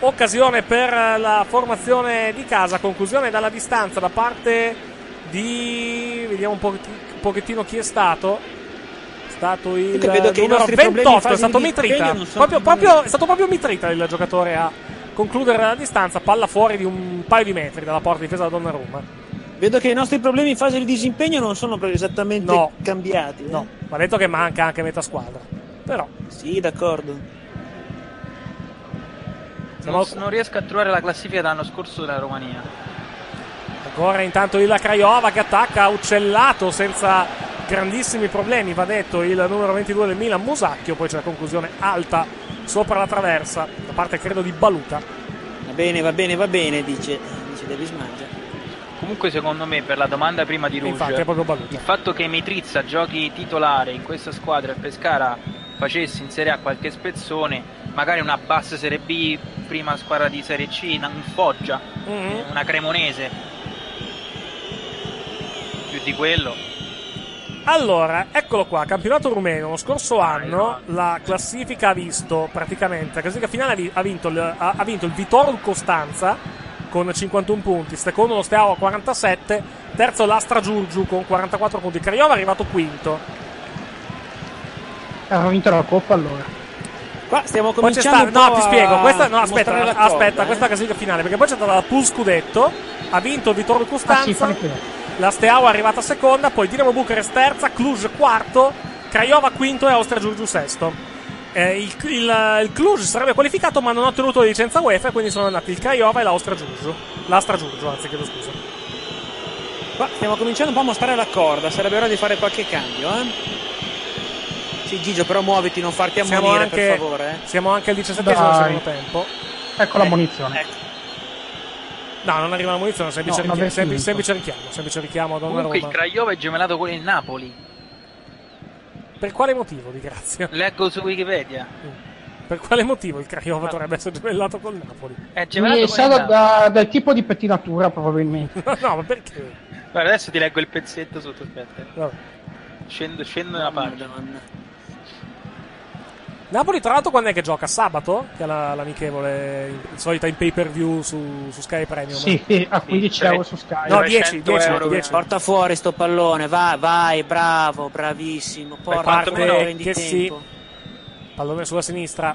Speaker 2: Occasione per la formazione di casa, conclusione dalla distanza da parte di... vediamo un pochetti- un pochettino chi è stato. È stato il
Speaker 3: Io vedo che i
Speaker 2: numero
Speaker 3: nostri problemi
Speaker 2: 28, è
Speaker 3: in fase
Speaker 2: stato
Speaker 3: di
Speaker 2: Mitrita.
Speaker 3: impegno non sono-
Speaker 2: Proprio- proprio- è stato proprio Mitrita il giocatore a concludere la distanza, palla fuori di un paio di metri dalla porta difesa da Donnarumma.
Speaker 3: Vedo che i nostri problemi in fase di disimpegno non sono proprio esattamente
Speaker 2: No.
Speaker 3: cambiati. eh.
Speaker 2: No, ma ha detto che manca anche metà squadra. Però.
Speaker 3: Sì, d'accordo.
Speaker 4: Non, non riesco a trovare la classifica dell'anno scorso della Romania.
Speaker 2: Ancora intanto il Craiova che attacca, uccellato senza grandissimi problemi, va detto, il numero 22 del Milan, Musacchio, poi c'è la conclusione alta sopra la traversa, da parte credo di Baluta.
Speaker 3: Va bene, va bene, va bene, dice, dice Davis Mangia.
Speaker 4: Comunque, secondo me, per la domanda prima di
Speaker 2: Infatti,
Speaker 4: Rouge,
Speaker 2: è proprio Baluta.
Speaker 4: il fatto che Mitrizza giochi titolare in questa squadra e Pescara facesse in Serie A qualche spezzone, magari una bassa Serie B, prima squadra di Serie C, una- un Foggia,
Speaker 2: Mhm.
Speaker 4: Mm. una Cremonese, più di quello.
Speaker 2: Allora, eccolo qua, campionato rumeno. Lo scorso anno la classifica ha visto praticamente, la classifica finale ha vi- ha vinto il, ha- ha vinto il Vitorul Costanza con 51 punti, secondo lo Steaua 47, terzo l'Astra Giurgiu con 44 punti, Craiova è arrivato quinto.
Speaker 5: Hanno vinto la coppa allora.
Speaker 3: Qua stiamo
Speaker 2: Poi c'è
Speaker 3: cominciando
Speaker 2: sta-
Speaker 3: un
Speaker 2: no, ti
Speaker 3: po' a
Speaker 2: spiego, questa, no,
Speaker 3: mostrare
Speaker 2: aspetta,
Speaker 3: la
Speaker 2: aspetta,
Speaker 3: corda, eh.
Speaker 2: questa è la classifica finale, perché poi c'è stata la Pool Scudetto, ha vinto il Vitorul
Speaker 5: Ah, sì,
Speaker 2: Costanza,
Speaker 5: fanno prima.
Speaker 2: La Steaua è arrivata seconda, poi Dinamo Bucarest terza, Cluj quarto, Craiova quinto e Austria Giurgiu sesto. Eh, il, il- il Cluj sarebbe qualificato ma non ha ottenuto la licenza UEFA, quindi sono andati il Craiova e l'Austria Giurgiu. L'Astra Giurgiu, anzi, chiedo scusa.
Speaker 3: Qua stiamo cominciando un po' a mostrare la corda, sarebbe ora di fare qualche cambio, eh? Sì, Gigio, però muoviti, non farti
Speaker 2: Siamo
Speaker 3: ammonire,
Speaker 2: anche,
Speaker 3: per favore. eh.
Speaker 2: siamo anche al diciassettesimo
Speaker 5: Dai.
Speaker 2: secondo tempo.
Speaker 5: Ecco la
Speaker 3: eh.
Speaker 5: munizione.
Speaker 2: No, non arriva la munizione, semplice,
Speaker 5: No,
Speaker 2: richi-
Speaker 5: vabbè,
Speaker 2: sempli-
Speaker 5: finito.
Speaker 2: semplice richiamo, semplice richiamo da una
Speaker 4: Comunque, il
Speaker 2: Roma.
Speaker 4: Craiova è gemellato con il Napoli.
Speaker 2: Per quale motivo, di grazia?
Speaker 4: Leggo su Wikipedia.
Speaker 2: Per quale motivo il Craiova dovrebbe essere gemellato col Napoli?
Speaker 4: È gemellato
Speaker 5: Mi
Speaker 4: con il
Speaker 5: sa da-
Speaker 4: Napoli.
Speaker 5: da- dal tipo di pettinatura probabilmente.
Speaker 2: no, ma perché?
Speaker 4: Guarda, adesso ti leggo il pezzetto sotto, aspetta.
Speaker 2: Vabbè.
Speaker 4: Scendo, scendo una pagina.
Speaker 2: Napoli, tra l'altro, quando è che gioca? Sabato? Che è la- l'amichevole in- solita in pay per view su, su Sky Premium.
Speaker 5: Sì, a 15 euro su Sky.
Speaker 2: No, 10, 10,
Speaker 4: euro,
Speaker 2: 10.
Speaker 3: Porta fuori sto pallone, vai, vai, bravo, bravissimo. Porta
Speaker 2: Parte
Speaker 3: fuori, prendi
Speaker 2: che sì.
Speaker 3: tempo.
Speaker 2: Pallone sulla sinistra.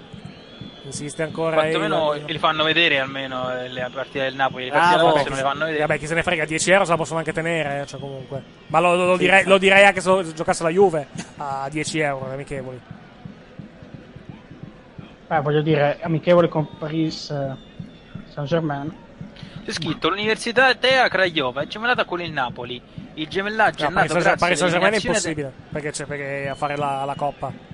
Speaker 2: Insiste ancora. il- Eh,
Speaker 4: Quantomeno li fanno vedere almeno eh, le partite del Napoli. Le partite della
Speaker 2: Bravo.
Speaker 4: Lazio non le fanno vedere.
Speaker 2: Ah, Vabbè, chi se ne frega, 10 euro se la possono anche tenere. eh, Cioè, comunque. Ma lo, lo- lo
Speaker 4: Sì.
Speaker 2: direi, lo direi anche se lo- se giocasse la Juve a 10 euro, le amichevoli.
Speaker 5: Eh, voglio dire, amichevole con Paris eh, Saint-Germain.
Speaker 4: C'è scritto l'Università Tea Craiova è gemellata con il Napoli. Il gemellaggio
Speaker 2: No,
Speaker 3: Cioè,
Speaker 4: è
Speaker 2: Paris
Speaker 4: nato
Speaker 2: Saint-
Speaker 4: grazie
Speaker 2: Paris Saint-Germain è
Speaker 4: all'eliminazione
Speaker 2: impossibile. Perché c'è perché a fare la, la coppa.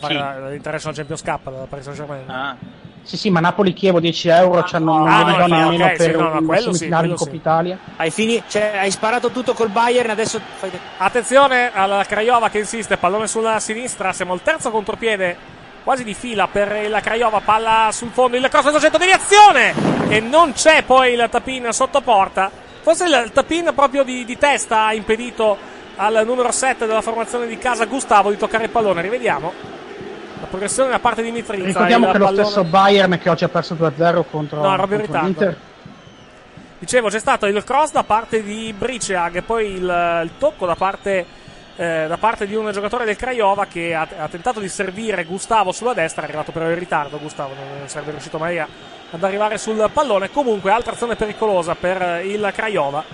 Speaker 2: Fare
Speaker 4: Chi?
Speaker 2: la- l'International Champions Cup da Paris Saint-Germain.
Speaker 4: Ah.
Speaker 5: Sì, sì, ma Napoli-Chievo 10 euro, cioè non,
Speaker 2: Ah, no,
Speaker 5: non li do
Speaker 2: ok,
Speaker 5: nemmeno
Speaker 2: ok, sì,
Speaker 5: per
Speaker 2: no, no,
Speaker 5: un
Speaker 2: quello sì,
Speaker 5: semifinale
Speaker 2: quello
Speaker 5: di Coppa
Speaker 2: sì.
Speaker 5: Italia.
Speaker 3: Hai, fini- cioè, hai sparato tutto col Bayern, adesso fai te-
Speaker 2: Attenzione alla Craiova che insiste, pallone sulla sinistra, siamo al terzo contropiede, quasi di fila per la Craiova, palla sul fondo, il cross del centro, deviazione! E non c'è poi il tapin sotto porta, forse il tapin proprio di, di testa ha impedito al numero 7 della formazione di casa Gustavo di toccare il pallone, rivediamo. La progressione da parte di Mitrizza.
Speaker 5: Ricordiamo
Speaker 2: il
Speaker 5: che lo
Speaker 2: pallone-
Speaker 5: stesso Bayern che oggi ha perso 2-0 contro,
Speaker 2: No, proprio in ritardo.
Speaker 5: contro l'Inter.
Speaker 2: Dicevo, c'è stato il cross da parte di Briceag e poi il, il tocco da parte, eh, da parte di un giocatore del Craiova che ha, ha tentato di servire Gustavo sulla destra, è arrivato però in ritardo Gustavo, non non sarebbe riuscito mai a- ad arrivare sul pallone. Comunque, altra azione pericolosa per eh, il Craiova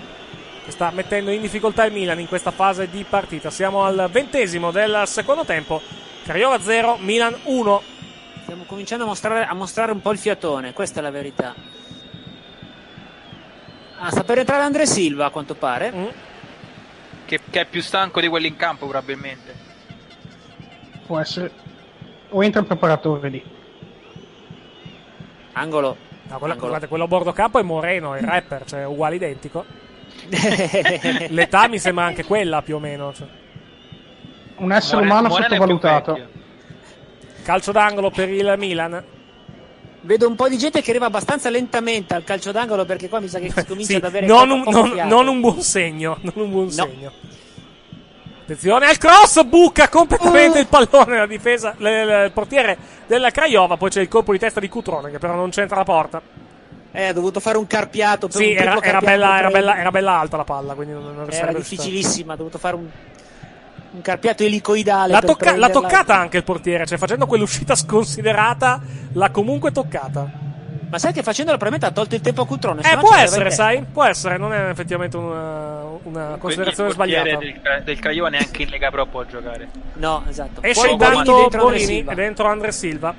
Speaker 2: che sta mettendo in difficoltà il Milan in questa fase di partita. Siamo al ventesimo del secondo tempo, Craiova 0, Milan 1.
Speaker 3: Stiamo cominciando a mostrare, a mostrare un po' il fiatone, questa è la verità. Ah, sta per entrare Andre Silva, a quanto pare.
Speaker 2: Mm.
Speaker 4: Che, che è più stanco di quelli in campo, probabilmente.
Speaker 5: Può essere... O entra il preparatore lì.
Speaker 3: Angolo.
Speaker 2: No, quello, guardate, quello a bordo campo è Moreno, il rapper, cioè uguale identico. L'età mi sembra anche quella più o meno. cioè.
Speaker 5: Un essere
Speaker 4: Moreno-
Speaker 5: umano
Speaker 4: Moreno è più
Speaker 5: sottovalutato.
Speaker 2: Calcio d'angolo per il Milan.
Speaker 3: Vedo un po' di gente che arriva abbastanza lentamente al calcio d'angolo perché qua mi sa che si comincia
Speaker 2: Sì,
Speaker 3: ad avere
Speaker 2: non,
Speaker 3: poco-
Speaker 2: un,
Speaker 3: poco
Speaker 2: non-
Speaker 3: fiato.
Speaker 2: non un buon segno. Non un buon segno. Attenzione al cross, buca
Speaker 3: Uh.
Speaker 2: completamente il pallone la difesa, l- l- il portiere della Craiova. Poi c'è il colpo di testa di Cutrone che però non c'entra la porta.
Speaker 3: Eh, ha dovuto fare un carpiato per
Speaker 2: Sì,
Speaker 3: un
Speaker 2: era,
Speaker 3: triplo
Speaker 2: era
Speaker 3: carpiato
Speaker 2: bella, era,
Speaker 3: tra i-
Speaker 2: bella, era bella alta la palla, quindi non, non
Speaker 3: era
Speaker 2: sarebbe riuscito.
Speaker 3: difficilissima, ha dovuto fare un, un carpiato elicoidale
Speaker 2: L'ha,
Speaker 3: per
Speaker 2: tocca- l'ha
Speaker 3: prenderla.
Speaker 2: toccata anche il portiere, cioè facendo quell'uscita sconsiderata, l'ha comunque toccata.
Speaker 3: Ma sai che facendola probabilmente ha tolto il tempo a Cutrone
Speaker 2: Eh,
Speaker 3: sennò
Speaker 2: può
Speaker 3: ci andava
Speaker 2: essere,
Speaker 3: in testa.
Speaker 2: sai? Può essere, non è effettivamente una, una considerazione
Speaker 4: il portiere
Speaker 2: sbagliata.
Speaker 4: Del, Cra- del Craiova neanche in Lega Pro può giocare.
Speaker 3: No, esatto.
Speaker 2: Esce
Speaker 4: Poi Borini
Speaker 2: intanto
Speaker 3: dentro Andre
Speaker 2: Borini
Speaker 3: Silva.
Speaker 2: e dentro Andre Silva.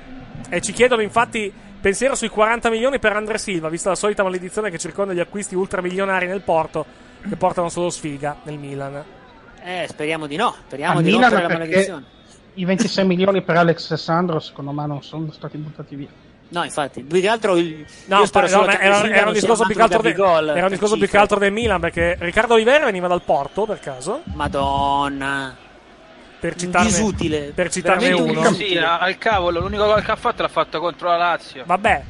Speaker 2: E ci chiedono infatti pensiero sui 40 milioni per Andre Silva, vista la solita maledizione che circonda gli acquisti ultramilionari nel Porto, che portano solo sfiga nel Milan.
Speaker 3: Eh, speriamo di no, speriamo
Speaker 5: A
Speaker 3: di
Speaker 5: Milan
Speaker 3: no per la
Speaker 5: perché-
Speaker 3: maledizione.
Speaker 5: I 26 milioni per Alex Sandro secondo me non sono stati buttati via.
Speaker 3: No, infatti, più che altro il...
Speaker 2: No,
Speaker 3: io spero
Speaker 2: pa- no,
Speaker 3: solo
Speaker 2: ma
Speaker 3: che
Speaker 2: era,
Speaker 3: Silva
Speaker 2: era un
Speaker 3: non sia
Speaker 2: discorso, più che, altro
Speaker 3: manco
Speaker 2: de-
Speaker 3: Gabigol
Speaker 2: era un
Speaker 3: per
Speaker 2: discorso più che
Speaker 3: cifre.
Speaker 2: altro del Milan perché Riccardo Olivera veniva dal Porto per caso.
Speaker 3: Madonna.
Speaker 2: Per citarne,
Speaker 3: disutile.
Speaker 2: Per citarne
Speaker 4: Veramente
Speaker 2: uno.
Speaker 4: un- Sì, a- al cavolo, l'unico gol che ha fatto l'ha fatto contro la Lazio.
Speaker 2: Vabbè.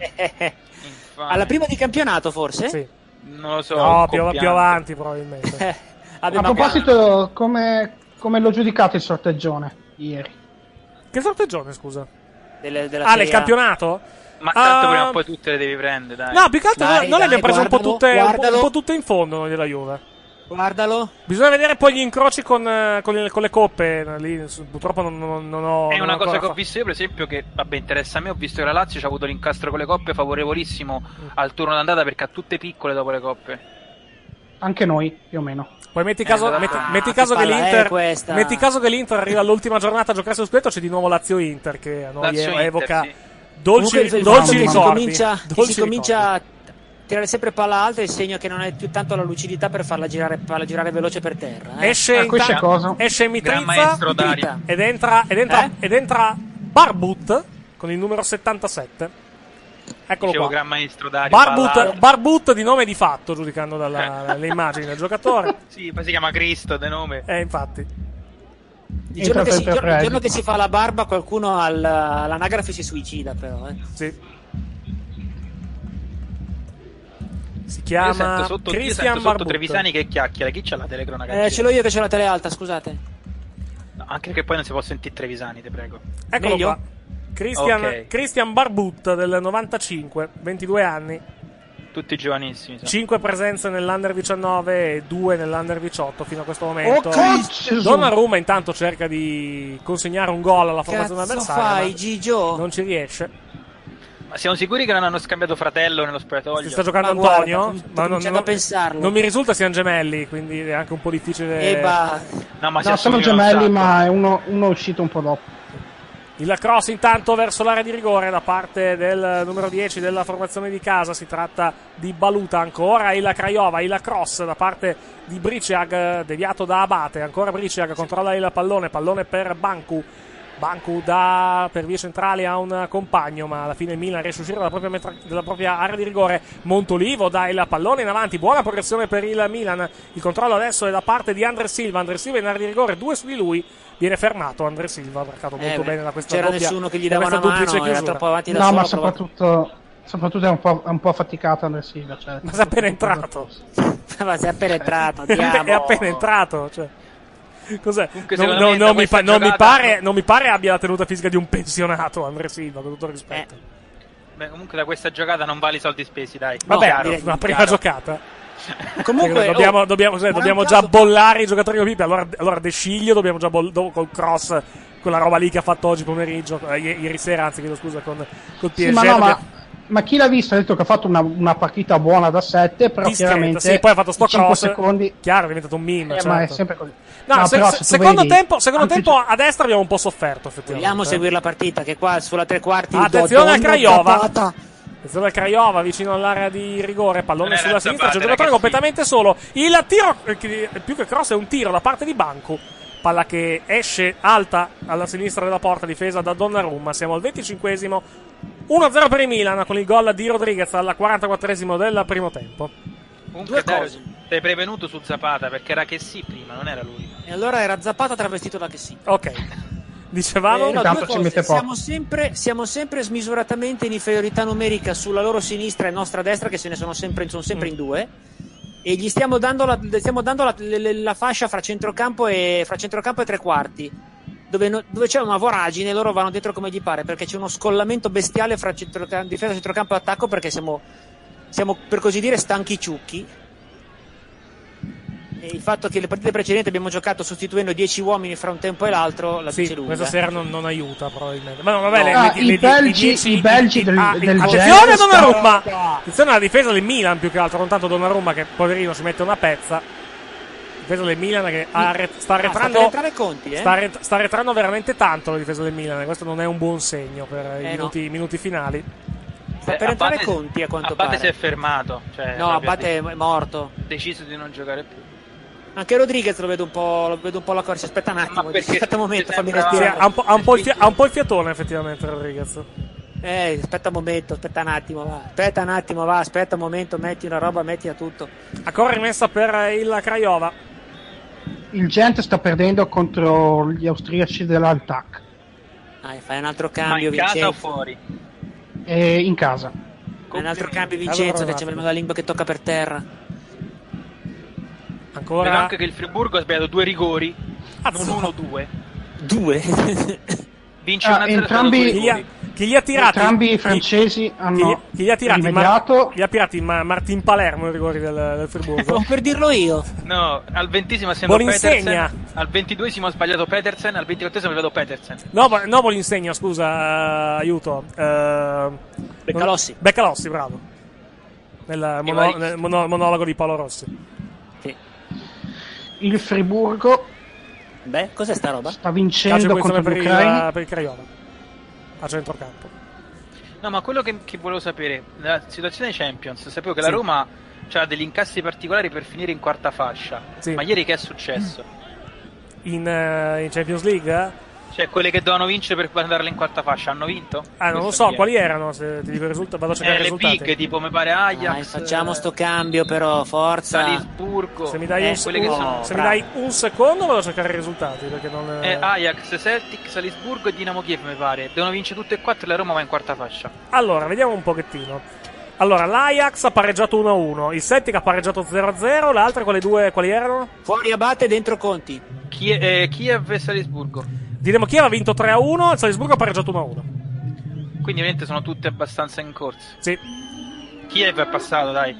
Speaker 4: Infame.
Speaker 3: Alla prima di campionato, forse?
Speaker 2: Sì.
Speaker 4: Non lo so.
Speaker 2: No, più,
Speaker 4: coppiante.
Speaker 2: più avanti probabilmente.
Speaker 3: Eh,
Speaker 5: A
Speaker 3: ma-
Speaker 5: proposito, come, come lo giudicate il sorteggione ieri?
Speaker 2: che sorteggione, scusa?
Speaker 3: Delle- della
Speaker 2: Ah, nel
Speaker 3: Serie A.
Speaker 2: campionato?
Speaker 4: Ma tanto
Speaker 2: Ah,
Speaker 4: prima o poi tutte le devi prendere, dai.
Speaker 2: No, più che altro
Speaker 3: Dai,
Speaker 2: noi- noi le
Speaker 3: dai,
Speaker 2: abbiamo prese un po'
Speaker 3: guardalo,
Speaker 2: tutte, un po'-
Speaker 3: guardalo.
Speaker 2: un po' tutte in fondo noi della Juve.
Speaker 3: Guardalo.
Speaker 2: Bisogna vedere poi gli incroci con, eh, con le, con le coppe. eh, Lì, su- purtroppo non, non- non ho.
Speaker 4: È
Speaker 2: non
Speaker 4: una
Speaker 2: ancora
Speaker 4: cosa che ho
Speaker 2: fa-
Speaker 4: visto io, per esempio, che vabbè, interessa a me. Ho visto che la Lazio ci ha avuto l'incastro con le coppe favorevolissimo
Speaker 2: Mm.
Speaker 4: al turno d'andata perché ha tutte piccole dopo le coppe.
Speaker 5: Anche noi, più o meno.
Speaker 2: Poi metti caso,
Speaker 4: Ah,
Speaker 2: metti, metti
Speaker 3: che
Speaker 2: caso che
Speaker 3: palla è
Speaker 2: l'Inter.
Speaker 3: questa?
Speaker 2: Metti caso che l'Inter arriva all'ultima giornata a giocare sullo scudetto. C'è di nuovo Lazio Inter che a noi
Speaker 4: Lazio-Inter,
Speaker 2: evoca
Speaker 4: sì.
Speaker 2: dolci,
Speaker 3: Comunque il- il
Speaker 2: dolci
Speaker 3: Fram
Speaker 2: ricordi.
Speaker 3: si comincia, che
Speaker 2: dolci
Speaker 3: si comincia a tirare sempre palla alta il segno che non hai più tanto la lucidità per farla girare, farla girare veloce per terra.
Speaker 2: ricordi.
Speaker 3: eh.
Speaker 2: Esce,
Speaker 5: Ah, qui c'è
Speaker 2: inta-
Speaker 5: cosa.
Speaker 2: esce
Speaker 4: Gran
Speaker 2: Mitrizza
Speaker 4: maestro Dario.
Speaker 3: Dita.
Speaker 2: ed entra, ed, entra,
Speaker 3: Eh?
Speaker 2: ed entra Barbut con il numero 77. Eccolo
Speaker 4: Dicevo
Speaker 2: qua.
Speaker 4: gran maestro Dario. palla-
Speaker 2: Barbut, Barbut di nome di fatto, giudicando dalla-
Speaker 4: Eh.
Speaker 2: dalle immagini del giocatore.
Speaker 4: Sì, poi si chiama Cristo, de nome.
Speaker 2: Eh, infatti.
Speaker 3: Il giorno,
Speaker 5: Entra
Speaker 3: che si, il
Speaker 5: per
Speaker 3: giorno- il
Speaker 5: Fred.
Speaker 3: giorno che si fa la barba qualcuno al- all'anagrafe si suicida però. eh.
Speaker 2: Sì. Si
Speaker 4: Io
Speaker 2: chiama
Speaker 4: sento sotto, io
Speaker 2: Christian
Speaker 4: sento sotto
Speaker 2: Barbut.
Speaker 4: Trevisani che chiacchiera. Chi c'ha la telecronaca?
Speaker 3: Eh, ce l'ho io che ce l'ho la tele alta, scusate.
Speaker 4: No, Anche perché poi non si può sentire Trevisani, ti prego.
Speaker 2: Eccolo
Speaker 3: Meglio?
Speaker 2: qua. Christian,
Speaker 4: Ok.
Speaker 2: Christian Barbut del 95, 22 anni,
Speaker 4: Tutti giovanissimi. sa.
Speaker 2: 5 presenze nell'Under 19 e 2 nell'Under 18 fino a questo
Speaker 3: Oh,
Speaker 2: momento.
Speaker 5: Cristo!
Speaker 2: Donnarumma intanto cerca di consegnare un gol alla formazione
Speaker 3: Cazzo
Speaker 2: avversaria.
Speaker 3: fai
Speaker 2: ma
Speaker 3: Gigio?
Speaker 2: Non ci riesce.
Speaker 4: Ma siamo sicuri che non hanno scambiato fratello nello
Speaker 2: Si
Speaker 4: spogliatoio?
Speaker 2: sta giocando
Speaker 3: Ma guarda,
Speaker 2: Antonio,
Speaker 3: com-
Speaker 2: ma non,
Speaker 3: cominciate
Speaker 2: non-
Speaker 3: a pensarlo.
Speaker 2: non mi risulta siano gemelli, quindi è anche un po' difficile.
Speaker 3: E bah,
Speaker 4: No, ma si
Speaker 5: No, sono
Speaker 4: assomigliano un
Speaker 5: gemelli,
Speaker 4: sacco.
Speaker 5: ma è uno, uno è uscito un po' dopo.
Speaker 2: Il cross intanto verso l'area di rigore da parte del numero 10 della formazione di casa, si tratta di Baluta ancora, il Craiova, il cross da parte di Briciag, deviato da Abate, ancora Briciag controlla il pallone, pallone per Bancu, Bancu da per vie centrali a un compagno, ma alla fine il Milan riesce a uscire dalla propria, metra- dalla propria area di rigore. Montolivo dà il pallone in avanti, buona progressione per il Milan. Il controllo adesso è da parte di Andre Silva. Andre Silva in area di rigore, due su di lui. Viene fermato Andre Silva, ha marcato molto
Speaker 3: eh,
Speaker 2: bene da questa
Speaker 3: c'era
Speaker 2: doppia
Speaker 3: nessuno che gli
Speaker 2: da
Speaker 3: dava una
Speaker 2: questa
Speaker 3: mano,
Speaker 2: duplice
Speaker 3: era
Speaker 2: chiusura.
Speaker 3: troppo avanti da
Speaker 5: No,
Speaker 3: solo.
Speaker 5: ma
Speaker 3: prova-
Speaker 5: soprattutto, soprattutto è un po', è un po' affaticato Andre Silva. Cioè,
Speaker 2: Ma si è appena entrato.
Speaker 3: ma sei appena entrato, andiamo.
Speaker 2: è appena entrato. Cioè. Cos'è?
Speaker 4: Comunque,
Speaker 2: Non,
Speaker 4: secondo
Speaker 2: non-
Speaker 4: me,
Speaker 2: non
Speaker 4: da
Speaker 2: mi
Speaker 4: questa
Speaker 2: pa- non mi
Speaker 4: giocata-
Speaker 2: pare, non mi pare abbia la tenuta fisica di un pensionato Andre Silva, con tutto il rispetto.
Speaker 3: Eh,
Speaker 4: Beh, comunque da questa giocata non vale i soldi spesi, dai.
Speaker 3: No,
Speaker 2: Vabbè,
Speaker 3: direi-
Speaker 2: una prima
Speaker 4: chiaro.
Speaker 2: giocata.
Speaker 3: Comunque,
Speaker 2: Perché dobbiamo,
Speaker 3: oh,
Speaker 2: dobbiamo- cioè,
Speaker 8: ma
Speaker 2: dobbiamo
Speaker 8: è un
Speaker 2: già
Speaker 8: caso-
Speaker 2: bollare i giocatori con Pipe. Allora, allora De Sciglio dobbiamo già bollare col cross, quella roba lì che ha fatto oggi pomeriggio, eh, i- ieri sera, anzi, chiedo scusa, con col PSG.
Speaker 5: Sì, ma, no, ma,
Speaker 2: dobbiamo-
Speaker 5: ma chi l'ha visto ha detto che ha fatto una, una partita buona da 7, però
Speaker 2: discreta.
Speaker 5: chiaramente
Speaker 2: Sì, poi ha fatto sto
Speaker 5: 5
Speaker 2: cross.
Speaker 5: secondi.
Speaker 2: Chiaro, è diventato un meme.
Speaker 5: eh,
Speaker 2: certo.
Speaker 5: Ma è sempre così.
Speaker 2: No, se-
Speaker 5: però
Speaker 2: se-
Speaker 5: se tu
Speaker 2: secondo
Speaker 5: vedi-
Speaker 2: tempo, secondo
Speaker 5: anche
Speaker 2: tempo
Speaker 5: il-
Speaker 2: a destra abbiamo un po' sofferto, effettivamente. eh.
Speaker 3: vogliamo seguire la partita che qua sulla tre quarti do-
Speaker 2: Attenzione a
Speaker 3: donna
Speaker 2: Craiova.
Speaker 3: patata.
Speaker 2: Attenzione a Craiova vicino all'area di rigore, pallone
Speaker 4: Eh,
Speaker 2: sulla
Speaker 4: ragazzi,
Speaker 2: sinistra, c'è un
Speaker 4: abbattere,
Speaker 2: giocatore
Speaker 4: che
Speaker 2: completamente solo. Il tiro, eh, che- più che cross, è un tiro da parte di Banco. Palla che esce alta alla sinistra della porta, difesa da Donnarumma. Siamo al 25esimo. 1-0 per il Milan con il gol di Rodriguez al 44esimo del primo tempo.
Speaker 3: Due
Speaker 4: Comunque, Dario,
Speaker 3: cose.
Speaker 4: sei prevenuto su Zapata perché era che sì prima, non era lui.
Speaker 3: E allora era Zappata travestito da che sì.
Speaker 2: Ok. Dicevamo?
Speaker 3: Eh, no,
Speaker 5: Intanto
Speaker 3: due
Speaker 5: ci
Speaker 3: cose.
Speaker 5: mette poco.
Speaker 3: Siamo, sempre, siamo sempre smisuratamente in inferiorità numerica sulla loro sinistra e nostra destra, che se ne sono sempre, sono sempre
Speaker 2: Mm.
Speaker 3: in due. E gli stiamo dando, la, le stiamo dando la, le- le- la fascia fra centrocampo e, fra centrocampo e tre quarti, dove, no- dove c'è una voragine e loro vanno dentro come gli pare, perché c'è uno scollamento bestiale fra centroca- difesa, centrocampo e attacco, perché siamo, siamo per così dire stanchi ciucchi. E il fatto che le partite precedenti abbiamo giocato sostituendo 10 uomini fra un tempo e l'altro la dice
Speaker 2: Sì,
Speaker 3: lunga.
Speaker 2: questa sera non, non aiuta probabilmente. Ma no, vabbè,
Speaker 3: No.
Speaker 2: le-
Speaker 5: Ah,
Speaker 2: le-
Speaker 5: i
Speaker 2: le- le-
Speaker 5: belgi-
Speaker 2: dieci-
Speaker 5: i belgi del-
Speaker 2: ah,
Speaker 5: del
Speaker 2: Attenzione
Speaker 5: Genoa
Speaker 2: Donnarumma!
Speaker 5: stanno-
Speaker 2: Attenzione alla difesa del Milan più che altro, non tanto Donnarumma che poverino si mette una pezza. Difesa del Milan che ha arre- sta
Speaker 3: Ah, sta
Speaker 2: arretrando
Speaker 3: per entrare Conti, eh?
Speaker 2: sta arret- sta arretrando veramente tanto la difesa del Milan, e questo non è un buon segno per i
Speaker 3: Eh,
Speaker 2: minuti, i minuti finali.
Speaker 3: Sta
Speaker 4: Beh,
Speaker 3: per entrare
Speaker 4: Cioè, Abate-
Speaker 3: Conti, a quanto
Speaker 4: Abate
Speaker 3: pare.
Speaker 4: si è fermato. Cioè,
Speaker 3: No,
Speaker 4: proprio
Speaker 3: Abate è morto.
Speaker 4: ha deciso di non giocare più.
Speaker 3: Anche Rodriguez lo vedo un po', lo vedo un po' alla corsa. Aspetta un attimo, dice, aspetta un momento, fammi
Speaker 2: Sì,
Speaker 3: respirare.
Speaker 2: ha, un po', ha un po' il fia- ha un po' il fiatone effettivamente Rodriguez.
Speaker 3: Eh, aspetta un momento, aspetta un attimo, va. Aspetta un attimo, va, aspetta un momento, metti una roba, metti a tutto.
Speaker 2: Ancora rimessa per eh, il Craiova.
Speaker 5: Il Gent sta perdendo contro gli austriaci dell'Altac
Speaker 3: Dai, fai un altro
Speaker 4: Ma
Speaker 3: cambio,
Speaker 4: in casa o
Speaker 3: Vincenzo.
Speaker 4: fuori?
Speaker 5: e eh, in casa.
Speaker 3: Fai un altro cambio, Vincenzo,
Speaker 2: Allora,
Speaker 3: che c'è
Speaker 2: guarda.
Speaker 3: la lingua che tocca per terra.
Speaker 2: Ancora
Speaker 4: Vedo anche che il Friburgo ha sbagliato due rigori, non uno, due.
Speaker 3: Due?
Speaker 4: Vince
Speaker 5: Ah,
Speaker 4: una
Speaker 5: entrambi-
Speaker 2: chi, gli ha, chi gli ha tirati?
Speaker 5: Entrambi i
Speaker 2: chi-
Speaker 5: francesi
Speaker 2: chi,
Speaker 5: hanno
Speaker 2: gli- chi gli ha tirati?
Speaker 5: rimediato.
Speaker 2: gli ha tirati ma- Martin Palermo i rigori del, del Friburgo.
Speaker 3: Stavo per dirlo io.
Speaker 4: No, al ventesimo ha segnato
Speaker 2: Boninsegna.
Speaker 4: Petersen, al ventiduesimo ha sbagliato Petersen, al ventiquattresimo ha sbagliato Petersen.
Speaker 2: No, bo- no Bolinsegna, scusa, eh, aiuto. Eh,
Speaker 3: Beccalossi.
Speaker 2: non- Beccalossi, bravo. Nel, mono-
Speaker 4: vari-
Speaker 2: nel mono- monologo di Paolo Rossi.
Speaker 5: Il Friburgo
Speaker 3: Beh, cos'è sta roba?
Speaker 5: sta
Speaker 2: Calcio
Speaker 5: vincendo
Speaker 2: in punizione
Speaker 5: contro
Speaker 2: per, il- eh,
Speaker 5: l'Ucraina.
Speaker 2: per il Craiova. A centrocampo.
Speaker 4: No, ma quello che, che volevo sapere, la situazione Champions, sapevo che la
Speaker 2: Sì.
Speaker 4: Roma ha degli incassi particolari per finire in quarta fascia,
Speaker 2: Sì.
Speaker 4: ma ieri che è successo?
Speaker 2: In, eh, in Champions League? eh?
Speaker 4: Cioè, quelle che dovevano vincere per andarle in quarta fascia hanno vinto?
Speaker 2: Ah, non lo
Speaker 4: Questo
Speaker 2: so,
Speaker 4: mi viene.
Speaker 2: quali erano? Se ti dico il risultato, vado a cercare
Speaker 4: Eh,
Speaker 2: i
Speaker 4: le
Speaker 2: risultati.
Speaker 4: big, tipo mi pare Ajax, eh,
Speaker 3: Dai, facciamo sto cambio però, forza.
Speaker 4: Salisburgo,
Speaker 2: Se mi dai,
Speaker 3: Eh,
Speaker 2: un,
Speaker 4: quelle che
Speaker 2: secondo,
Speaker 4: sono-
Speaker 2: se mi dai un secondo, vado a cercare i risultati. Perché non.
Speaker 4: eh, Ajax, Celtic, Salisburgo e Dinamo Kiev mi pare. Devono vincere tutte e quattro e la Roma va in quarta fascia.
Speaker 2: Allora, vediamo un pochettino. Allora, l'Ajax ha pareggiato 1-1, il Celtic ha pareggiato 0-0, le altre quali due quali erano?
Speaker 3: Fuori Abate, dentro Conti.
Speaker 4: Chie- eh, Kiev e Salisburgo.
Speaker 2: Dinamo Kiev ha vinto 3-1, il Salisburgo ha pareggiato 1-1.
Speaker 4: Quindi ovviamente sono tutte abbastanza in corsa.
Speaker 2: Sì,
Speaker 4: Kiev è passato, dai.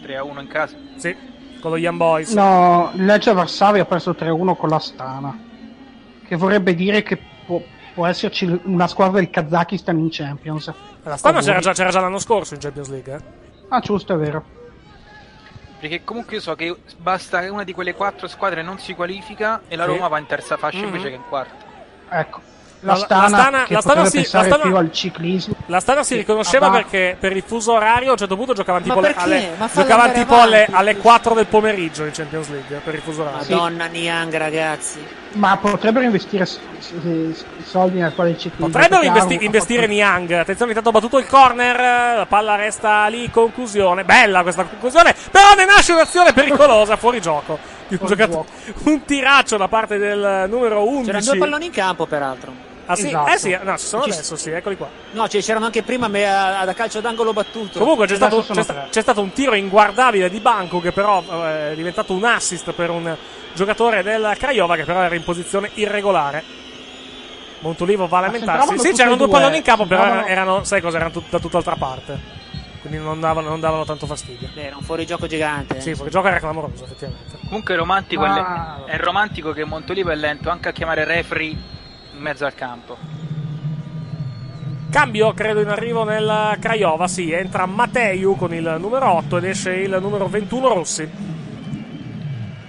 Speaker 4: 3 a 1 in casa.
Speaker 2: sì, con lo Young Boys.
Speaker 5: No, il Lecce Varsavia ha perso 3-1 con la Stana, che vorrebbe dire che può, può esserci l- una squadra del Kazakistan in Champions.
Speaker 2: La Stana c'era già, c'era già l'anno scorso in Champions League, eh.
Speaker 5: Ah, giusto, è vero.
Speaker 4: Perché comunque io so che basta che una di quelle quattro squadre non si qualifica e la
Speaker 2: Sì.
Speaker 4: Roma va in terza fascia
Speaker 2: Mhm.
Speaker 4: invece che in quarta.
Speaker 5: Ecco.
Speaker 2: No,
Speaker 5: La
Speaker 2: la- la
Speaker 5: Stana,
Speaker 2: Astana-
Speaker 5: che
Speaker 2: la Astana
Speaker 5: potrebbe
Speaker 2: sì, la
Speaker 5: pensare
Speaker 2: Astana-
Speaker 5: più al ciclismo.
Speaker 2: La Stana si
Speaker 5: Sì,
Speaker 2: riconosceva
Speaker 5: ma va.
Speaker 2: perché per il fuso orario a un certo punto giocavano
Speaker 3: Ma
Speaker 2: tipo, alle,
Speaker 3: perché?
Speaker 2: alle-
Speaker 3: Ma falla
Speaker 2: giocavano
Speaker 3: andare
Speaker 2: tipo alle,
Speaker 3: avanti.
Speaker 2: alle 4 del pomeriggio in Champions League eh, per il fuso orario.
Speaker 3: Madonna Niang, ragazzi.
Speaker 5: Ma potrebbero investire s- s- s- soldi nella squadra del ciclismo.
Speaker 2: Potrebbero
Speaker 5: perché
Speaker 2: investi-
Speaker 5: ha un-
Speaker 2: investire Niang. Attenzione, intanto ha battuto il corner. eh, La palla resta lì. Conclusione. Bella questa conclusione. Però ne nasce un'azione pericolosa. Fuori gioco. Di un,
Speaker 5: Fuori
Speaker 2: giocatore- un tiraccio da parte del numero 11.
Speaker 3: C'erano due palloni in campo, peraltro.
Speaker 2: Ah, sì?
Speaker 5: Esatto.
Speaker 2: Eh sì, no, ci sono
Speaker 3: Ci-
Speaker 2: adesso. Sì, eccoli qua.
Speaker 3: No, ce c'erano anche prima me a, da calcio d'angolo battuto.
Speaker 2: Comunque c'è stato,
Speaker 5: adesso
Speaker 2: c'è,
Speaker 5: sono
Speaker 2: sta-
Speaker 5: tre.
Speaker 2: c'è stato un tiro inguardabile di Banco che però eh, è diventato un assist per un giocatore del Craiova che però era in posizione irregolare. Montolivo va a lamentarsi.
Speaker 5: sembravano
Speaker 2: Sì,
Speaker 5: tutte
Speaker 2: c'erano
Speaker 5: e
Speaker 2: due
Speaker 5: due,
Speaker 2: palloni in campo, però
Speaker 5: sembravano-
Speaker 2: erano, sai cosa, erano tut- da tutt'altra parte. Quindi non davano, non davano tanto fastidio.
Speaker 3: Beh, era un fuorigioco gigante. eh.
Speaker 2: Sì, il gioco era clamoroso, effettivamente.
Speaker 4: Comunque è romantico,
Speaker 5: Ah.
Speaker 4: è, le- è romantico che Montolivo è lento anche a chiamare referee in mezzo al campo.
Speaker 2: Cambio, credo, in arrivo nel Craiova. Sì, entra Matteiu con il numero 8 ed esce il numero 21 Rossi.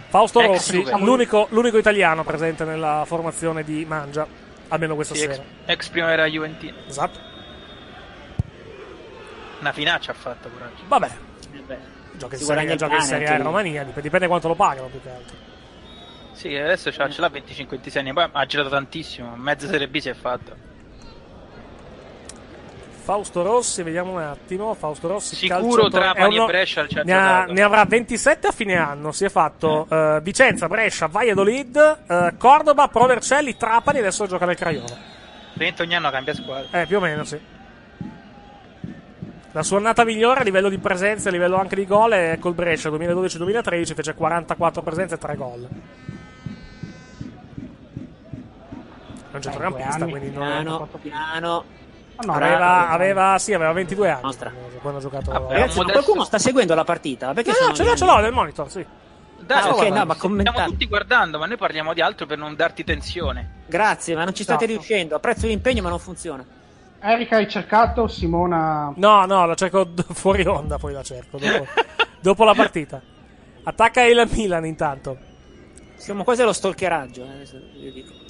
Speaker 2: Fausto
Speaker 4: Ex
Speaker 2: Rossi,
Speaker 4: Juve.
Speaker 2: l'unico, l'unico italiano presente nella formazione di Mangia, almeno questa
Speaker 4: Sì, ex,
Speaker 2: sera.
Speaker 4: ex primavera Juventina.
Speaker 2: Esatto.
Speaker 4: Una finaccia ha fatto, coraggio.
Speaker 2: Vabbè,
Speaker 3: Eh beh,
Speaker 2: gioca in Serie,
Speaker 3: Si guadagna il
Speaker 2: gioca in
Speaker 3: pane,
Speaker 2: Serie A
Speaker 3: anche
Speaker 2: in
Speaker 3: lui.
Speaker 2: Romania, dip- dipende quanto lo pagano più che altro.
Speaker 4: Sì, adesso c'ha- ce l'ha 25-26 anni, poi ha girato tantissimo, mezza Serie B si è fatto.
Speaker 2: Fausto Rossi, vediamo un attimo. Fausto Rossi,
Speaker 4: Sicuro
Speaker 2: calciatore-
Speaker 4: Trapani
Speaker 2: è uno-
Speaker 4: e Brescia ci ha
Speaker 2: ne, ha-
Speaker 4: giocato.
Speaker 2: ne avrà 27 a fine anno. Si è fatto eh, Vicenza, Brescia, Valladolid, eh, Cordoba, Provercelli, Trapani. Adesso gioca nel Craiova.
Speaker 4: Praticamente ogni anno cambia squadra.
Speaker 2: Eh, più o meno, sì. La sua annata migliore a livello di presenze, a livello anche di gol, è col Brescia 2012-2013. Fece 44 presenze e 3 gol. Non c'è centrocampista,
Speaker 5: anni.
Speaker 2: quindi non
Speaker 3: Piano, piano.
Speaker 5: Ah, no,
Speaker 2: Aveva,
Speaker 5: eh,
Speaker 2: aveva, sì, aveva 22 anni
Speaker 3: Nostra.
Speaker 2: quando ha giocato.
Speaker 4: Vabbè,
Speaker 2: Eh,
Speaker 3: Ragazzi, ma
Speaker 4: Modesto-
Speaker 3: qualcuno sta seguendo la partita? Perché
Speaker 2: No,
Speaker 3: sono
Speaker 2: no, ce l'ho, ce l'ho nel monitor, sì.
Speaker 4: Dai,
Speaker 3: Ah, ok,
Speaker 4: guarda,
Speaker 3: no, ma commentate.
Speaker 4: Stiamo tutti guardando, ma noi parliamo di altro per non darti tensione.
Speaker 3: Grazie, ma non ci state
Speaker 5: Esatto.
Speaker 3: riuscendo. Apprezzo l'impegno, ma non funziona.
Speaker 5: Erika hai cercato, Simona...
Speaker 2: No, no, la cerco d- fuori onda, poi la cerco dopo, dopo la partita. Attacca il Milan intanto.
Speaker 3: Siamo quasi allo stalkeraggio. eh, adesso io dico.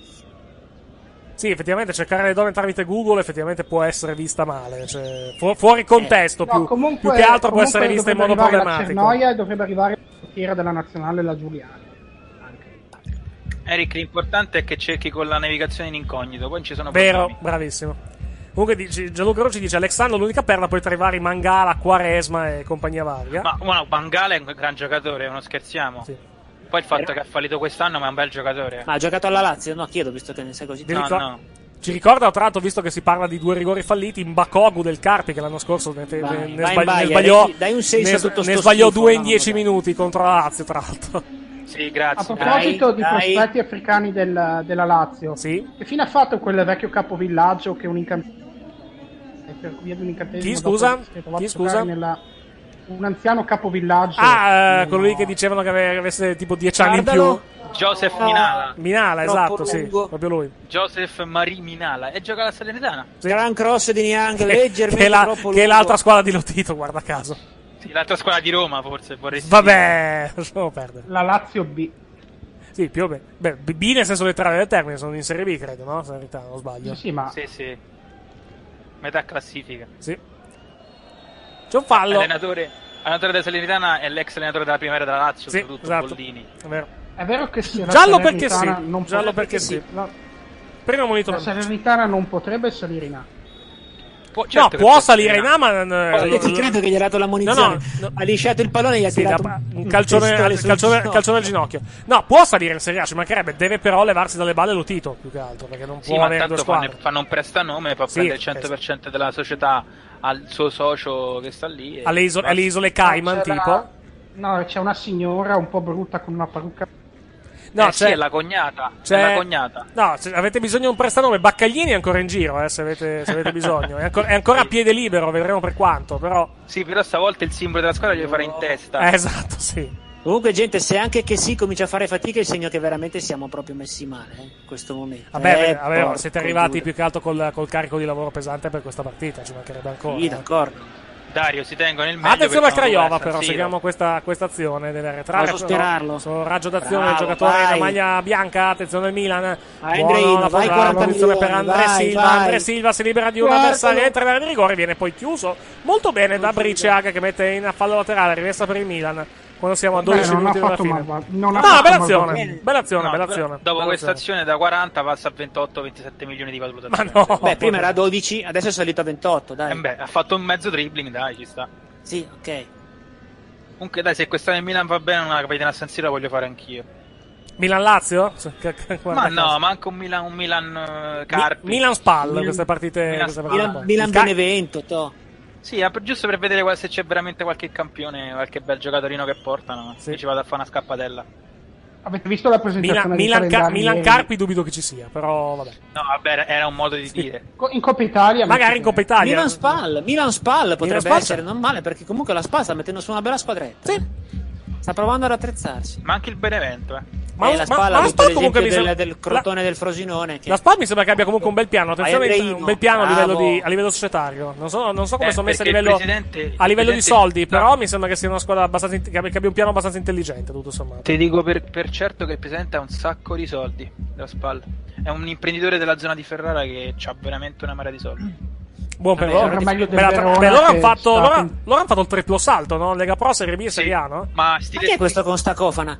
Speaker 2: Sì, effettivamente cercare le donne tramite Google effettivamente può essere vista male, cioè, fu- fuori contesto più,
Speaker 5: Eh, No, comunque,
Speaker 2: più che altro può
Speaker 5: comunque
Speaker 2: essere vista in
Speaker 5: dovrebbe
Speaker 2: modo
Speaker 5: arrivare la
Speaker 2: problematico.
Speaker 5: Cernoia e dovrebbe arrivare la portiera della nazionale, la Giuliani.
Speaker 4: Eric, l'importante è che cerchi con la navigazione in incognito, poi non ci sono
Speaker 2: Vero,
Speaker 4: problemi.
Speaker 2: bravissimo. Comunque dice- Gianluca Rocci dice Alexandro l'unica perla poi tra i vari Mangala, Quaresma e compagnia varia.
Speaker 4: Ma guarda, Bangala è un gran giocatore, non scherziamo. Poi il fatto che ha fallito quest'anno, ma è un bel giocatore.
Speaker 3: Ah, ha giocato alla Lazio? No, chiedo, visto che ne sai così.
Speaker 2: Ti ricor- Ci ricorda, tra l'altro, visto che si parla di due rigori falliti, Mbakogu del Carpi che l'anno scorso ne, ne- ne
Speaker 3: Vai, vai
Speaker 2: sbagli-
Speaker 3: in
Speaker 2: ne
Speaker 3: Baia,
Speaker 2: sbagliò,
Speaker 3: dai- dai un senso
Speaker 2: ne-
Speaker 3: a tutto
Speaker 2: ne
Speaker 3: sto
Speaker 2: sbagliò
Speaker 3: schifo,
Speaker 2: due in
Speaker 3: no,
Speaker 2: dieci minuti contro la Lazio, tra l'altro.
Speaker 4: Sì, grazie.
Speaker 5: A proposito di prospetti africani del- della Lazio, che fine ha fatto quel vecchio capovillaggio che un incantesimo per via di un incantesimo
Speaker 2: Chi,
Speaker 5: dopo
Speaker 2: scusa?
Speaker 5: si è trovato
Speaker 2: Chi,
Speaker 5: a giocare
Speaker 2: scusa?
Speaker 5: nella- un anziano capovillaggio
Speaker 2: Ah, eh, quello lì che dicevano che ave- avesse tipo dieci anni in più.
Speaker 4: Guardalo.
Speaker 3: Ah,
Speaker 4: Joseph Minala.
Speaker 2: Minala, esatto,
Speaker 4: Troppo
Speaker 2: sì,
Speaker 4: lungo.
Speaker 2: proprio lui.
Speaker 4: Joseph Marie Minala. E gioca alla Salernitana.
Speaker 3: Gran cross di Niang, leggermente
Speaker 2: che, è la-
Speaker 3: troppo
Speaker 2: che è
Speaker 3: lungo.
Speaker 2: l'altra squadra di Lotito, guarda caso.
Speaker 4: Sì, l'altra squadra di Roma, forse, vorresti
Speaker 2: Vabbè, lasciamo perdere.
Speaker 5: La Lazio B.
Speaker 2: Sì, più o meno. Beh, B B nel senso letterale del termine, sono in Serie B, credo, no? Se in realtà non sbaglio.
Speaker 4: dire. Sì, sì. Metà classifica.
Speaker 2: Sì. C'è un fallo.
Speaker 4: Allenatore, allenatore della Salernitana è l'ex allenatore della primavera della Lazio,
Speaker 2: Sì,
Speaker 4: soprattutto
Speaker 2: esatto.
Speaker 4: Boldini.
Speaker 2: È vero.
Speaker 5: È vero che sì, la
Speaker 2: Giallo perché sì.
Speaker 5: Salernitana non
Speaker 2: Giallo
Speaker 5: può-
Speaker 2: perché sì.
Speaker 5: La,
Speaker 2: Prima
Speaker 5: la
Speaker 2: monitoraggio.
Speaker 5: Salernitana non potrebbe salire in A.
Speaker 4: Può,
Speaker 2: certo che può può salire in eh, A, salire in A, ma-
Speaker 3: Io ti credo che gli ha dato la munizione. Ha lisciato il pallone e gli ha
Speaker 2: Sì, da-
Speaker 3: tirato
Speaker 2: un calcione,
Speaker 3: pistole
Speaker 2: calcione,
Speaker 3: sul
Speaker 2: calcione,
Speaker 3: ginocchio.
Speaker 2: calcione al ginocchio. No, può salire in Serie A, ci mancherebbe, deve però levarsi dalle balle Lotito più che altro, perché non
Speaker 4: Sì,
Speaker 2: può
Speaker 4: ma
Speaker 2: avere due
Speaker 4: tanto fanno,
Speaker 2: squadre.
Speaker 4: fanno un prestanome, fa
Speaker 2: Sì,
Speaker 4: prendere il 100% della società al suo socio che sta lì. e-
Speaker 2: Alle, iso- alle isole Cayman,
Speaker 5: C'è la-
Speaker 2: tipo.
Speaker 5: No, c'è una signora un po' brutta con una parrucca.
Speaker 2: No,
Speaker 4: Eh sì,
Speaker 2: c'è-
Speaker 4: è la cognata. è
Speaker 2: c'è-
Speaker 4: la cognata.
Speaker 2: No, se avete bisogno di un prestanome, Baccaglini è ancora in giro, eh, se, avete, se avete bisogno. È, ancora- è ancora a piede libero, vedremo per quanto, però...
Speaker 4: Sì, però stavolta il simbolo della squadra glielo farà in testa.
Speaker 2: Eh, esatto, sì.
Speaker 3: Comunque, gente, se anche che sì comincia a fare fatica, è il segno che veramente siamo proprio messi male eh, in questo momento.
Speaker 2: Vabbè,
Speaker 3: Eh,
Speaker 2: vabbè,
Speaker 3: porco
Speaker 2: siete arrivati
Speaker 3: duro.
Speaker 2: più che altro col, col carico di lavoro pesante per questa partita, ci mancherebbe ancora.
Speaker 3: Sì,
Speaker 2: eh.
Speaker 3: d'accordo.
Speaker 4: Dario si tengono nel meglio.
Speaker 2: Attenzione al
Speaker 4: perché non
Speaker 2: Craiova,
Speaker 4: resta il
Speaker 2: però,
Speaker 4: Siro.
Speaker 2: seguiamo questa, questa azione. Deve arretrare.
Speaker 3: Posso sperarlo.
Speaker 2: Sono raggio d'azione del
Speaker 3: Bravo,
Speaker 2: giocatore
Speaker 3: vai.
Speaker 2: della maglia bianca. Attenzione al Milan.
Speaker 3: Vai,
Speaker 2: Buona
Speaker 3: Andreino,
Speaker 2: la
Speaker 3: vai,
Speaker 2: forza,
Speaker 3: 40
Speaker 2: posizione per
Speaker 3: milioni,
Speaker 2: André
Speaker 3: vai,
Speaker 2: Silva.
Speaker 3: vai.
Speaker 2: André Silva si libera di un
Speaker 3: Guardalo.
Speaker 2: avversario. Entra nel rigore, viene poi chiuso molto bene da Briciaga che mette in fallo laterale. Rimessa per il Milan. Quando siamo a 12
Speaker 5: non ha
Speaker 2: minuti dalla
Speaker 5: fatto
Speaker 2: fine.
Speaker 5: mal- non ha
Speaker 2: no,
Speaker 5: fatto
Speaker 2: bella
Speaker 5: mal-
Speaker 2: azione. Bella azione,
Speaker 4: No,
Speaker 2: bella
Speaker 4: do-
Speaker 2: azione.
Speaker 4: Dopo
Speaker 2: bella
Speaker 4: questa
Speaker 2: azione.
Speaker 4: azione da 40 passa a 28-27 milioni di valutazione.
Speaker 3: Beh, prima era 12, adesso è salito a 28, dai.
Speaker 4: Eh beh, ha fatto un mezzo dribbling, dai, ci sta.
Speaker 3: Sì, ok.
Speaker 4: Comunque dai, se quest'anno il Milan va bene una capitina a San Siro la voglio fare anch'io.
Speaker 2: Milan-Lazio? Cioè, Guarda
Speaker 4: ma
Speaker 2: caso.
Speaker 4: no, ma anche un Milan, un Milan eh, Carpi.
Speaker 2: Milan-Spal, queste partite-
Speaker 4: Milan-
Speaker 2: queste partite
Speaker 4: Milan-
Speaker 2: qua.
Speaker 3: Milan
Speaker 2: Ca-
Speaker 3: Benevento, to.
Speaker 4: Sì, ah, per- giusto per vedere qua se c'è veramente qualche campione, qualche bel giocatorino che portano. Che ci vado a fare una scappatella.
Speaker 5: Avete visto la
Speaker 2: Milan,
Speaker 3: diciamo
Speaker 5: presentazione di
Speaker 2: Milan, Ca-
Speaker 5: Calendari
Speaker 2: Milan
Speaker 5: ieri?
Speaker 2: Carpi dubito che ci sia, però vabbè.
Speaker 4: No, vabbè, era un modo di dire.
Speaker 5: Co- In Coppa Italia.
Speaker 2: Magari in Coppa Italia.
Speaker 3: Milan Spal, Milan Spal potrebbe
Speaker 2: Spal
Speaker 3: essere non male perché comunque la Spal sta mettendo su una bella squadretta. eh. Sta provando ad attrezzarsi.
Speaker 4: Ma anche il Benevento, eh.
Speaker 2: Ma-
Speaker 3: Eh, la Spal
Speaker 2: ma-
Speaker 3: ha
Speaker 2: ma
Speaker 3: avuto
Speaker 2: Spal
Speaker 3: l'esempio
Speaker 2: comunque mi
Speaker 3: del,
Speaker 2: sembra-
Speaker 3: del crotone del Frosinone. Che...
Speaker 2: La Spal mi sembra che abbia comunque un bel piano. Attenzione,
Speaker 3: Vai,
Speaker 2: un-
Speaker 3: Andreino,
Speaker 2: un bel piano a livello, di-
Speaker 3: bravo.
Speaker 2: a livello societario. Non so, non so come
Speaker 4: Eh,
Speaker 2: sono messi a
Speaker 4: perché il
Speaker 2: livello,
Speaker 4: presidente-
Speaker 2: a livello
Speaker 4: il
Speaker 2: di
Speaker 4: presidente-
Speaker 2: soldi,
Speaker 4: no.
Speaker 2: però mi sembra che sia una squadra abbastanza int- che abbia che abbia un piano abbastanza intelligente, tutto sommato.
Speaker 4: Ti dico per, per certo che il presidente ha un sacco di soldi della spalla. È un imprenditore della zona di Ferrara che ha veramente una marea di soldi.
Speaker 2: Buon per
Speaker 4: Vabbè,
Speaker 2: loro.
Speaker 4: era meglio
Speaker 2: Beh,
Speaker 4: del
Speaker 2: la- beh,
Speaker 4: Verona
Speaker 2: loro,
Speaker 4: che
Speaker 2: hanno fatto,
Speaker 4: sta-
Speaker 2: loro, loro hanno fatto il triplo salto, no? Lega Pro, Serie B e Serie A, no?
Speaker 4: Ma stile
Speaker 3: Ma chi è questo con sta cofana?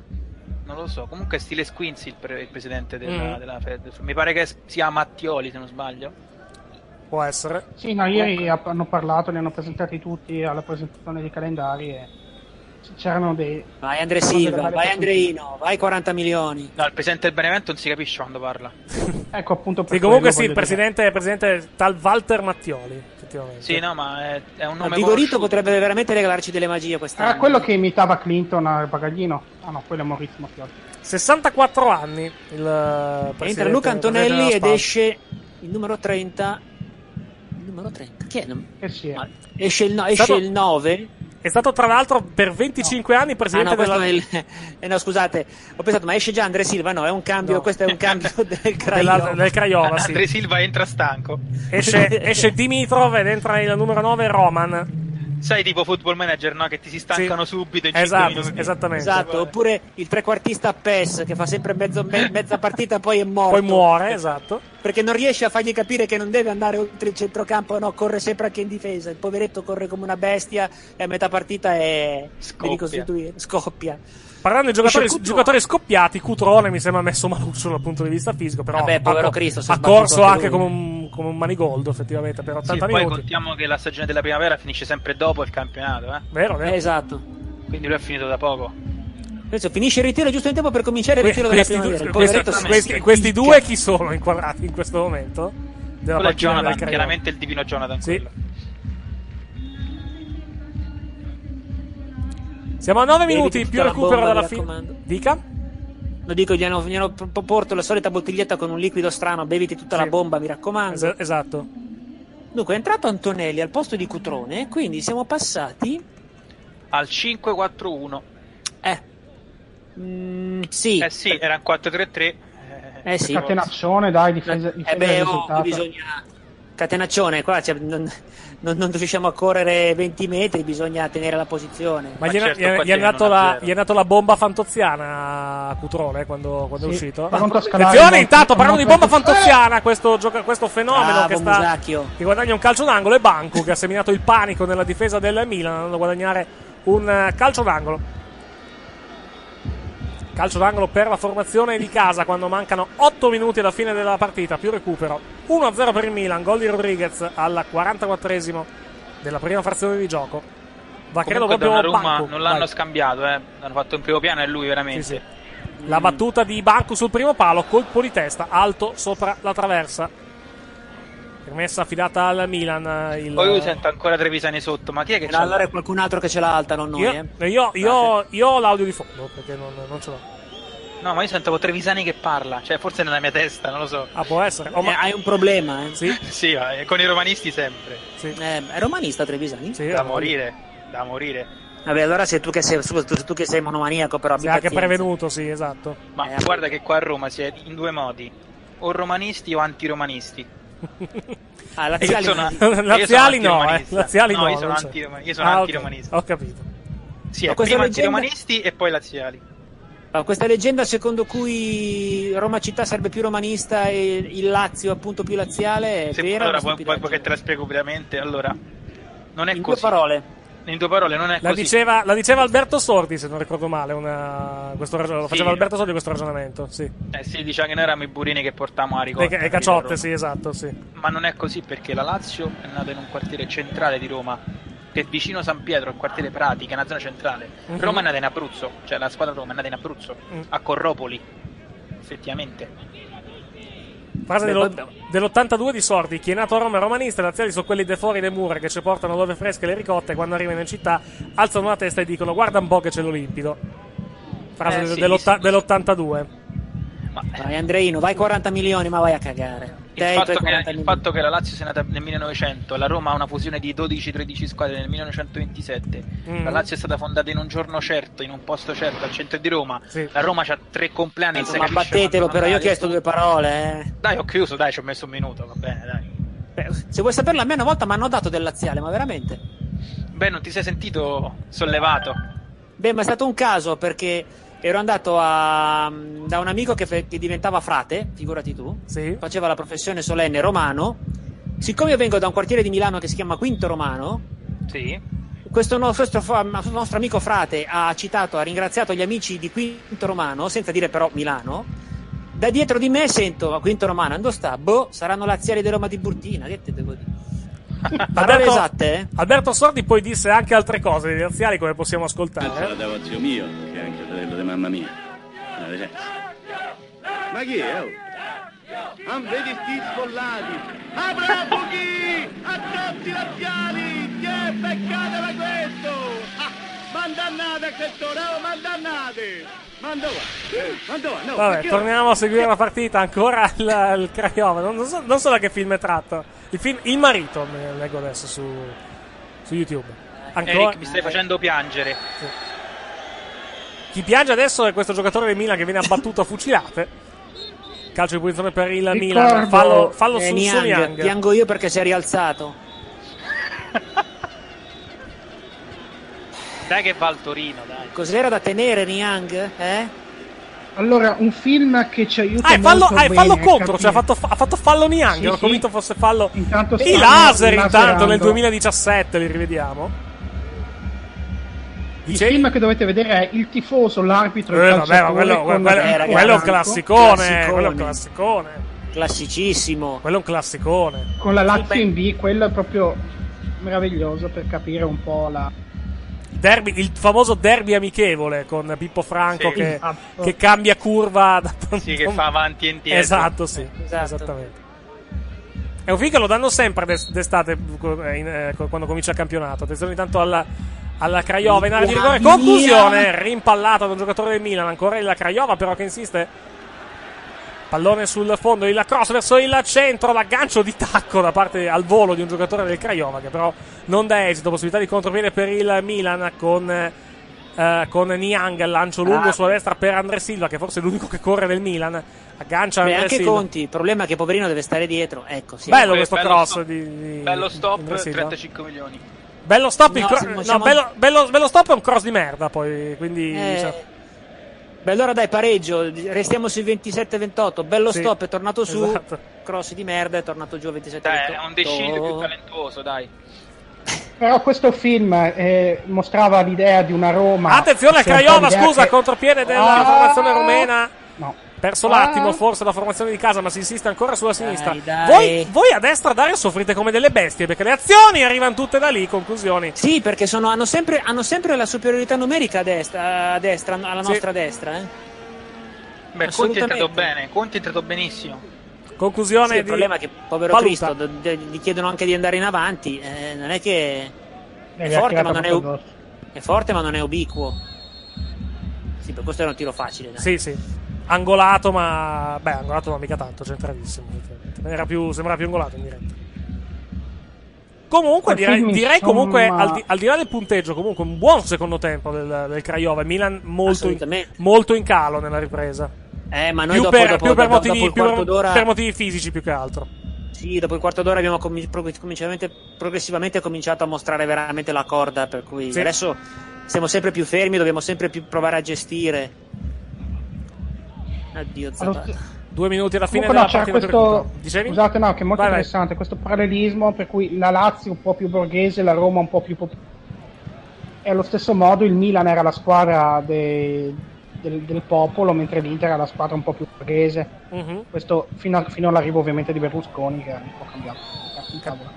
Speaker 4: Non lo so, comunque è stile Squinzi il, pre- il presidente della,
Speaker 2: Mm.
Speaker 4: della Fed. Mi pare che sia Mattioli, se non sbaglio.
Speaker 2: Può essere.
Speaker 5: Sì, no, ieri ha- hanno parlato, li hanno presentati tutti alla presentazione dei calendari e c'erano dei...
Speaker 3: Vai Andre
Speaker 5: c'erano delle
Speaker 3: Silva,
Speaker 5: varie
Speaker 3: vai
Speaker 5: possibilità.
Speaker 3: Andreino, vai 40 milioni.
Speaker 4: No, il presidente del Benevento non si capisce quando parla.
Speaker 5: Ecco appunto per
Speaker 2: Sì, comunque
Speaker 5: quello
Speaker 2: sì, il
Speaker 5: voglio dire.
Speaker 2: presidente, il presidente tal Walter Mattioli, effettivamente.
Speaker 4: Sì, no, ma è, è un
Speaker 3: Ma
Speaker 4: nome
Speaker 3: Vigorito
Speaker 4: conosciuto.
Speaker 3: potrebbe veramente regalarci delle magie quest'anno.
Speaker 5: Era Ah, quello che imitava Clinton al bagaglino. Ah no, quello è Maurizio Mattioli.
Speaker 2: 64 anni il eh, presidente. il
Speaker 3: Entra Luca
Speaker 2: presidente della
Speaker 3: Antonelli ed
Speaker 2: Spal.
Speaker 3: esce il numero 30. Il numero 30? Chi è? Non- Ma Esce il, no-
Speaker 2: È
Speaker 3: esce
Speaker 2: stato-
Speaker 3: il 9.
Speaker 2: È stato tra l'altro per 25 anni
Speaker 3: Ah, no,
Speaker 2: presidente
Speaker 3: questo
Speaker 2: della
Speaker 3: è il... eh, no, scusate, ho pensato, ma esce già Andre Silva? No, è un cambio,
Speaker 2: No.
Speaker 3: questo è un cambio del
Speaker 2: della-
Speaker 3: Craiova.
Speaker 2: del Craiova, sì.
Speaker 4: Andre Silva entra stanco.
Speaker 2: Esce, esce Dimitrov ed entra il numero 9 Roman.
Speaker 4: Sai, tipo football manager, no? Che ti si stancano subito in
Speaker 2: Esatto,
Speaker 4: 5 minuti.
Speaker 2: esattamente.
Speaker 3: Esatto, oppure il trequartista PES che fa sempre mezzo- me- mezza partita poi è morto.
Speaker 2: Poi muore, esatto.
Speaker 3: Perché non riesce a fargli capire che non deve andare oltre il centrocampo, no, corre sempre anche in difesa. Il poveretto corre come una bestia e a metà partita è... devi
Speaker 4: Scoppia.
Speaker 3: costituire- Scoppia.
Speaker 2: Parlando di giocatori,
Speaker 3: Esce Cutrone.
Speaker 2: giocatori scoppiati, Cutrone mi sembra messo maluccio dal punto di vista fisico, però
Speaker 3: Vabbè, povero
Speaker 2: ha,
Speaker 3: Cristo, si è
Speaker 2: ha corso
Speaker 3: sbattuto anche
Speaker 2: anche
Speaker 3: lui.
Speaker 2: come un, come un manigoldo effettivamente per 80
Speaker 4: Sì, poi
Speaker 2: minuti.
Speaker 4: contiamo che la stagione della primavera finisce sempre dopo il campionato, eh?
Speaker 2: Vero, vero.
Speaker 3: esatto.
Speaker 4: Quindi lui è finito da poco.
Speaker 3: Adesso finisce il ritiro giusto in tempo per cominciare il
Speaker 2: Que-
Speaker 3: ritiro della
Speaker 2: questi, due-
Speaker 3: primavera. Il
Speaker 2: questi-
Speaker 3: poveretto si-
Speaker 2: questi-
Speaker 3: si-
Speaker 2: questi due chi sono inquadrati in questo momento? Della
Speaker 4: Quello è
Speaker 2: partita del
Speaker 4: Jonathan,
Speaker 2: Cagliari.
Speaker 4: chiaramente il divino Jonathan.
Speaker 2: Sì. Siamo a 9
Speaker 3: Devi
Speaker 2: minuti
Speaker 3: tutta
Speaker 2: più
Speaker 3: la
Speaker 2: recupero
Speaker 3: bomba,
Speaker 2: dalla
Speaker 3: mi
Speaker 2: fine.
Speaker 3: raccomando.
Speaker 2: Dica?
Speaker 3: Lo dico, gli hanno, gli hanno p- porto la solita bottiglietta con un liquido strano, beviti tutta la bomba, mi raccomando.
Speaker 2: Es- esatto.
Speaker 3: Dunque, è entrato Antonelli al posto di Cutrone, quindi siamo passati.
Speaker 4: Al 5-4-1.
Speaker 3: Eh. Mm, sì.
Speaker 4: Eh sì, era un 4-3-3.
Speaker 3: Eh sì.
Speaker 5: Catenaccione, dai, difesa, difesa
Speaker 3: Eh beh,
Speaker 5: del
Speaker 3: oh,
Speaker 5: risultato.
Speaker 3: bisogna. Catenaccione, qua cioè, non, non- non riusciamo a correre 20 metri, bisogna tenere la posizione.
Speaker 2: Ma, gli, è-
Speaker 4: certo,
Speaker 2: gli è-
Speaker 4: qua
Speaker 2: gli è
Speaker 4: c'era
Speaker 2: nato
Speaker 4: un
Speaker 2: la,
Speaker 4: zero.
Speaker 2: gli è nato la bomba fantoziana a Cutrone quando, quando è
Speaker 5: Sì,
Speaker 2: uscito.
Speaker 5: pronto a scalare
Speaker 2: Attenzione,
Speaker 5: molto-
Speaker 2: intanto parlando di bomba
Speaker 5: molto-
Speaker 2: fantoziana, questo, gioca- questo fenomeno
Speaker 3: Bravo,
Speaker 2: che sta
Speaker 3: Musacchio.
Speaker 2: che guadagna un calcio d'angolo è Banco che ha seminato il panico nella difesa del Milan andando a guadagnare un eh, calcio d'angolo. Calcio d'angolo per la formazione di casa quando mancano 8 minuti alla fine della partita, più recupero. 1-0 per il Milan, gol di Rodriguez al 44esimo della prima frazione di gioco. Va credo
Speaker 4: Comunque
Speaker 2: proprio
Speaker 4: Donnarumma
Speaker 2: Banco.
Speaker 4: non l'hanno
Speaker 2: Vai.
Speaker 4: scambiato, eh. L'hanno fatto in primo piano e lui veramente.
Speaker 2: Sì, sì. La battuta di Banco sul primo palo, colpo di testa, alto sopra la traversa. Permessa affidata al Milan. eh, Il...
Speaker 4: Poi io sento ancora Trevisani sotto, ma chi
Speaker 2: Eh,
Speaker 4: è che
Speaker 3: Era
Speaker 4: c'ha?
Speaker 3: allora è qualcun altro che ce l'ha alta, non noi.
Speaker 2: Io,
Speaker 3: eh.
Speaker 2: io, io, io ho l'audio di fondo perché non, non ce l'ho.
Speaker 4: No, ma io sento Trevisani che parla, cioè forse nella mia testa, non lo so.
Speaker 2: Ah, può essere. Oh,
Speaker 3: Eh,
Speaker 2: ma...
Speaker 3: hai un problema, eh.
Speaker 2: Sì,
Speaker 4: Sì, ma, eh, con i romanisti sempre.
Speaker 2: sì.
Speaker 3: Eh, è romanista Trevisani?
Speaker 2: sì,
Speaker 4: Da
Speaker 2: eh,
Speaker 4: morire, da morire.
Speaker 3: Vabbè, allora sei tu che sei, scusa, tu, tu che sei monomaniaco, però
Speaker 2: Sì,
Speaker 3: abbi
Speaker 2: anche
Speaker 3: pazienza.
Speaker 2: prevenuto, sì, esatto.
Speaker 4: Ma
Speaker 3: Eh,
Speaker 4: guarda che qua a Roma si è in due modi. O romanisti o antiromanisti.
Speaker 3: Ah,
Speaker 4: Eh, Io
Speaker 3: laziali,
Speaker 4: sono-
Speaker 3: quindi.
Speaker 4: io sono
Speaker 2: Laziali no, eh.
Speaker 4: antiromanista.
Speaker 2: Laziali no.
Speaker 4: No, io sono
Speaker 2: non c'è. Ah,
Speaker 4: antiromanista, io sono
Speaker 2: ok,
Speaker 4: antiromanista.
Speaker 2: Ho capito.
Speaker 4: Sì,
Speaker 3: Ma questa
Speaker 4: è prima
Speaker 3: leggenda-
Speaker 4: antiromanisti e poi laziali.
Speaker 3: Ma questa leggenda secondo cui Roma città sarebbe più romanista e il Lazio appunto più laziale è
Speaker 4: Se-
Speaker 3: vera? o una
Speaker 4: allora, vuoi, vuoi
Speaker 3: stupidaggine?
Speaker 4: che te la spiego brevemente? Allora, non è
Speaker 3: In due
Speaker 4: così.
Speaker 3: parole.
Speaker 4: In due parole, non è
Speaker 2: La
Speaker 4: così.
Speaker 2: diceva, la diceva Alberto Sordi, se non ricordo male, una... questo ragion- lo
Speaker 4: Sì.
Speaker 2: faceva Alberto Sordi questo ragionamento, sì.
Speaker 4: Eh, sì, diciamo che noi eravamo i burini che portavamo a
Speaker 2: Le,
Speaker 4: ricordo.
Speaker 2: le cacciotte, sì, esatto, sì.
Speaker 4: Ma non è così perché la Lazio è nata in un quartiere centrale di Roma, che è vicino San Pietro, il quartiere Prati, che è una zona centrale.
Speaker 2: Mhm.
Speaker 4: Roma è nata in Abruzzo, cioè la squadra Roma è nata in Abruzzo,
Speaker 2: Mm.
Speaker 4: a Corropoli, effettivamente.
Speaker 2: Frase
Speaker 3: Beh,
Speaker 2: dello-
Speaker 3: poi-
Speaker 2: dell'82 di Sordi, chi è nato a Roma è romanista, i laziali sono quelli de fuori le mura che ci portano l'ove fresca e le ricotte e quando arrivano in città alzano la testa e dicono guarda un po' che c'è l'Olimpido. Frase
Speaker 4: Eh,
Speaker 2: del-
Speaker 4: sì,
Speaker 2: dell'otta-
Speaker 4: sì.
Speaker 2: dell'82.
Speaker 4: Ma
Speaker 3: Vai Andreino, vai 40 milioni, ma vai a cagare.
Speaker 4: il
Speaker 3: Te i tuoi
Speaker 4: fatto,
Speaker 3: 40
Speaker 4: che, il
Speaker 3: milioni.
Speaker 4: fatto che la Lazio sia nata nel 1900, la Roma ha una fusione di 12-13 squadre nel 1927,
Speaker 2: Mm.
Speaker 4: la Lazio è stata fondata in un giorno certo, in un posto certo, al centro di Roma,
Speaker 2: Sì.
Speaker 4: la Roma ha tre compleanni non si
Speaker 3: Ecco, Ma
Speaker 4: capisce
Speaker 3: battetelo,
Speaker 4: quando
Speaker 3: però io ho
Speaker 4: Natale.
Speaker 3: chiesto due parole. eh.
Speaker 4: Dai, ho chiuso, dai, ci ho messo un minuto, va bene, dai.
Speaker 3: Beh, se vuoi saperla, a me una volta mi hanno dato del laziale, ma veramente?
Speaker 4: Beh, non ti sei sentito sollevato.
Speaker 3: Beh, ma è stato un caso perché ero andato a- mm, da un amico che, fe- che diventava frate, figurati tu,
Speaker 2: Sì.
Speaker 3: faceva la professione solenne romano. Siccome io vengo da un quartiere di Milano che si chiama Quinto Romano,
Speaker 4: Sì.
Speaker 3: questo no- questo fa- nostro amico frate ha citato, ha ringraziato gli amici di Quinto Romano, senza dire però Milano. Da dietro di me sento a Quinto Romano, ando sta, boh, saranno laziali di Roma di Burtina, che te devo dire? Parole
Speaker 2: Alberto,
Speaker 3: esatte, eh?
Speaker 2: Alberto Sordi poi disse anche altre cose dei laziali come possiamo ascoltare. eh?
Speaker 10: la davo a zio mio, che è anche il fratello di mamma mia. Ah, vedete? Ma chi è? Oh? Han vedi sti sfollati! Abrafughi! A tutti razziali! Che peccato è questo! Ah, mandannate a quest'ora, oh, mandannate! Mando qua! eh, Mando qua! No,
Speaker 2: Vabbè,
Speaker 10: perché-
Speaker 2: torniamo a seguire la partita. Ancora il, il Craiova. Non, non so, non so da che film è tratto. Il film Il marito, me leggo adesso su, su YouTube. Ancora,
Speaker 4: Eric, mi stai facendo piangere.
Speaker 2: chi piange adesso è questo giocatore del Milan che viene abbattuto a fucilate. Calcio di punizione per il
Speaker 5: Ricordo-
Speaker 2: Milan. Fallo, fallo su,
Speaker 3: Eh,
Speaker 2: su
Speaker 3: Niang,
Speaker 2: Niang.
Speaker 3: piango io perché si è rialzato.
Speaker 4: Dai che va al Torino, dai.
Speaker 3: Cos'era da tenere Niang? Eh?
Speaker 5: Allora, un film che ci aiuta
Speaker 2: Ah, e fallo,
Speaker 5: molto
Speaker 2: ah, e
Speaker 5: bene
Speaker 2: fallo
Speaker 5: a
Speaker 2: contro, cioè ha
Speaker 5: capire-
Speaker 2: fatto, fa- ha fatto fallo Niang.
Speaker 5: Sì,
Speaker 2: Ero
Speaker 5: sì.
Speaker 2: convinto fosse fallo.
Speaker 5: Intanto
Speaker 2: I
Speaker 5: stanno
Speaker 2: laser, intanto,
Speaker 5: laserando.
Speaker 2: nel 2017 li rivediamo.
Speaker 5: Il film che dovete vedere è Il tifoso, l'arbitro e
Speaker 2: Eh,
Speaker 5: il
Speaker 2: vabbè, ma
Speaker 5: calciatore.
Speaker 2: quello,
Speaker 5: con
Speaker 2: quello-
Speaker 5: la
Speaker 2: quello
Speaker 5: pippa
Speaker 2: è un
Speaker 5: bianco.
Speaker 2: classicone, quello è un classicone. Classicissimo. Quello è un classicone.
Speaker 5: Con la Lazio in B, quello è proprio meraviglioso per capire un po' la...
Speaker 2: Derby- il famoso derby amichevole con Pippo Franco
Speaker 5: Sì.
Speaker 2: che,
Speaker 5: Esatto.
Speaker 2: che cambia curva da
Speaker 4: Ah, oh. Sì, che fa avanti e indietro.
Speaker 2: Esatto, sì. Esattamente. È un film che lo danno sempre d'es- d'estate co- eh, in- eh, co- quando comincia il campionato. Attenzione intanto alla, alla Craiova in area di rigore.
Speaker 7: Guardia!
Speaker 2: Conclusione rimpallata da un giocatore del Milan. Ancora la Craiova però che insiste. Pallone sul fondo, il cross verso il centro, l'aggancio di tacco da parte al volo di un giocatore del Craiova che però non dà esito, possibilità di contropiede per il Milan con, eh, con Niang, lancio lungo
Speaker 3: Ah.
Speaker 2: sulla destra per Andre Silva che forse è l'unico che corre del Milan, aggancia
Speaker 3: Beh,
Speaker 2: Andre
Speaker 3: anche
Speaker 2: Silva.
Speaker 3: Conti, il problema è che poverino deve stare dietro. Ecco, sì.
Speaker 2: Bello questo cross di, di- eh.
Speaker 4: Bello
Speaker 2: di
Speaker 4: stop,
Speaker 2: Andre Silva.
Speaker 4: 35 milioni.
Speaker 2: Bello stop, il
Speaker 4: No,
Speaker 2: cro-
Speaker 4: siamo-
Speaker 2: no,
Speaker 4: siamo-
Speaker 2: bello, bello- bello stop è un cross di merda poi, quindi...
Speaker 3: Eh,
Speaker 2: cioè-
Speaker 3: Beh, allora dai, pareggio, restiamo sui 27-28. Bello
Speaker 2: Sì,
Speaker 3: stop, è tornato su.
Speaker 2: esatto.
Speaker 3: Cross di merda, è tornato giù a Oh. 27-28.
Speaker 4: Dai, è un decilio più talentuoso, dai.
Speaker 5: Però questo film eh, mostrava l'idea di una Roma...
Speaker 2: Attenzione a
Speaker 5: sempre
Speaker 2: Craiova,
Speaker 5: l'idea
Speaker 2: scusa,
Speaker 5: che-
Speaker 2: contropiede della
Speaker 5: Ah!
Speaker 2: formazione rumena.
Speaker 5: No.
Speaker 2: Perso l'attimo, forse la formazione di casa, ma si insiste ancora sulla sinistra.
Speaker 3: Ah. dai.
Speaker 2: Voi, voi a destra, Dario, soffrite come delle bestie perché le azioni arrivano tutte da lì. Conclusioni.
Speaker 3: Sì, perché sono- hanno, sempre, hanno sempre la superiorità numerica a destra, a destra, alla
Speaker 2: Sì.
Speaker 3: nostra destra. Eh.
Speaker 4: Beh, Conti è entrato bene, Conti è entrato benissimo.
Speaker 2: Conclusione
Speaker 3: Sì, il
Speaker 2: di-
Speaker 3: problema è che, povero
Speaker 2: Paluta.
Speaker 3: Cristo, d- d- gli chiedono anche di andare in avanti. eh, non è che.
Speaker 5: Eh,
Speaker 3: È
Speaker 5: gli ha
Speaker 3: forte, ma
Speaker 5: tirato
Speaker 3: non è,
Speaker 5: proprio
Speaker 3: u- è forte, ma non è ubiquo. Sì, per questo era un tiro facile. dai.
Speaker 2: Sì, sì. Angolato, ma. Beh, angolato ma mica tanto, cioè, centralissimo. Era più, sembrava più angolato in diretta. Comunque,
Speaker 5: Quel
Speaker 2: direi,
Speaker 5: film,
Speaker 2: direi
Speaker 5: insomma-
Speaker 2: comunque al di, al di là del punteggio, comunque un buon secondo tempo del, del Craiova. e Milan molto in, molto in calo nella ripresa.
Speaker 3: Eh, ma noi
Speaker 2: più
Speaker 3: dopo,
Speaker 2: per,
Speaker 3: dopo-
Speaker 2: più per
Speaker 3: dopo-
Speaker 2: motivi,
Speaker 3: dopo il
Speaker 2: più per,
Speaker 3: quarto d'ora.
Speaker 2: per motivi fisici più che altro.
Speaker 3: Sì, dopo il quarto d'ora abbiamo com- pro- cominciamente- progressivamente cominciato a mostrare veramente la corda, per cui
Speaker 2: Sì.
Speaker 3: adesso siamo sempre più fermi, dobbiamo sempre più provare a gestire. Addio Zapata.
Speaker 2: Due minuti alla fine
Speaker 5: Comunque no,
Speaker 2: della
Speaker 5: c'era
Speaker 2: partita.
Speaker 5: questo.
Speaker 2: per- Dicevi?
Speaker 5: Scusate, no, che è molto
Speaker 2: Vai, vai.
Speaker 5: interessante. Questo parallelismo per cui la Lazio un po' più borghese, la Roma un po' più popolare. E allo stesso modo il Milan era la squadra de- del, del popolo, mentre l'Inter era la squadra un po' più borghese.
Speaker 2: Mhm.
Speaker 5: Questo fino, a- fino all'arrivo ovviamente di Berlusconi, che ha un po' cambiato. il tavolo.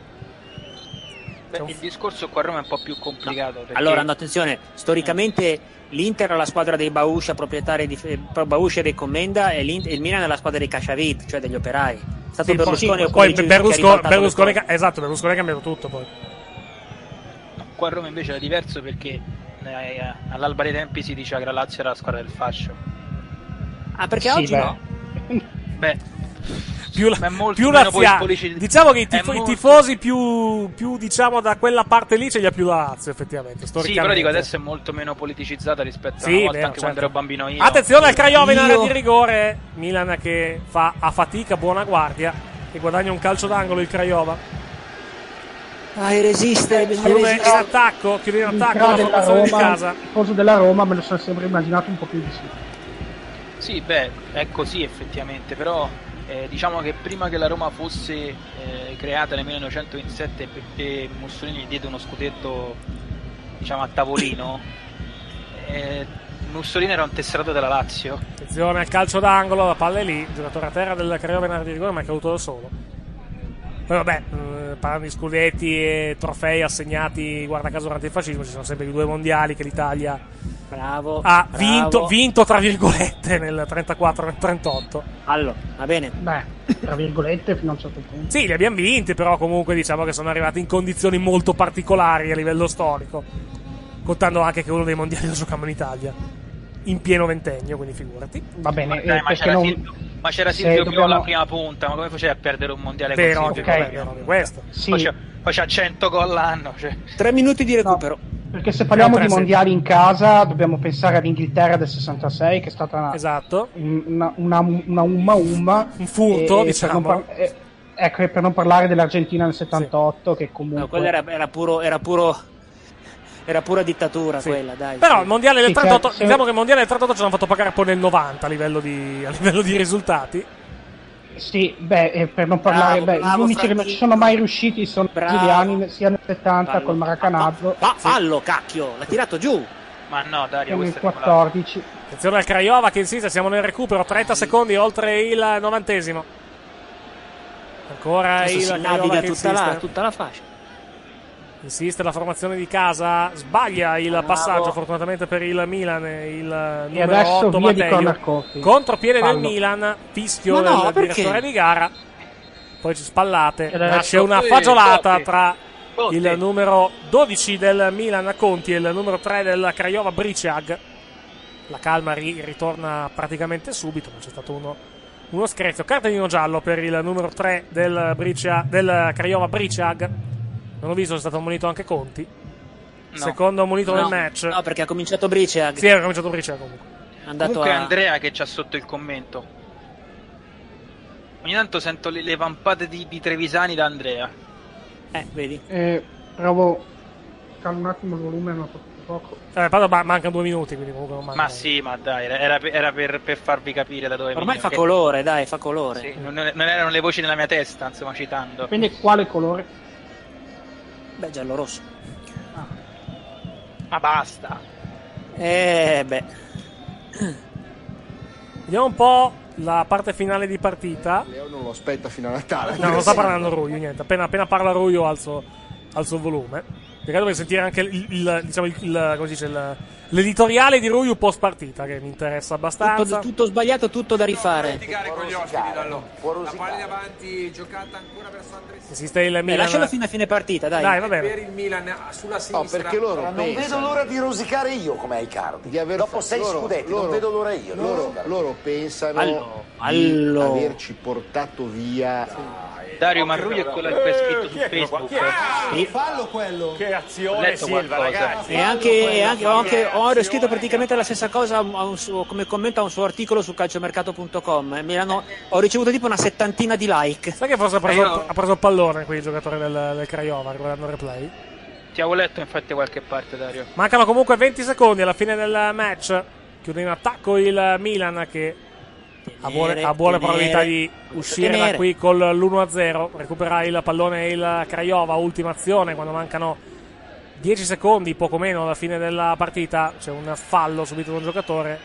Speaker 4: Beh, il discorso qua a Roma è un po' più complicato. perché-
Speaker 3: Allora, no, attenzione, storicamente l'Inter era la squadra dei Bauscia, proprietari di eh, Bauscia e dei Commenda, e l'In- e il Milan era la squadra dei Casciavit, cioè degli operai. È stato
Speaker 2: Sì, poi-
Speaker 3: Berlusconi o
Speaker 2: poi
Speaker 3: Giusto che ha
Speaker 2: Berlusconi,
Speaker 3: ribaltato le
Speaker 2: Berlusconi-
Speaker 3: cose.
Speaker 2: esatto, Berlusconi ha cambiato tutto poi.
Speaker 4: Qua a Roma invece era diverso perché eh, all'alba dei tempi si diceva che la Lazio era la squadra del fascio.
Speaker 3: Ah, perché
Speaker 4: Sì,
Speaker 3: oggi
Speaker 4: beh.
Speaker 3: no?
Speaker 4: Beh,
Speaker 2: Più, la-
Speaker 4: ma è molto
Speaker 2: più
Speaker 4: meno
Speaker 2: lazia-
Speaker 4: poi il pollice di-
Speaker 2: Diciamo che i, tifo-
Speaker 4: è
Speaker 2: i
Speaker 4: molto-
Speaker 2: tifosi più, più, diciamo, da quella parte lì ce li ha più la Lazio, effettivamente.
Speaker 4: Sì,
Speaker 2: Storicamente.
Speaker 4: però dico adesso è molto meno politicizzata rispetto
Speaker 2: Sì,
Speaker 4: a una volta
Speaker 2: vero,
Speaker 4: anche quando
Speaker 2: certo.
Speaker 4: ero bambino io.
Speaker 2: Attenzione al Craiova in area
Speaker 4: Io-
Speaker 2: di rigore. Milan che fa a fatica, buona guardia. E guadagna un calcio d'angolo il Craiova.
Speaker 3: Dai, resistere, bisogna
Speaker 2: Chiude in
Speaker 3: resistere.
Speaker 2: attacco, chiude in attacco
Speaker 5: L'entrata
Speaker 2: la
Speaker 5: della
Speaker 2: formazione di
Speaker 5: Roma,
Speaker 2: casa.
Speaker 5: il tifoso della Roma me lo sono sempre immaginato un po' più di sì.
Speaker 4: Sì, beh, è così effettivamente, però eh, diciamo che prima che la Roma fosse eh, creata nel 1927 perché Mussolini gli diede uno scudetto diciamo a tavolino, eh, Mussolini era un tesserato della Lazio.
Speaker 2: Attenzione al calcio d'angolo, la palla è lì. Il giocatore a terra del Craiova in area di rigore, ma è caduto da solo. Poi vabbè, eh, parlando di scudetti e trofei assegnati, guarda caso, durante il fascismo, ci sono sempre i due mondiali che l'Italia
Speaker 3: Bravo.
Speaker 2: ha
Speaker 3: bravo.
Speaker 2: vinto, vinto tra virgolette, nel 34-38.
Speaker 3: Allora, va bene.
Speaker 5: Beh, tra virgolette, fino a un certo punto.
Speaker 2: Sì, li abbiamo vinti, però comunque diciamo che sono arrivati in condizioni molto particolari a livello storico. Contando anche che uno dei mondiali lo giocavamo in Italia. In pieno ventennio, quindi figurati.
Speaker 5: Va
Speaker 4: Ma
Speaker 5: bene,
Speaker 4: dai,
Speaker 5: eh,
Speaker 4: ma
Speaker 5: perché
Speaker 4: c'era,
Speaker 5: non...
Speaker 4: Silvio, ma c'era
Speaker 5: se
Speaker 4: Silvio
Speaker 5: dobbiamo-
Speaker 4: Piola alla prima punta, ma come facevi a perdere un mondiale
Speaker 2: Vero,
Speaker 4: così?
Speaker 2: ok, vero,
Speaker 4: Cioè,
Speaker 2: vero, questo.
Speaker 5: Sì.
Speaker 4: Poi c'ha- poi c'ha 100 gol l'anno. Cioè.
Speaker 3: Tre minuti di recupero.
Speaker 5: Perché se
Speaker 2: Eh,
Speaker 5: parliamo
Speaker 3: Tre,
Speaker 5: di
Speaker 3: sì.
Speaker 5: mondiali in casa dobbiamo pensare all'Inghilterra del 66 che è stata una
Speaker 2: Esatto.
Speaker 5: una, una, una umma umma
Speaker 2: un furto, diciamo.
Speaker 5: ecco e per non parlare dell'Argentina nel 78 che comunque
Speaker 3: No, quella era, era puro, era puro, era pura dittatura quella, dai.
Speaker 2: Però il mondiale del
Speaker 5: Sì,
Speaker 2: 38,
Speaker 5: certo, se-
Speaker 2: diciamo che il mondiale del 38 ce l'hanno fatto pagare poi nel 90 a livello di, a livello di risultati.
Speaker 5: sì beh e per non parlare
Speaker 3: Bravo,
Speaker 5: beh,
Speaker 3: bravo,
Speaker 5: gli unici che non ci sono mai riusciti sono i brasiliani sia nel 70
Speaker 3: Fallo. Ah,
Speaker 2: Ah,
Speaker 5: col Maracanazzo
Speaker 3: Va, fallo, cacchio, l'ha tirato giù.
Speaker 4: Ma no, Dario,
Speaker 5: Siamo in
Speaker 4: questo è
Speaker 5: 14.
Speaker 2: Attenzione al Craiova che insiste, siamo nel recupero, 30 secondi oltre il novantesimo. Ancora
Speaker 3: Adesso
Speaker 2: il
Speaker 3: si
Speaker 2: Craiova
Speaker 3: naviga
Speaker 2: che
Speaker 3: tutta
Speaker 2: insiste.
Speaker 3: la, tutta la fascia.
Speaker 2: Insiste la formazione di casa, sbaglia il
Speaker 3: Bravo.
Speaker 2: passaggio fortunatamente per il Milan, il
Speaker 5: E
Speaker 2: numero
Speaker 5: adesso
Speaker 2: 8
Speaker 5: via di
Speaker 2: Matteo.
Speaker 5: corner Coffey.
Speaker 2: Contropiede del
Speaker 5: Fallo.
Speaker 2: Milan, fischio
Speaker 5: Ma no,
Speaker 2: del
Speaker 5: perché?
Speaker 2: direttore di gara. Poi ci spallate,
Speaker 5: adesso-
Speaker 2: nasce una
Speaker 5: Sì,
Speaker 2: fagiolata
Speaker 5: Totti.
Speaker 2: tra
Speaker 4: Oh,
Speaker 2: il numero 12 del Milan Conti e il numero 3 del Craiova Briciag. La calma ri- ritorna praticamente subito, ma c'è stato uno, uno scherzo. Cartellino giallo per il numero 3 del, Bricia- del Craiova Briciag. Non ho visto, è stato ammonito anche Conti. Secondo ammonito del
Speaker 3: No,
Speaker 2: match.
Speaker 3: No, perché ha cominciato Brice.
Speaker 2: Sì, era cominciato Briciag comunque.
Speaker 3: È andato
Speaker 4: Comunque è
Speaker 3: a...
Speaker 4: Andrea che c'ha sotto il commento. Ogni tanto sento le, le vampate di, di Trevisani da Andrea.
Speaker 3: Eh, vedi.
Speaker 5: Eh, provo calmo un attimo il volume, ma poco- poco.
Speaker 2: Eh, Padova ma- mancano due minuti, quindi comunque non manca.
Speaker 4: Ma sì, ma dai, era- era, per, era per- per farvi capire da dove
Speaker 3: Ormai
Speaker 4: veniva,
Speaker 3: fa
Speaker 4: che-
Speaker 3: colore, dai, fa colore.
Speaker 4: sì, non, non erano le voci nella mia testa, insomma, citando.
Speaker 5: Quindi quale colore?
Speaker 3: Beh, giallo rosso.
Speaker 4: Ma basta.
Speaker 3: Eh, beh.
Speaker 2: Vediamo un po' la parte finale di partita.
Speaker 6: Leo non lo aspetta fino a Natale.
Speaker 2: No, non sta parlando Ruio, niente. Appena, appena parla Ruio alzo, alzo il volume. Peccato per sentire anche il, il- diciamo, il, il- come si dice, il- l'editoriale di Ruio post partita, che mi interessa abbastanza.
Speaker 3: Tutto, tutto sbagliato, tutto da rifare.
Speaker 11: con gli ospiti Dallo. La palla in avanti giocata ancora verso Andresi.
Speaker 2: Esiste il Milan.
Speaker 3: Eh, lascialo fino a fine partita, dai.
Speaker 2: Dai, va bene.
Speaker 11: Per il Milan sulla
Speaker 6: No,
Speaker 11: sinistra.
Speaker 6: perché loro
Speaker 11: Non
Speaker 6: pensano-
Speaker 11: vedo l'ora di rosicare io come ai cardi.
Speaker 6: Dopo
Speaker 11: sei scudetti, non vedo l'ora io, non
Speaker 6: Loro,
Speaker 11: rosicare.
Speaker 6: loro pensano
Speaker 11: Allo-
Speaker 6: di
Speaker 11: allo-
Speaker 6: averci portato via.
Speaker 4: Dario Marrugli è quello che è scritto su Facebook.
Speaker 8: Fallo quello. Che
Speaker 4: Ho
Speaker 7: azione
Speaker 4: letto
Speaker 7: Silva,
Speaker 4: qualcosa.
Speaker 7: ragazzi.
Speaker 3: E anche, e anche- ho, anche- ho scritto praticamente la stessa cosa a un- a un suo- come commento a un suo articolo su calciomercato.com. eh, mi hanno- ho ricevuto tipo una settantina di like.
Speaker 2: Sai che forse ha
Speaker 6: Eh,
Speaker 2: preso, ha preso il pallone qui il giocatore del, del Craiova, guardando il replay.
Speaker 4: Ti avevo letto infatti da qualche parte, Dario.
Speaker 2: Mancano comunque 20 secondi alla fine del match. Chiude in attacco il Milan che ha buone, ha buone
Speaker 3: tenere.
Speaker 2: probabilità di uscire da
Speaker 3: Tenere.
Speaker 2: qui con l'1-0. Recupera il pallone il Craiova, ultima azione quando mancano 10 secondi, poco meno alla fine della partita. C'è un fallo subito da un giocatore.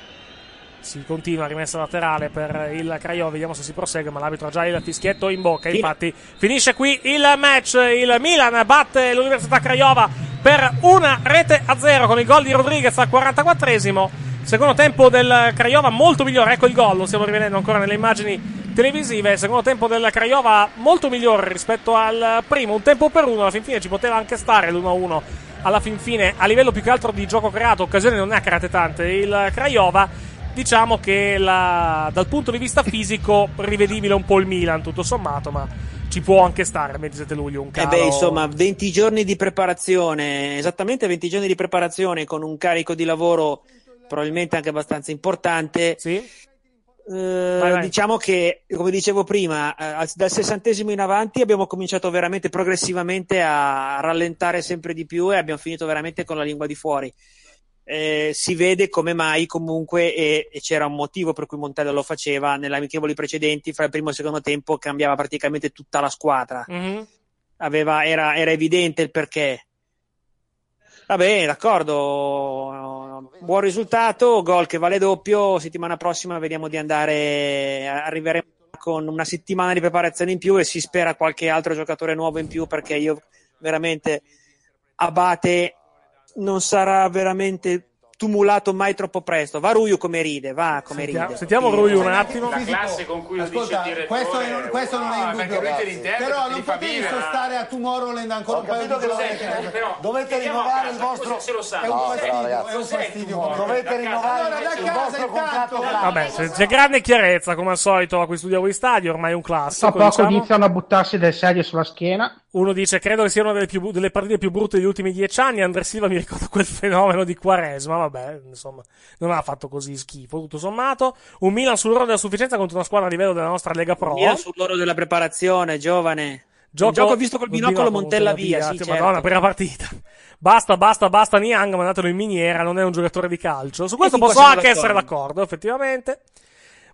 Speaker 2: Si continua rimessa laterale per il Craiova, vediamo se si prosegue, ma l'arbitro ha già il fischietto in bocca.
Speaker 3: Fine.
Speaker 2: Infatti finisce qui il match, il Milan batte l'Università Craiova per una rete a zero con il gol di Rodriguez al 44esimo. Secondo tempo del Craiova molto migliore, ecco il gol, lo stiamo rivedendo ancora nelle immagini televisive. Secondo tempo del Craiova molto migliore rispetto al primo, un tempo per uno, alla fin fine ci poteva anche stare l'1-1. Alla fin fine, a livello più che altro di gioco creato, occasioni non ne ha create tante il Craiova diciamo che la- dal punto di vista fisico rivedibile un po' il Milan tutto sommato ma ci può anche stare il 27 luglio un
Speaker 3: Eh
Speaker 2: calo
Speaker 3: beh, insomma, 20 giorni di preparazione, esattamente 20 giorni di preparazione con un carico di lavoro probabilmente anche abbastanza importante. Eh,
Speaker 2: Vai, vai.
Speaker 3: Diciamo che, come dicevo prima, eh, al- dal sessantesimo in avanti abbiamo cominciato veramente progressivamente a rallentare sempre di più e abbiamo finito veramente con la lingua di fuori. Eh, si vede come mai comunque e, e c'era un motivo per cui Montella lo faceva nelle amichevoli precedenti fra il primo e il secondo tempo cambiava praticamente tutta la squadra
Speaker 2: Mhm.
Speaker 3: aveva, era, era evidente il perché. Va bene, d'accordo. Buon risultato, gol che vale doppio. Settimana prossima vediamo di andare. Arriveremo con una settimana di preparazione in più e si spera qualche altro giocatore nuovo in più perché io veramente Abate non sarà veramente tumulato mai troppo presto. Va Ruiu come ride, va come
Speaker 2: Sentiamo-
Speaker 3: ride.
Speaker 2: sentiamo Ruiu un attimo.
Speaker 7: La classe con cui lo dice il
Speaker 8: Ascolta,
Speaker 7: direttore.
Speaker 8: questo, è, questo non è in dubbio. Però non potevi sostare a Tomorrowland ancora un paio di
Speaker 7: eh,
Speaker 8: giorni.
Speaker 11: Dovete rinnovare il vostro.
Speaker 7: Se lo sa.
Speaker 8: È un fastidio, è un fastidio.
Speaker 11: Dovete rinnovare
Speaker 8: Allora, da
Speaker 11: il
Speaker 8: casa,
Speaker 11: vostro
Speaker 8: intanto.
Speaker 11: contratto.
Speaker 2: vabbè c'è, c'è grande chiarezza come al solito a cui studiavo in stadio ormai è un
Speaker 5: Tra
Speaker 2: classico
Speaker 5: poco
Speaker 2: diciamo.
Speaker 5: iniziano a buttarsi delle sedie sulla schiena.
Speaker 2: uno dice credo che sia una delle, più bu- delle partite più brutte degli ultimi dieci anni Andre Silva mi ricorda quel fenomeno di Quaresma vabbè insomma non ha fatto così schifo tutto sommato un Milan sull'oro della sufficienza contro una squadra a livello della nostra Lega Pro
Speaker 3: Mira sull'oro della preparazione, giovane.
Speaker 2: Gioco,
Speaker 3: Il gioco visto col binocolo Montella via, sì,
Speaker 2: Dio,
Speaker 3: certo.
Speaker 2: Madonna, prima partita. Basta, basta, basta Niang, mandatelo in miniera, non è un giocatore di calcio. Su questo
Speaker 3: fin qua
Speaker 2: posso
Speaker 3: siamo
Speaker 2: anche essere
Speaker 3: d'accordo.
Speaker 2: d'accordo, effettivamente.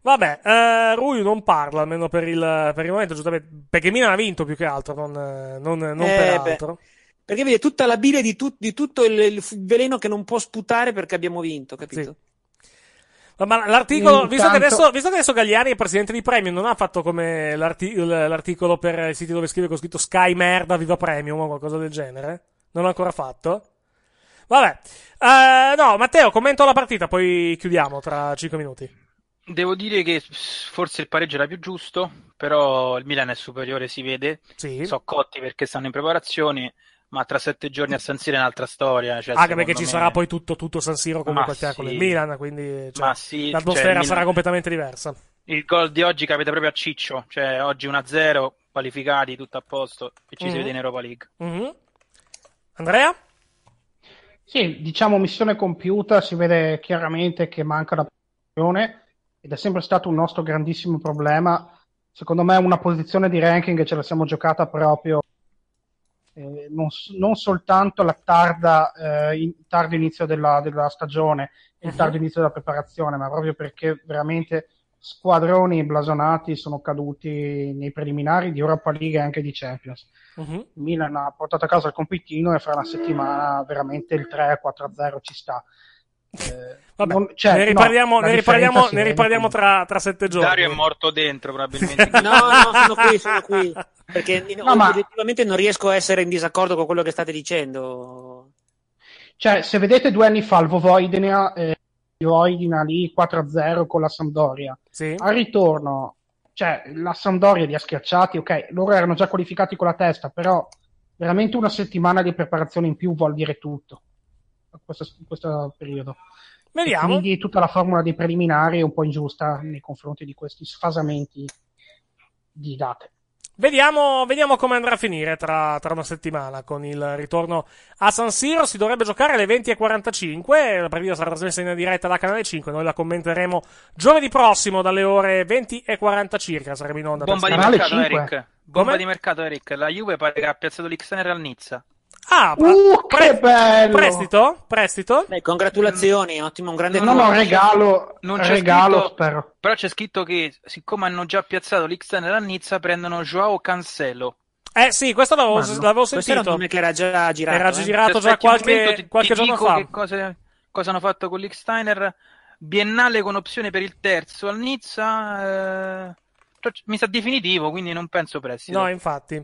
Speaker 2: Vabbè, eh, Rui non parla, almeno per il, per il momento, giustamente, perché Milan ha vinto più che altro, non, non, non
Speaker 3: Eh,
Speaker 2: per
Speaker 3: beh.
Speaker 2: altro.
Speaker 3: Perché vede tutta la bile di, tut- di tutto il, il f- veleno che non può sputare perché abbiamo vinto, capito?
Speaker 2: Ma- Ma l'articolo,
Speaker 3: Mm,
Speaker 2: visto, che
Speaker 3: tanto-
Speaker 2: adesso, visto che adesso Gagliani è presidente di Premium, non ha fatto come l'arti- l- l'articolo per i siti dove scrive che ho scritto Sky Merda, viva Premium o qualcosa del genere? Non l'ha ancora fatto? Vabbè, Eh, no, Matteo, commento la partita, poi chiudiamo tra 5 minuti.
Speaker 4: Devo dire che s- forse il pareggio era più giusto, però il Milan è superiore, si vede.
Speaker 2: Sì.
Speaker 4: So cotti perché stanno in preparazione, ma tra sette giorni a San Siro è un'altra storia. Cioè,
Speaker 2: Anche perché
Speaker 4: secondo
Speaker 2: ci
Speaker 4: me-
Speaker 2: sarà poi tutto, tutto San Siro comunque
Speaker 4: Ma
Speaker 2: al fianco
Speaker 4: sì.
Speaker 2: del Milan, quindi cioè,
Speaker 4: Ma sì,
Speaker 2: l'atmosfera
Speaker 4: cioè, il Milan-
Speaker 2: sarà completamente diversa.
Speaker 4: Il gol di oggi capita proprio a Ciccio, cioè oggi 1-0, qualificati, tutto a posto, e ci
Speaker 2: Mhm.
Speaker 4: si vede in Europa League.
Speaker 2: Mhm. Andrea?
Speaker 5: Sì, diciamo missione compiuta, si vede chiaramente che manca la posizione ed è sempre stato un nostro grandissimo problema. Secondo me una posizione di ranking ce la siamo giocata proprio eh, non, s- non soltanto la tarda, eh, in- tardo inizio della, della stagione e il
Speaker 12: Mhm.
Speaker 5: tardo inizio della preparazione, ma proprio perché veramente squadroni blasonati sono caduti nei preliminari di Europa League e anche di Champions.
Speaker 2: Mhm.
Speaker 5: Il Milan ha portato a casa il compitino e fra una settimana veramente il 3-4-0 ci sta. Eh,
Speaker 2: Vabbè,
Speaker 5: non- cioè,
Speaker 2: ne
Speaker 5: no,
Speaker 2: riparliamo,
Speaker 5: la
Speaker 2: ne
Speaker 5: differenza eh,
Speaker 2: riparliamo-
Speaker 5: si
Speaker 2: ne
Speaker 5: vede.
Speaker 2: riparliamo tra, tra sette giorni.
Speaker 4: Dario è morto dentro, probabilmente.
Speaker 3: No, no, sono qui, sono qui. Perché
Speaker 5: No, ma-
Speaker 3: oggettivamente non riesco a essere in disaccordo con quello che state dicendo.
Speaker 5: Cioè, se vedete due anni fa il Vovoidina, eh, il Vovoidina lì 4-0 con la Sampdoria, al ritorno, cioè, la Sampdoria li ha schiacciati, ok, loro erano già qualificati con la testa, però veramente una settimana di preparazione in più vuol dire tutto in questo, in questo periodo.
Speaker 2: Vediamo.
Speaker 5: E quindi tutta la formula dei preliminari è un po' ingiusta nei confronti di questi sfasamenti di date.
Speaker 2: Vediamo, vediamo come andrà a finire tra, tra una settimana con il ritorno a San Siro. Si dovrebbe giocare alle 20.45. La partita sarà trasmessa in diretta da Canale 5. Noi la commenteremo giovedì prossimo dalle ore 20.40 circa. Saremo in onda. per
Speaker 4: Bomba di
Speaker 2: Sky.
Speaker 4: mercato, Eric. Bomba
Speaker 2: Come?
Speaker 4: di mercato, Eric. La Juve pare che ha piazzato l'Xener al Nizza.
Speaker 2: Ah,
Speaker 4: pre-
Speaker 5: Uh, che bello!
Speaker 2: Prestito? Prestito?
Speaker 3: Beh,
Speaker 2: Mm.
Speaker 3: congratulazioni, ottimo, un grande
Speaker 5: No, no,
Speaker 3: colpo.
Speaker 5: regalo,
Speaker 4: Non c'è
Speaker 5: regalo
Speaker 4: scritto-
Speaker 5: spero.
Speaker 4: Però c'è scritto che, siccome hanno già piazzato l'Xener al Nizza, prendono Joao Cancelo.
Speaker 2: Eh sì, questo l'avevo,
Speaker 4: Ma no,
Speaker 2: l'avevo
Speaker 4: questo
Speaker 2: sentito.
Speaker 4: era un nome
Speaker 3: che era già girato,
Speaker 2: Era
Speaker 4: eh.
Speaker 2: girato
Speaker 4: Ti
Speaker 2: già
Speaker 4: aspetti un
Speaker 2: qualche,
Speaker 4: momento, ti-
Speaker 2: qualche
Speaker 4: ti
Speaker 2: giorno
Speaker 4: dico
Speaker 2: fa.
Speaker 4: Che cosa, cosa hanno fatto con l'Iksteiner? Biennale con opzione per il terzo al Nizza. eh, mi sa definitivo, quindi non penso prestito.
Speaker 2: No, infatti.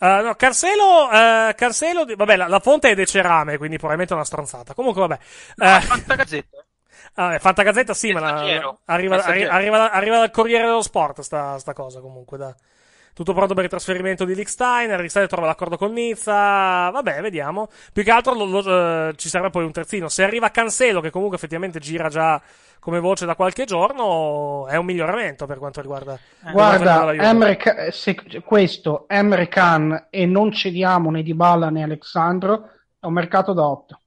Speaker 2: Eh, no, Cancelo, eh, Cancelo, di- vabbè, la, la fonte è De Cerame, quindi probabilmente è una stronzata. Comunque, vabbè. Eh,
Speaker 4: Fantagazzetta.
Speaker 2: Ah, è Fantagazzetta sì, ma la-
Speaker 4: Messaggero.
Speaker 2: arriva, arri-
Speaker 4: Messaggero.
Speaker 2: arriva- arriva dal Corriere dello Sport sta, sta cosa comunque. Da. Tutto pronto per il trasferimento di Licksteiner, Licksteiner trova l'accordo con Nizza, vabbè, vediamo. Più che altro lo- lo- eh, ci serve poi un terzino. Se arriva Cancelo, che comunque effettivamente gira già come voce da qualche giorno, è un miglioramento per quanto riguarda...
Speaker 4: Eh.
Speaker 2: per quanto
Speaker 5: Guarda,
Speaker 2: riguarda la Juve.
Speaker 5: Emre Ca- se questo Emre Can e non cediamo né Dybala né Alexandro è un mercato da 8.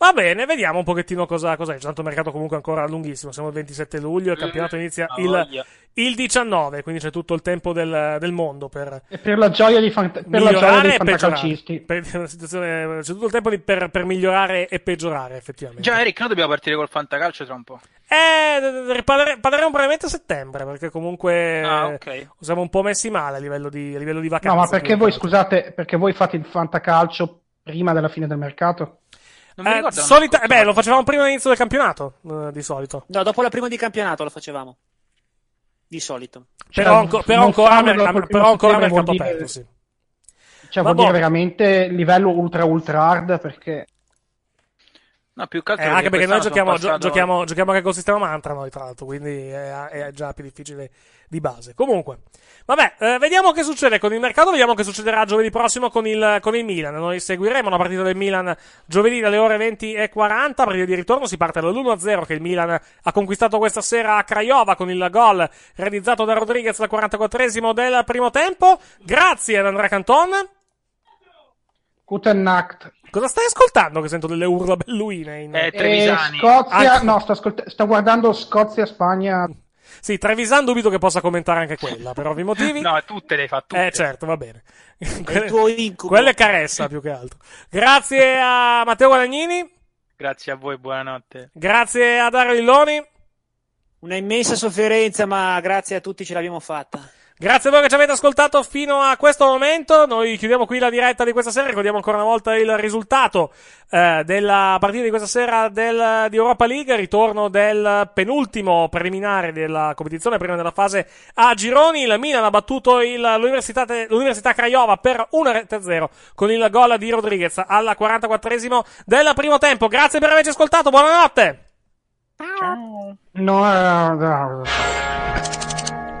Speaker 2: Va bene, vediamo un pochettino cosa, cosa è. Tanto il mercato comunque è ancora lunghissimo. Siamo il 27 luglio, il campionato inizia
Speaker 4: ha
Speaker 2: il,
Speaker 4: voglia.
Speaker 2: il 19, quindi c'è tutto il tempo del, del mondo per
Speaker 5: E per la gioia di fant- per Esatto, la gioia
Speaker 2: migliorare
Speaker 5: dei
Speaker 2: e peggiorare.
Speaker 5: fantacalcisti.
Speaker 2: Per- la situazione- c'è tutto il tempo di- per, per migliorare e peggiorare, effettivamente.
Speaker 4: Già, Eric, noi dobbiamo partire col Fantacalcio tra un po'.
Speaker 2: Eh, d- d- riparlere- parleremo probabilmente a settembre, perché comunque
Speaker 4: Ah,
Speaker 2: eh,
Speaker 4: ok.
Speaker 2: siamo un po' messi male a livello di, a livello di vacanze.
Speaker 5: No, ma perché
Speaker 2: più che
Speaker 5: voi
Speaker 2: altro.
Speaker 5: scusate, perché voi fate il fantacalcio prima della fine del mercato?
Speaker 4: Non mi
Speaker 2: Eh,
Speaker 4: ricordo.
Speaker 2: solita- eh, beh, lo facevamo prima all'inizio del campionato, eh, di solito.
Speaker 3: No, dopo la prima di campionato lo facevamo. Di solito.
Speaker 2: Però, anco- però
Speaker 5: Cioè, non
Speaker 2: ancora,
Speaker 5: farlo
Speaker 2: mer-
Speaker 5: dopo il
Speaker 2: am-
Speaker 5: primo
Speaker 2: però ancora
Speaker 5: settembre
Speaker 2: mercato
Speaker 5: vuol dire-
Speaker 2: aperto, sì.
Speaker 5: Cioè,
Speaker 2: Ma
Speaker 5: vuol dire
Speaker 2: boh.
Speaker 5: veramente livello ultra ultra hard perché
Speaker 4: No, più che altro
Speaker 2: Eh, anche perché noi
Speaker 4: quest'anno
Speaker 2: giochiamo,
Speaker 4: sono
Speaker 2: gio-
Speaker 4: passato-
Speaker 2: giochiamo, giochiamo anche col sistema mantra noi, tra l'altro, quindi è, è già più difficile di base. Comunque, vabbè, eh, vediamo che succede con il mercato, vediamo che succederà giovedì prossimo con il, con il Milan. Noi seguiremo la partita del Milan giovedì dalle ore 20 e 40, partita di ritorno, si parte dall'1-0 che il Milan ha conquistato questa sera a Craiova con il gol realizzato da Rodriguez al 44esimo del primo tempo. Grazie ad Andrea Canton.
Speaker 5: Guten Nacht.
Speaker 2: Cosa stai ascoltando che sento delle urla belluine? In...
Speaker 4: Eh,
Speaker 5: E Scozia,
Speaker 2: Ah,
Speaker 5: no, sto, ascolt- sto guardando Scozia Spagna.
Speaker 2: Sì, Trevisan dubito che possa commentare anche quella, per ovvi motivi.
Speaker 4: No, tutte le hai fatte.
Speaker 2: Eh, certo, va bene.
Speaker 3: il tuo incubo.
Speaker 2: Quella è caressa più che altro. Grazie a Matteo Guadagnini,
Speaker 4: Grazie a voi, buonanotte.
Speaker 2: grazie a Dario Lilloni,
Speaker 3: Una immensa sofferenza, ma grazie a tutti ce l'abbiamo fatta.
Speaker 2: Grazie a voi che ci avete ascoltato fino a questo momento. Noi chiudiamo qui la diretta di questa sera. Ricordiamo ancora una volta il risultato eh, della partita di questa sera del- di Europa League. Ritorno del penultimo preliminare della competizione, prima della fase a gironi. Il Milan ha battuto il- l'Università, l'Università Craiova per 1-0 con il gol di Rodriguez alla 44esimo del primo tempo. Grazie per averci ascoltato. Buonanotte.
Speaker 5: No, no, no, no.